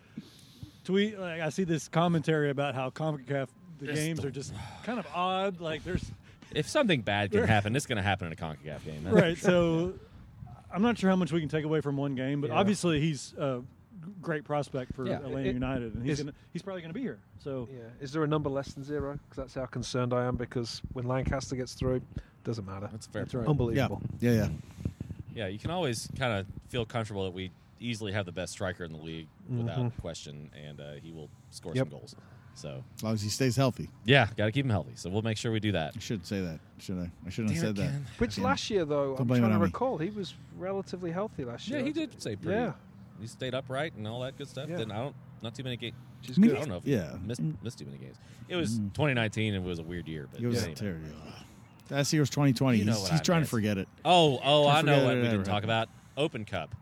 [SPEAKER 2] tweet. Like I see this commentary about how Concacaf the
[SPEAKER 1] Just
[SPEAKER 2] games
[SPEAKER 1] the-
[SPEAKER 2] are just kind of odd. Like there's
[SPEAKER 1] If something bad can happen, it's going to happen in a CONCACAF game. That's-
[SPEAKER 2] right. So I'm not sure how much we can take away from one game, but
[SPEAKER 4] Yeah.
[SPEAKER 2] obviously he's a great prospect for
[SPEAKER 1] Yeah.
[SPEAKER 2] Atlanta
[SPEAKER 4] It-
[SPEAKER 2] United, and he's
[SPEAKER 4] is-
[SPEAKER 2] gonna, he's probably going to be here. So
[SPEAKER 4] Yeah. Is there a number less than zero? Because that's how concerned I am. Because when Lancaster gets through, doesn't matter.
[SPEAKER 1] That's a fair.
[SPEAKER 2] That's right.
[SPEAKER 3] Yeah,
[SPEAKER 4] Unbelievable.
[SPEAKER 3] yeah, yeah.
[SPEAKER 1] Yeah, you can always kind of feel comfortable that we easily have the best striker in the league without
[SPEAKER 2] Mm-hmm.
[SPEAKER 1] question, and uh, he will score
[SPEAKER 4] Yep.
[SPEAKER 1] some goals. So
[SPEAKER 3] As long as he stays healthy.
[SPEAKER 1] yeah, got to keep him healthy. So we'll make sure we do that.
[SPEAKER 3] I shouldn't say that, should I? I shouldn't
[SPEAKER 1] Damn
[SPEAKER 3] have
[SPEAKER 1] it,
[SPEAKER 3] said that.
[SPEAKER 1] Ken.
[SPEAKER 4] Which
[SPEAKER 3] Yeah.
[SPEAKER 4] last year, though,
[SPEAKER 3] Don't
[SPEAKER 4] I'm
[SPEAKER 3] blame it
[SPEAKER 4] trying to
[SPEAKER 3] on me.
[SPEAKER 4] recall, he was relatively healthy last year.
[SPEAKER 1] Yeah, he did say pretty.
[SPEAKER 4] Yeah.
[SPEAKER 1] he stayed upright and all that good stuff.
[SPEAKER 4] Yeah.
[SPEAKER 1] Then I don't not too many games.
[SPEAKER 4] Which is
[SPEAKER 1] I
[SPEAKER 3] I mean,
[SPEAKER 4] good.
[SPEAKER 1] don't know. If
[SPEAKER 3] yeah. Mm.
[SPEAKER 1] missed, missed too many games. It was 2019 and it was a weird year. But
[SPEAKER 3] It was
[SPEAKER 1] anyway.
[SPEAKER 3] terrible. That's year was 2020.
[SPEAKER 1] You know
[SPEAKER 3] he's
[SPEAKER 1] what
[SPEAKER 3] he's
[SPEAKER 1] I
[SPEAKER 3] trying
[SPEAKER 1] meant.
[SPEAKER 3] to forget it.
[SPEAKER 1] Oh, oh,
[SPEAKER 3] I
[SPEAKER 1] I, know
[SPEAKER 3] forgot
[SPEAKER 1] what
[SPEAKER 3] it
[SPEAKER 1] we didn't
[SPEAKER 3] ever
[SPEAKER 1] talk about. Open Cup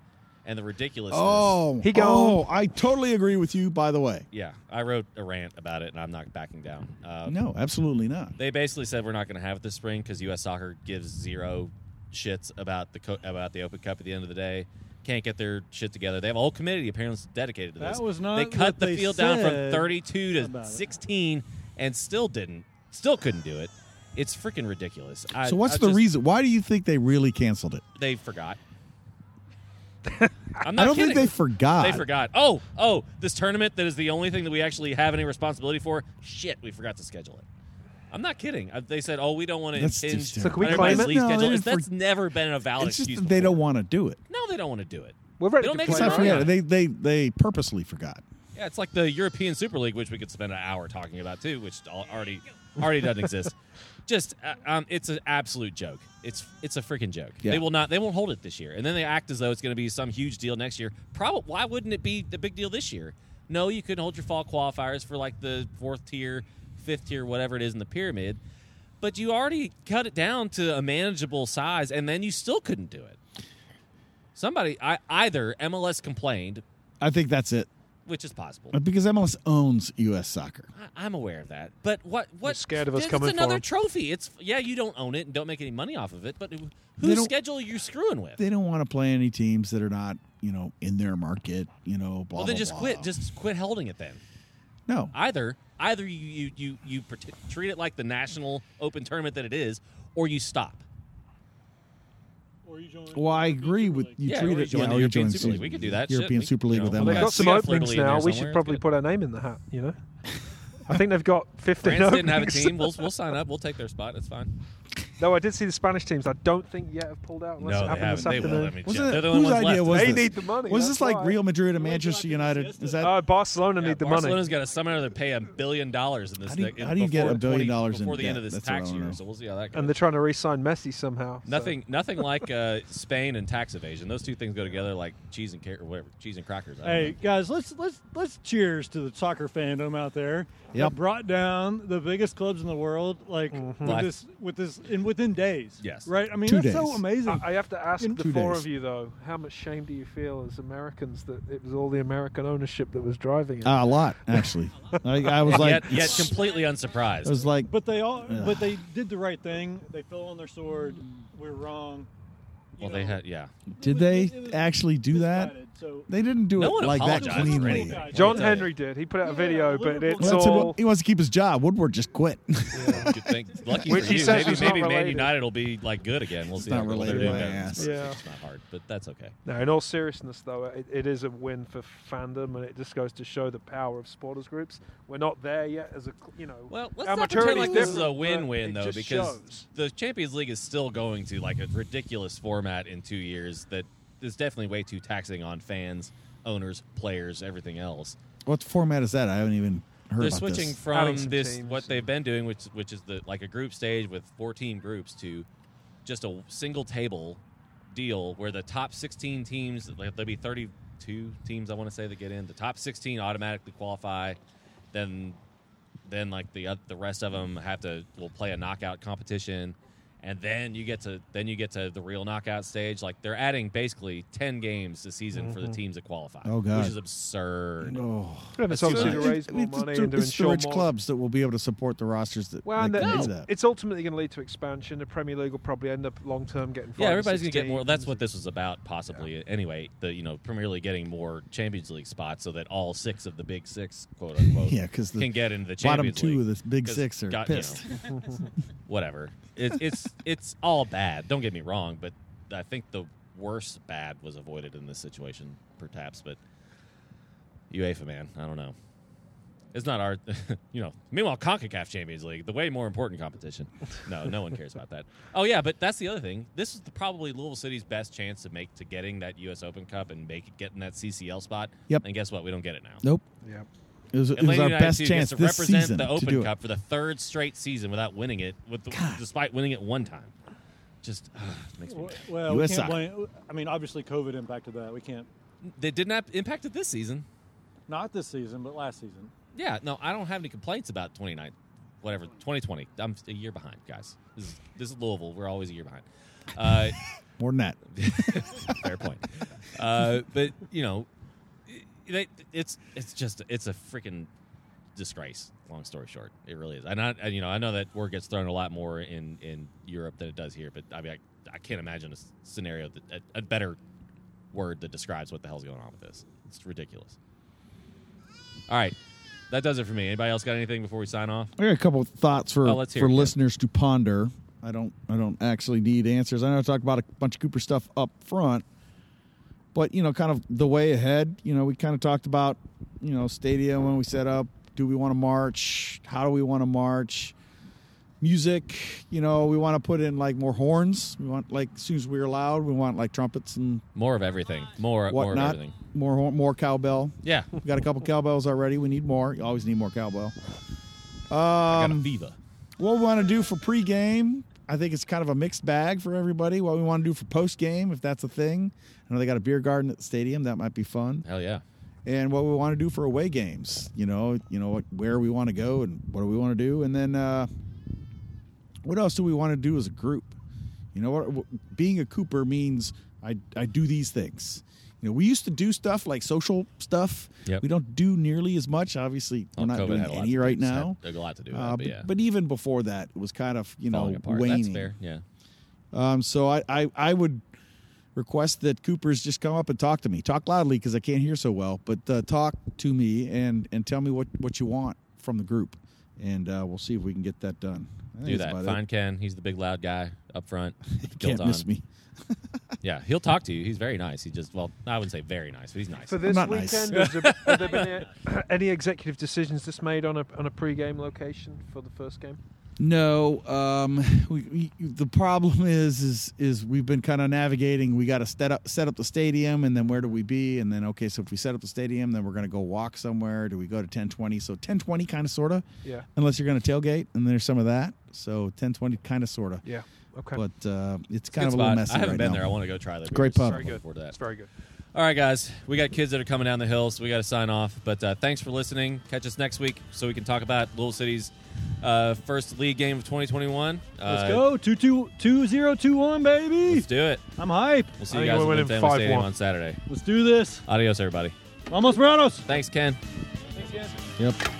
[SPEAKER 1] and the ridiculousness.
[SPEAKER 3] Oh,
[SPEAKER 4] He gone.
[SPEAKER 3] oh, I totally agree with you. By the way,
[SPEAKER 1] yeah, I wrote a rant about it, and I'm not backing down. Uh,
[SPEAKER 3] no, absolutely not.
[SPEAKER 1] They basically said we're not going to have it this spring because U.S. Soccer gives zero shits about the co- about the Open Cup. At the end of the day, can't get their shit together. They have a whole committee apparently dedicated to
[SPEAKER 2] That
[SPEAKER 1] this.
[SPEAKER 2] was not
[SPEAKER 1] They cut
[SPEAKER 2] what
[SPEAKER 1] the
[SPEAKER 2] they
[SPEAKER 1] field down from
[SPEAKER 2] said
[SPEAKER 1] 32 to
[SPEAKER 2] about it.
[SPEAKER 1] 16 and still didn't, still couldn't do it. It's freaking ridiculous. I,
[SPEAKER 3] So what's
[SPEAKER 1] I
[SPEAKER 3] the
[SPEAKER 1] just-
[SPEAKER 3] reason? Why do you think they really canceled it?
[SPEAKER 1] They forgot. I'm not
[SPEAKER 3] I don't
[SPEAKER 1] kidding.
[SPEAKER 3] think they forgot.
[SPEAKER 1] They forgot. Oh, oh, this tournament that is the only thing that we actually have any responsibility for. Shit, we forgot to schedule it. I'm not kidding. Uh, They said, "Oh, we don't want to
[SPEAKER 3] That's
[SPEAKER 1] impinge."
[SPEAKER 3] just So
[SPEAKER 4] can we
[SPEAKER 1] on everybody's
[SPEAKER 4] claim it?
[SPEAKER 1] league
[SPEAKER 3] No, they
[SPEAKER 1] schedule."
[SPEAKER 3] didn't
[SPEAKER 1] That's
[SPEAKER 3] for-
[SPEAKER 1] never been a valid
[SPEAKER 3] It's just
[SPEAKER 1] excuse.
[SPEAKER 3] that they
[SPEAKER 1] before.
[SPEAKER 3] don't want to do it.
[SPEAKER 1] No, they don't want to do it.
[SPEAKER 4] We're ready
[SPEAKER 1] They don't
[SPEAKER 4] to
[SPEAKER 1] make
[SPEAKER 3] Because
[SPEAKER 4] play
[SPEAKER 1] sense
[SPEAKER 3] I
[SPEAKER 4] right
[SPEAKER 1] for
[SPEAKER 3] forget
[SPEAKER 1] now.
[SPEAKER 4] now.
[SPEAKER 3] they they they purposely forgot.
[SPEAKER 1] Yeah, it's like the European Super League, which we could spend an hour talking about too, which al- already already doesn't exist. Just, uh, um, it's an absolute joke. It's it's a freaking joke.
[SPEAKER 3] Yeah.
[SPEAKER 1] They will not. They won't hold it this year, and then they act as though it's going to be some huge deal next year. Probably. Why wouldn't it be the big deal this year? No, you could hold your fall qualifiers for like the fourth tier, fifth tier, whatever it is in the pyramid, but you already cut it down to a manageable size, and then you still couldn't do it. Somebody, I, either MLS complained,
[SPEAKER 3] I think that's it
[SPEAKER 1] which is possible.
[SPEAKER 3] because MLS owns U.S. Soccer.
[SPEAKER 1] I- I'm aware of that, but what? What?
[SPEAKER 4] scared of us
[SPEAKER 1] it's
[SPEAKER 4] coming for
[SPEAKER 1] another
[SPEAKER 4] 'em.
[SPEAKER 1] trophy. It's yeah, you don't own it and don't make any money off of it. But
[SPEAKER 3] They
[SPEAKER 1] whose
[SPEAKER 3] don't-
[SPEAKER 1] schedule are you screwing with?
[SPEAKER 3] They don't want to play any teams that are not you know in their market. You know, blah.
[SPEAKER 1] well, then
[SPEAKER 3] blah,
[SPEAKER 1] just
[SPEAKER 3] blah.
[SPEAKER 1] quit. Just quit holding it. Then
[SPEAKER 3] no.
[SPEAKER 1] either either you you you, you pret- treat it like the national open tournament that it is, or you stop.
[SPEAKER 2] Or you join-
[SPEAKER 3] Well, I agree with you.
[SPEAKER 1] Yeah,
[SPEAKER 3] treat
[SPEAKER 1] we
[SPEAKER 3] it
[SPEAKER 1] join
[SPEAKER 3] yeah,
[SPEAKER 1] the
[SPEAKER 3] or you
[SPEAKER 1] European
[SPEAKER 3] join
[SPEAKER 1] Super League.
[SPEAKER 3] the
[SPEAKER 1] We could do that shit.
[SPEAKER 3] European
[SPEAKER 1] We-
[SPEAKER 3] Super League
[SPEAKER 1] you know,
[SPEAKER 3] with
[SPEAKER 1] well,
[SPEAKER 3] MLS.
[SPEAKER 4] Well,
[SPEAKER 1] they
[SPEAKER 4] they've got some
[SPEAKER 1] Seattle
[SPEAKER 4] openings
[SPEAKER 1] League in there
[SPEAKER 4] now. We
[SPEAKER 1] somewhere.
[SPEAKER 4] should probably
[SPEAKER 1] It's
[SPEAKER 4] put our name in the hat, you know? I think they've got 15
[SPEAKER 1] France didn't have a
[SPEAKER 4] openings.
[SPEAKER 1] team. We'll we'll sign up. We'll take their spot. It's fine.
[SPEAKER 4] No, I did see the Spanish teams. I don't think yet have pulled out. Unless it happened This afternoon.
[SPEAKER 3] Was
[SPEAKER 1] shit,
[SPEAKER 3] it-
[SPEAKER 1] they're the only
[SPEAKER 3] whose
[SPEAKER 1] ones
[SPEAKER 3] idea
[SPEAKER 1] left.
[SPEAKER 3] was
[SPEAKER 4] They
[SPEAKER 3] this?
[SPEAKER 4] need the money,
[SPEAKER 3] Was
[SPEAKER 4] that's
[SPEAKER 3] this like
[SPEAKER 4] why.
[SPEAKER 3] Real Madrid and
[SPEAKER 2] Only
[SPEAKER 3] Manchester
[SPEAKER 2] thing I can
[SPEAKER 3] United?
[SPEAKER 2] suggest
[SPEAKER 3] Is
[SPEAKER 2] is-
[SPEAKER 3] that
[SPEAKER 4] Uh, Barcelona need the money.
[SPEAKER 1] Barcelona's got to somehow to pay a billion dollars in this.
[SPEAKER 3] How do you-
[SPEAKER 1] ne-
[SPEAKER 3] how do you get
[SPEAKER 1] before
[SPEAKER 3] a billion
[SPEAKER 1] 20
[SPEAKER 3] dollars in
[SPEAKER 1] before the end of
[SPEAKER 3] debt?
[SPEAKER 1] this
[SPEAKER 3] That's what I
[SPEAKER 1] tax
[SPEAKER 3] wanna
[SPEAKER 1] year?
[SPEAKER 3] know.
[SPEAKER 1] So we'll see how that goes.
[SPEAKER 4] And they're trying to re-sign Messi somehow. so-
[SPEAKER 1] Nothing, nothing like uh, Spain and tax evasion. Those two things go together like cheese and car- or whatever, cheese and crackers. I don't
[SPEAKER 2] Hey
[SPEAKER 1] know.
[SPEAKER 2] guys, let's let's let's cheers to the soccer fandom out there. that
[SPEAKER 3] Yep.
[SPEAKER 2] brought down the biggest clubs in the world, like with
[SPEAKER 1] Life.
[SPEAKER 2] this with this in within days.
[SPEAKER 1] Yes.
[SPEAKER 2] right. I mean,
[SPEAKER 3] Two
[SPEAKER 2] that's so
[SPEAKER 3] days.
[SPEAKER 2] amazing.
[SPEAKER 4] I, I have to ask
[SPEAKER 3] In
[SPEAKER 4] the
[SPEAKER 3] two
[SPEAKER 4] four
[SPEAKER 3] days.
[SPEAKER 4] of you though, how much shame do you feel as Americans that it was all the American ownership that was driving it?
[SPEAKER 3] Uh, a lot actually? I, I was like,
[SPEAKER 1] yet, yet
[SPEAKER 3] it's-
[SPEAKER 1] completely unsurprised.
[SPEAKER 3] I was like,
[SPEAKER 2] But they all,
[SPEAKER 3] Ugh.
[SPEAKER 2] but they did the right thing. They fell on their sword. We're wrong. You
[SPEAKER 1] well, they
[SPEAKER 2] know,
[SPEAKER 1] had yeah.
[SPEAKER 2] it
[SPEAKER 3] did
[SPEAKER 2] was-
[SPEAKER 3] they
[SPEAKER 2] it was
[SPEAKER 3] actually do that?
[SPEAKER 2] misguided, So
[SPEAKER 3] They didn't do
[SPEAKER 1] No
[SPEAKER 3] it
[SPEAKER 1] one
[SPEAKER 3] like that
[SPEAKER 1] apologized for
[SPEAKER 3] cleanly.
[SPEAKER 1] anything. Let me
[SPEAKER 4] John
[SPEAKER 1] tell you.
[SPEAKER 4] Henry did. He put out a
[SPEAKER 2] Yeah,
[SPEAKER 4] video, but
[SPEAKER 2] Liverpool-
[SPEAKER 4] it's
[SPEAKER 2] Well,
[SPEAKER 3] That's it.
[SPEAKER 4] all.
[SPEAKER 3] He wants to keep his job. Woodward just quit.
[SPEAKER 1] Good thing. Lucky
[SPEAKER 4] Which
[SPEAKER 1] for
[SPEAKER 4] he
[SPEAKER 1] you.
[SPEAKER 4] says
[SPEAKER 1] Maybe,
[SPEAKER 4] is not
[SPEAKER 1] maybe Man
[SPEAKER 4] related.
[SPEAKER 1] United will be like good again. We'll see.
[SPEAKER 3] not
[SPEAKER 1] how well they're
[SPEAKER 3] related,
[SPEAKER 1] doing.
[SPEAKER 3] my
[SPEAKER 1] that.
[SPEAKER 3] ass.
[SPEAKER 1] It's,
[SPEAKER 4] Yeah.
[SPEAKER 1] it's not hard, but that's okay.
[SPEAKER 4] No, in all seriousness though, it, it is a win for fandom, and it just goes to show the power of supporters groups. We're not there yet as a, cl- you know.
[SPEAKER 1] Well, let's
[SPEAKER 4] our
[SPEAKER 1] not
[SPEAKER 4] maturity
[SPEAKER 1] pretend like this is a
[SPEAKER 4] different, but
[SPEAKER 1] win-win
[SPEAKER 4] it
[SPEAKER 1] though,
[SPEAKER 4] just
[SPEAKER 1] because
[SPEAKER 4] shows.
[SPEAKER 1] the Champions League is still going to like a ridiculous format in two years that is definitely way too taxing on fans, owners, players, everything else.
[SPEAKER 3] What format is that? I haven't even heard
[SPEAKER 1] They're
[SPEAKER 3] about
[SPEAKER 1] switching
[SPEAKER 3] this.
[SPEAKER 1] from
[SPEAKER 4] Adding some
[SPEAKER 1] this
[SPEAKER 4] teams
[SPEAKER 1] what
[SPEAKER 4] and-
[SPEAKER 1] they've been doing, which which is the like a group stage with 14 groups to just a single table deal where the top 16 teams, like there'll be 32 teams I want to say that get in. The top 16 automatically qualify, then then like the oth- the rest of them have to will play a knockout competition, and then you get to then you get to the real knockout stage. Like they're adding basically ten games this season for
[SPEAKER 4] Mm-hmm.
[SPEAKER 1] the teams that qualify.
[SPEAKER 3] Oh, God.
[SPEAKER 1] which is absurd.
[SPEAKER 3] Oh.
[SPEAKER 4] And
[SPEAKER 1] That's
[SPEAKER 4] it's
[SPEAKER 1] too
[SPEAKER 4] obviously to
[SPEAKER 1] much.
[SPEAKER 4] raise more
[SPEAKER 3] It's- it's
[SPEAKER 4] money
[SPEAKER 3] the-
[SPEAKER 4] and to
[SPEAKER 3] it's the
[SPEAKER 4] ensure
[SPEAKER 3] rich
[SPEAKER 4] more.
[SPEAKER 3] clubs that will be able to support the rosters that
[SPEAKER 4] Well, and
[SPEAKER 3] that
[SPEAKER 4] the-
[SPEAKER 3] can
[SPEAKER 1] No.
[SPEAKER 3] do that.
[SPEAKER 4] it's ultimately going to lead to expansion. The Premier League will probably end up long term getting. five
[SPEAKER 1] Yeah,
[SPEAKER 4] or
[SPEAKER 1] everybody's
[SPEAKER 4] six
[SPEAKER 1] gonna get more.
[SPEAKER 4] teams.
[SPEAKER 1] That's what this was about, possibly. Anyway, the you know Premier League getting more Champions League spots so that all six of the big six, quote unquote,
[SPEAKER 3] Yeah, 'cause the
[SPEAKER 1] can get into the
[SPEAKER 3] Bottom
[SPEAKER 1] Champions
[SPEAKER 3] two
[SPEAKER 1] League.
[SPEAKER 3] of the big
[SPEAKER 1] 'Cause
[SPEAKER 3] six are
[SPEAKER 1] God, you know,
[SPEAKER 3] pissed.
[SPEAKER 1] whatever. It's it's it's all bad. Don't get me wrong, but I think the worst bad was avoided in this situation, perhaps. But UEFA, man, I don't know. It's not our, you know. Meanwhile, Concacaf Champions League, the way more important competition. No, no one cares about that. Oh yeah, but that's the other thing. This is the, probably Louisville City's best chance to make to getting that U.S. Open Cup and make getting that CCL spot.
[SPEAKER 3] Yep.
[SPEAKER 1] And guess what? We don't get it now.
[SPEAKER 3] Nope.
[SPEAKER 4] Yeah.
[SPEAKER 3] It was, it was
[SPEAKER 1] Atlanta
[SPEAKER 3] our
[SPEAKER 1] United
[SPEAKER 3] best
[SPEAKER 1] too, gets
[SPEAKER 3] chance
[SPEAKER 1] to
[SPEAKER 3] this
[SPEAKER 1] represent
[SPEAKER 3] season
[SPEAKER 1] the
[SPEAKER 3] to
[SPEAKER 1] Open
[SPEAKER 3] do it.
[SPEAKER 1] Cup for the third straight season without winning it, with the, despite winning it one time. Just uh, makes me.
[SPEAKER 2] Well, well we
[SPEAKER 3] US
[SPEAKER 2] can't
[SPEAKER 3] soccer.
[SPEAKER 2] blame. I mean, obviously, COVID impacted that. We can't.
[SPEAKER 1] They did not impact it this season.
[SPEAKER 2] Not this season, but last season.
[SPEAKER 1] Yeah, no, I don't have any complaints about 29, whatever, 2020. I'm a year behind, guys. This is, this is Louisville. We're always a year behind. Uh,
[SPEAKER 3] More than that.
[SPEAKER 1] fair point. Uh, but you know, it, it, it's it's just it's a freaking disgrace. Long story short, it really is. And I, and, you know, I know that word gets thrown a lot more in in Europe than it does here. But I mean, I, I can't imagine a s- scenario that a, a better word that describes what the hell's going on with this. It's ridiculous. All right, that does it for me. Anybody else got anything before we sign off?
[SPEAKER 3] I got a couple of thoughts for
[SPEAKER 1] Oh, let's hear
[SPEAKER 3] for
[SPEAKER 1] it, yeah.
[SPEAKER 3] listeners to ponder. I don't I don't actually need answers. I know I talked about a bunch of Cooper stuff up front, but you know, kind of the way ahead. You know, we kind of talked about you know stadium when we set up. Do we want to march? How do we want to march? Music, you know, we want to put in like more horns. We want like as soon as we're allowed, we want like trumpets and
[SPEAKER 1] More of everything. More more of
[SPEAKER 3] whatnot.
[SPEAKER 1] everything.
[SPEAKER 3] More hor- more cowbell.
[SPEAKER 1] Yeah,
[SPEAKER 3] We got a couple cowbells already. We need more. You always need more cowbell.
[SPEAKER 1] got a
[SPEAKER 3] Um,
[SPEAKER 1] fever.
[SPEAKER 3] what we want to do for pregame, I think it's kind of a mixed bag for everybody. What we want to do for postgame, if that's a thing. I know they got a beer garden at the stadium. That might be fun.
[SPEAKER 1] Hell yeah.
[SPEAKER 3] And what we want to do for away games. You know, you know what, where we want to go and what do we want to do. And then uh, what else do we want to do as a group? You know, what, what- being a Cooper means I, I do these things. You know, we used to do stuff like social stuff.
[SPEAKER 1] Yep.
[SPEAKER 3] We don't do nearly as much. Obviously,
[SPEAKER 1] Well,
[SPEAKER 3] we're not
[SPEAKER 1] COVID
[SPEAKER 3] doing
[SPEAKER 1] had a lot
[SPEAKER 3] any
[SPEAKER 1] to-
[SPEAKER 3] right
[SPEAKER 1] had
[SPEAKER 3] now.
[SPEAKER 1] A lot to do with
[SPEAKER 3] Uh,
[SPEAKER 1] it, but yeah.
[SPEAKER 3] even before that, it was kind of you know
[SPEAKER 1] falling apart.
[SPEAKER 3] waning.
[SPEAKER 1] That's fair. Yeah.
[SPEAKER 3] Um, so I, I I would request that Cooper's just come up and talk to me. Talk loudly because I can't hear so well, but uh, talk to me and and tell me what what you want from the group, and uh, we'll see if we can get that done. I think
[SPEAKER 1] Do
[SPEAKER 3] that's
[SPEAKER 1] that.
[SPEAKER 3] about it.
[SPEAKER 1] Find Ken. He's the big loud guy up front.
[SPEAKER 3] Can't
[SPEAKER 1] Guilt
[SPEAKER 3] miss
[SPEAKER 1] on.
[SPEAKER 3] me.
[SPEAKER 1] Yeah, he'll talk to you. He's very nice. He just well, I wouldn't say very nice, but he's nice.
[SPEAKER 4] For this
[SPEAKER 3] not
[SPEAKER 4] weekend,
[SPEAKER 3] nice.
[SPEAKER 4] has there, have there been any, any executive decisions that's made on a on a pre-game location for the first game?
[SPEAKER 3] No, um, we, we, the problem is is is we've been kind of navigating. We got to set up set up the stadium, and then where do we be? And then okay, so if we set up the stadium, then we're going to go walk somewhere. Do we go to ten twenty? So ten twenty, kind of sorta,
[SPEAKER 4] Yeah.
[SPEAKER 3] unless you're going to tailgate, and there's some of that. So ten twenty, kind of sorta,
[SPEAKER 4] Yeah. Okay.
[SPEAKER 3] but uh, it's
[SPEAKER 1] Good
[SPEAKER 3] kind of a
[SPEAKER 1] spot.
[SPEAKER 3] little messy
[SPEAKER 1] I haven't
[SPEAKER 3] right
[SPEAKER 1] been
[SPEAKER 3] now.
[SPEAKER 1] there. I want to go try that. beer.
[SPEAKER 3] Great pub.
[SPEAKER 1] So I'm
[SPEAKER 4] very
[SPEAKER 1] looking
[SPEAKER 4] good.
[SPEAKER 1] forward to that.
[SPEAKER 4] It's very good.
[SPEAKER 1] All right, guys, we got kids that are coming down the hill, so we got to sign off. But uh, thanks for listening. Catch us next week so we can talk about Little City's uh, first league game of 2021. Uh,
[SPEAKER 2] Let's go. Two, two, two, zero, two, one, baby.
[SPEAKER 1] Let's do it.
[SPEAKER 2] I'm hype.
[SPEAKER 1] We'll see
[SPEAKER 4] I
[SPEAKER 1] you
[SPEAKER 4] think
[SPEAKER 1] guys
[SPEAKER 4] we win
[SPEAKER 1] at
[SPEAKER 4] in
[SPEAKER 1] Family Stadium
[SPEAKER 4] 5-1.
[SPEAKER 1] on Saturday.
[SPEAKER 2] Let's do this.
[SPEAKER 1] Adios, everybody.
[SPEAKER 2] Vamos, Branos.
[SPEAKER 1] Thanks, Ken.
[SPEAKER 2] Thanks, guys.
[SPEAKER 3] Yep.